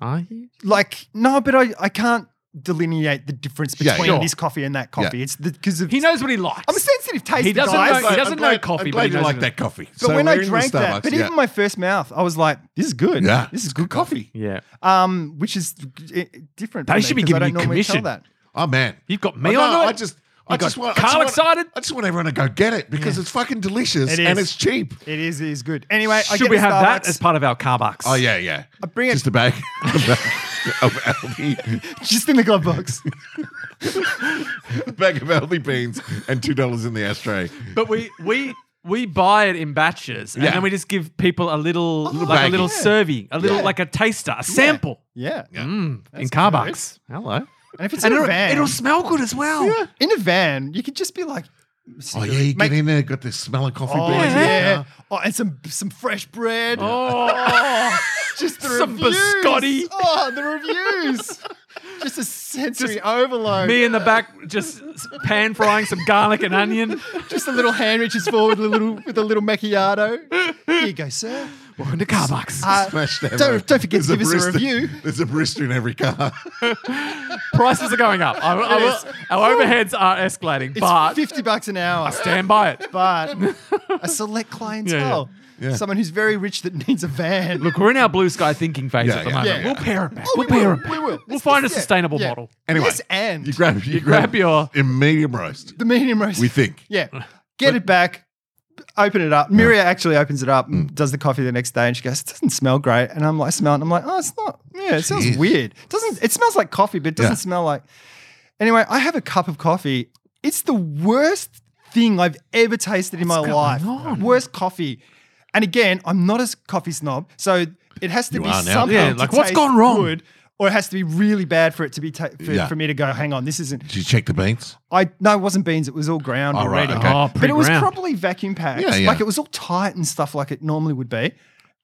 [SPEAKER 3] Are you?
[SPEAKER 4] Like, no, but I, I can't delineate the difference
[SPEAKER 1] Yeah,
[SPEAKER 4] between
[SPEAKER 1] sure.
[SPEAKER 4] this coffee and that coffee. It's because of
[SPEAKER 3] He knows what he likes.
[SPEAKER 4] I'm a sensitive taste.
[SPEAKER 3] He doesn't
[SPEAKER 4] guys.
[SPEAKER 3] know- he
[SPEAKER 1] I'm
[SPEAKER 3] doesn't
[SPEAKER 1] glad-
[SPEAKER 3] know coffee,
[SPEAKER 1] I'm
[SPEAKER 3] but
[SPEAKER 1] glad
[SPEAKER 3] he
[SPEAKER 1] you
[SPEAKER 3] knows
[SPEAKER 1] like
[SPEAKER 3] it.
[SPEAKER 1] that coffee.
[SPEAKER 4] But
[SPEAKER 1] So
[SPEAKER 4] when
[SPEAKER 1] we're
[SPEAKER 4] I
[SPEAKER 1] in the
[SPEAKER 4] drank that,
[SPEAKER 1] Starbucks,
[SPEAKER 4] but
[SPEAKER 1] yeah.
[SPEAKER 4] even my first mouth, I was like, "This is good.
[SPEAKER 1] yeah,
[SPEAKER 4] this is
[SPEAKER 1] it's
[SPEAKER 4] good coffee."
[SPEAKER 3] yeah.
[SPEAKER 4] Um, which is uh, different. for
[SPEAKER 3] They
[SPEAKER 4] me
[SPEAKER 3] should be
[SPEAKER 4] 'cause I
[SPEAKER 3] giving
[SPEAKER 4] don't
[SPEAKER 3] you
[SPEAKER 4] normally tell
[SPEAKER 3] commission.
[SPEAKER 4] That.
[SPEAKER 1] Oh man,
[SPEAKER 3] You've got
[SPEAKER 1] I,
[SPEAKER 3] me on
[SPEAKER 1] know,
[SPEAKER 3] it?
[SPEAKER 1] I just I
[SPEAKER 3] got
[SPEAKER 1] just want I
[SPEAKER 3] Carl
[SPEAKER 1] just want-
[SPEAKER 3] excited.
[SPEAKER 1] I just want everyone to go get it because it's fucking delicious
[SPEAKER 4] It
[SPEAKER 1] and
[SPEAKER 4] is.
[SPEAKER 1] it's cheap.
[SPEAKER 4] It is, it is good. Anyway, I
[SPEAKER 3] Should
[SPEAKER 4] get
[SPEAKER 3] we
[SPEAKER 4] a
[SPEAKER 3] have that
[SPEAKER 4] Starbucks.
[SPEAKER 3] as part of our car box?
[SPEAKER 1] Oh yeah, yeah.
[SPEAKER 4] I bring it
[SPEAKER 1] Just a bag [LAUGHS] of of Aldi,
[SPEAKER 4] [LAUGHS] just in the glove box.
[SPEAKER 1] [LAUGHS] a bag of Aldi beans, and two dollars in the ashtray.
[SPEAKER 3] But we we we buy it in batches, and
[SPEAKER 1] Yeah.
[SPEAKER 3] then we just give people a little,
[SPEAKER 4] Oh,
[SPEAKER 1] little
[SPEAKER 3] like a
[SPEAKER 1] baggie.
[SPEAKER 3] little
[SPEAKER 1] Yeah.
[SPEAKER 3] serving, a little
[SPEAKER 1] Yeah.
[SPEAKER 3] like a taster, a sample.
[SPEAKER 4] yeah.
[SPEAKER 1] Yeah.
[SPEAKER 3] Mm, in
[SPEAKER 4] That's
[SPEAKER 3] car
[SPEAKER 4] good.
[SPEAKER 3] box. Hello.
[SPEAKER 4] And if it's
[SPEAKER 3] And
[SPEAKER 4] in a
[SPEAKER 3] it'll,
[SPEAKER 4] van,
[SPEAKER 3] it'll smell good as well. Yeah.
[SPEAKER 4] in a van, you could just be like,
[SPEAKER 1] Oh yeah, you
[SPEAKER 4] Mate-
[SPEAKER 1] get in there, got the smell of coffee
[SPEAKER 4] Oh,
[SPEAKER 1] beans.
[SPEAKER 4] yeah.
[SPEAKER 1] in
[SPEAKER 3] [LAUGHS]
[SPEAKER 1] the car.
[SPEAKER 4] Oh, and some some fresh bread.
[SPEAKER 3] Oh,
[SPEAKER 4] just the
[SPEAKER 3] some
[SPEAKER 4] reviews.
[SPEAKER 3] biscotti.
[SPEAKER 4] Oh, the reviews. just a sensory
[SPEAKER 3] [LAUGHS]
[SPEAKER 4] overload.
[SPEAKER 3] me in the back just pan frying some garlic and onion.
[SPEAKER 4] just a little hand reaches forward with a little with a little macchiato. Here you go, sir.
[SPEAKER 3] Welcome to car box.
[SPEAKER 4] Uh,
[SPEAKER 1] Smash that
[SPEAKER 4] don't,
[SPEAKER 1] open.
[SPEAKER 4] don't forget to give
[SPEAKER 1] There's
[SPEAKER 4] us a
[SPEAKER 1] barista-
[SPEAKER 4] review.
[SPEAKER 1] There's a barista in every car. [LAUGHS]
[SPEAKER 3] Prices are going up. I, I,
[SPEAKER 4] Yes.
[SPEAKER 3] our overheads are escalating,
[SPEAKER 4] It's
[SPEAKER 3] but
[SPEAKER 4] fifty bucks an hour.
[SPEAKER 3] stand by it.
[SPEAKER 4] But a select clientele.
[SPEAKER 1] Yeah.
[SPEAKER 4] Someone who's very rich that needs a van.
[SPEAKER 3] Look, we're in our blue sky thinking phase
[SPEAKER 1] Yeah,
[SPEAKER 3] at the
[SPEAKER 1] yeah,
[SPEAKER 3] moment.
[SPEAKER 4] yeah, yeah.
[SPEAKER 3] We'll pair it back.
[SPEAKER 4] Oh,
[SPEAKER 3] we'll
[SPEAKER 4] we
[SPEAKER 3] pair
[SPEAKER 4] will,
[SPEAKER 3] it back.
[SPEAKER 4] we will.
[SPEAKER 3] We'll
[SPEAKER 4] It's-
[SPEAKER 3] find a
[SPEAKER 4] yeah,
[SPEAKER 3] sustainable
[SPEAKER 4] yeah.
[SPEAKER 3] model.
[SPEAKER 1] Anyway,
[SPEAKER 4] Yes, and
[SPEAKER 1] you grab you,
[SPEAKER 3] You grab your
[SPEAKER 1] a medium roast.
[SPEAKER 4] the medium roast.
[SPEAKER 1] We think.
[SPEAKER 3] [LAUGHS]
[SPEAKER 4] Yeah. Get it back. Open it up. Miria actually opens it up,
[SPEAKER 3] Mm.
[SPEAKER 4] and does the coffee the next day, and she goes, "It doesn't smell great." And I'm like, "Smell," it. and I'm like, "Oh, it's not. Yeah, it smells
[SPEAKER 1] Jeez.
[SPEAKER 4] weird. It doesn't it smells like coffee, but it doesn't
[SPEAKER 1] Yeah.
[SPEAKER 4] smell like." Anyway, I have a cup of coffee. It's the worst thing I've ever tasted in my
[SPEAKER 3] going
[SPEAKER 4] life.
[SPEAKER 3] on?
[SPEAKER 4] Worst coffee. And again, I'm not a coffee snob, so it has to
[SPEAKER 1] You
[SPEAKER 4] be
[SPEAKER 1] are now.
[SPEAKER 4] something.
[SPEAKER 3] Yeah,
[SPEAKER 4] to
[SPEAKER 3] like, what's
[SPEAKER 4] taste
[SPEAKER 3] gone wrong?
[SPEAKER 4] good, or it has to be really bad for it to be ta- for,
[SPEAKER 1] Yeah.
[SPEAKER 4] for me to go. Hang on, this isn't.
[SPEAKER 1] Did you check the beans?
[SPEAKER 4] I no, it wasn't beans. It was all ground
[SPEAKER 1] Oh, right,
[SPEAKER 4] already.
[SPEAKER 1] okay.
[SPEAKER 3] Oh,
[SPEAKER 4] but it was
[SPEAKER 3] pre-ground.
[SPEAKER 4] probably vacuum packed.
[SPEAKER 1] Yeah, yeah.
[SPEAKER 4] Like it was all tight and stuff like it normally would be.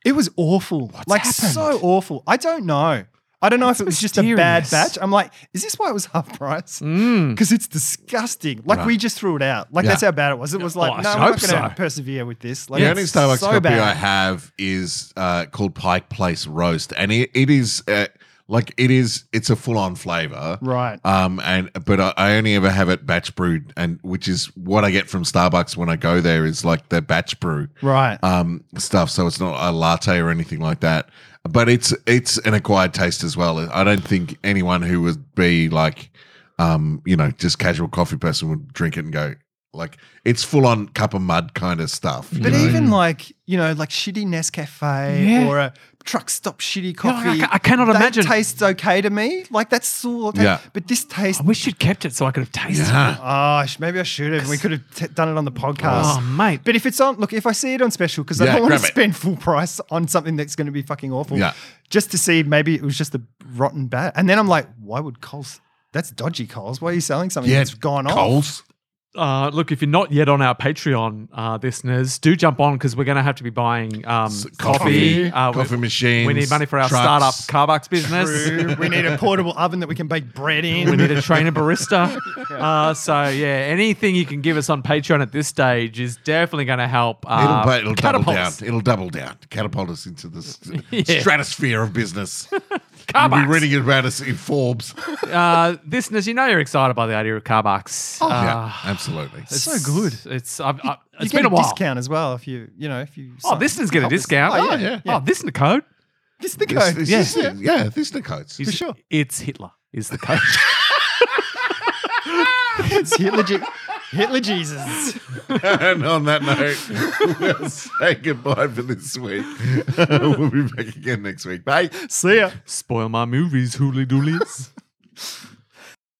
[SPEAKER 4] It was awful. like
[SPEAKER 3] happened?
[SPEAKER 4] so awful. I don't know. I don't know if it was just a bad
[SPEAKER 3] mysterious.
[SPEAKER 4] batch. I'm like, is this why it was half price?
[SPEAKER 3] Mm.
[SPEAKER 4] Because it's disgusting. Like we just threw it out. Like
[SPEAKER 1] Yeah.
[SPEAKER 4] that's how bad it was. It was like,
[SPEAKER 3] Oh, I
[SPEAKER 4] no, we're
[SPEAKER 3] hope
[SPEAKER 4] not going to
[SPEAKER 3] so.
[SPEAKER 4] persevere with this. Like
[SPEAKER 1] The only
[SPEAKER 4] it's
[SPEAKER 1] Starbucks
[SPEAKER 4] so
[SPEAKER 1] coffee
[SPEAKER 4] bad.
[SPEAKER 1] I have is uh, called Pike Place Roast, and it, it is uh, like it is. It's a full on flavor,
[SPEAKER 4] Right.
[SPEAKER 1] Um, and but I, I only ever have it batch brewed, and which is what I get from Starbucks when I go there is like the batch brew,
[SPEAKER 4] Right.
[SPEAKER 1] um stuff so it's not a latte or anything like that but it's it's an acquired taste as well i don't think anyone who would be like um you know just casual coffee person would drink it and go like it's full on cup of mud kind of stuff you
[SPEAKER 4] But
[SPEAKER 1] know?
[SPEAKER 4] even like, you know, like shitty Nescafe
[SPEAKER 3] Yeah.
[SPEAKER 4] or a truck stop shitty
[SPEAKER 3] Yeah, like,
[SPEAKER 4] coffee.
[SPEAKER 3] I ca- I cannot
[SPEAKER 4] that
[SPEAKER 3] imagine.
[SPEAKER 4] tastes okay to me. Like that's sort of
[SPEAKER 1] Yeah.
[SPEAKER 4] but this taste
[SPEAKER 3] I wish you'd kept it so I could have tasted
[SPEAKER 1] yeah
[SPEAKER 4] oh, I sh- maybe I should have. We could have t- done it on the
[SPEAKER 3] it.
[SPEAKER 4] podcast.
[SPEAKER 3] Oh, mate.
[SPEAKER 4] But if it's on, look, if I see it on special, because I
[SPEAKER 1] Yeah,
[SPEAKER 4] don't want
[SPEAKER 1] grab
[SPEAKER 4] to
[SPEAKER 1] it.
[SPEAKER 4] spend full price on something that's going to be fucking awful.
[SPEAKER 1] Yeah.
[SPEAKER 4] Just to see maybe it was just a rotten bat. And then I'm like, why would Coles? That's dodgy, Coles. Why are you selling something
[SPEAKER 1] yeah
[SPEAKER 4] that's gone off?
[SPEAKER 1] Coles.
[SPEAKER 3] Uh, look, if you're not yet on our Patreon, uh, listeners, do jump on because we're going to have to be buying um, coffee.
[SPEAKER 1] coffee
[SPEAKER 3] Uh, we-
[SPEAKER 1] coffee machines
[SPEAKER 3] we need money for our startup
[SPEAKER 1] trucks.
[SPEAKER 3] Carbox business.
[SPEAKER 4] True. we need a portable oven that we can bake bread in.
[SPEAKER 3] we need a trainer barista. Uh, so yeah, anything you can give us on Patreon at this stage is definitely going to help.
[SPEAKER 1] It'll,
[SPEAKER 3] Uh,
[SPEAKER 1] bu- it'll double
[SPEAKER 3] catapult
[SPEAKER 1] down.
[SPEAKER 3] us.
[SPEAKER 1] It'll double down. Catapult us into the s-
[SPEAKER 3] [LAUGHS] Yeah.
[SPEAKER 1] stratosphere of
[SPEAKER 3] [LAUGHS]
[SPEAKER 1] business. You'll be
[SPEAKER 3] Carbox.
[SPEAKER 1] reading about us in Forbes.
[SPEAKER 3] uh, listeners, you know you're excited by the idea of Carbox. Oh,
[SPEAKER 1] yeah, absolutely.
[SPEAKER 3] It's
[SPEAKER 4] so good.
[SPEAKER 3] It's I've, I,
[SPEAKER 4] You
[SPEAKER 3] it's
[SPEAKER 4] get
[SPEAKER 3] been a,
[SPEAKER 4] a,
[SPEAKER 3] while.
[SPEAKER 4] discount as well if you, you know, if you.
[SPEAKER 3] Oh, listeners get a
[SPEAKER 4] help us.
[SPEAKER 3] discount.
[SPEAKER 4] Oh,
[SPEAKER 1] Oh,
[SPEAKER 4] yeah.
[SPEAKER 1] yeah.
[SPEAKER 3] Oh, this is the code.
[SPEAKER 4] This is the
[SPEAKER 1] Yes,
[SPEAKER 4] code.
[SPEAKER 1] this
[SPEAKER 4] [LAUGHS]
[SPEAKER 3] Yeah.
[SPEAKER 1] is the- yeah, this is the codes.
[SPEAKER 3] [LAUGHS] It's-
[SPEAKER 4] sure.
[SPEAKER 3] It's Hitler is the
[SPEAKER 4] [LAUGHS]
[SPEAKER 3] code.
[SPEAKER 4] It's Hitler, Je- Hitler Jesus.
[SPEAKER 1] and on that note, [LAUGHS] we'll say goodbye for this week. [LAUGHS] we'll be back again next week. Bye.
[SPEAKER 4] See ya.
[SPEAKER 3] Spoil my movies, hooly doolies.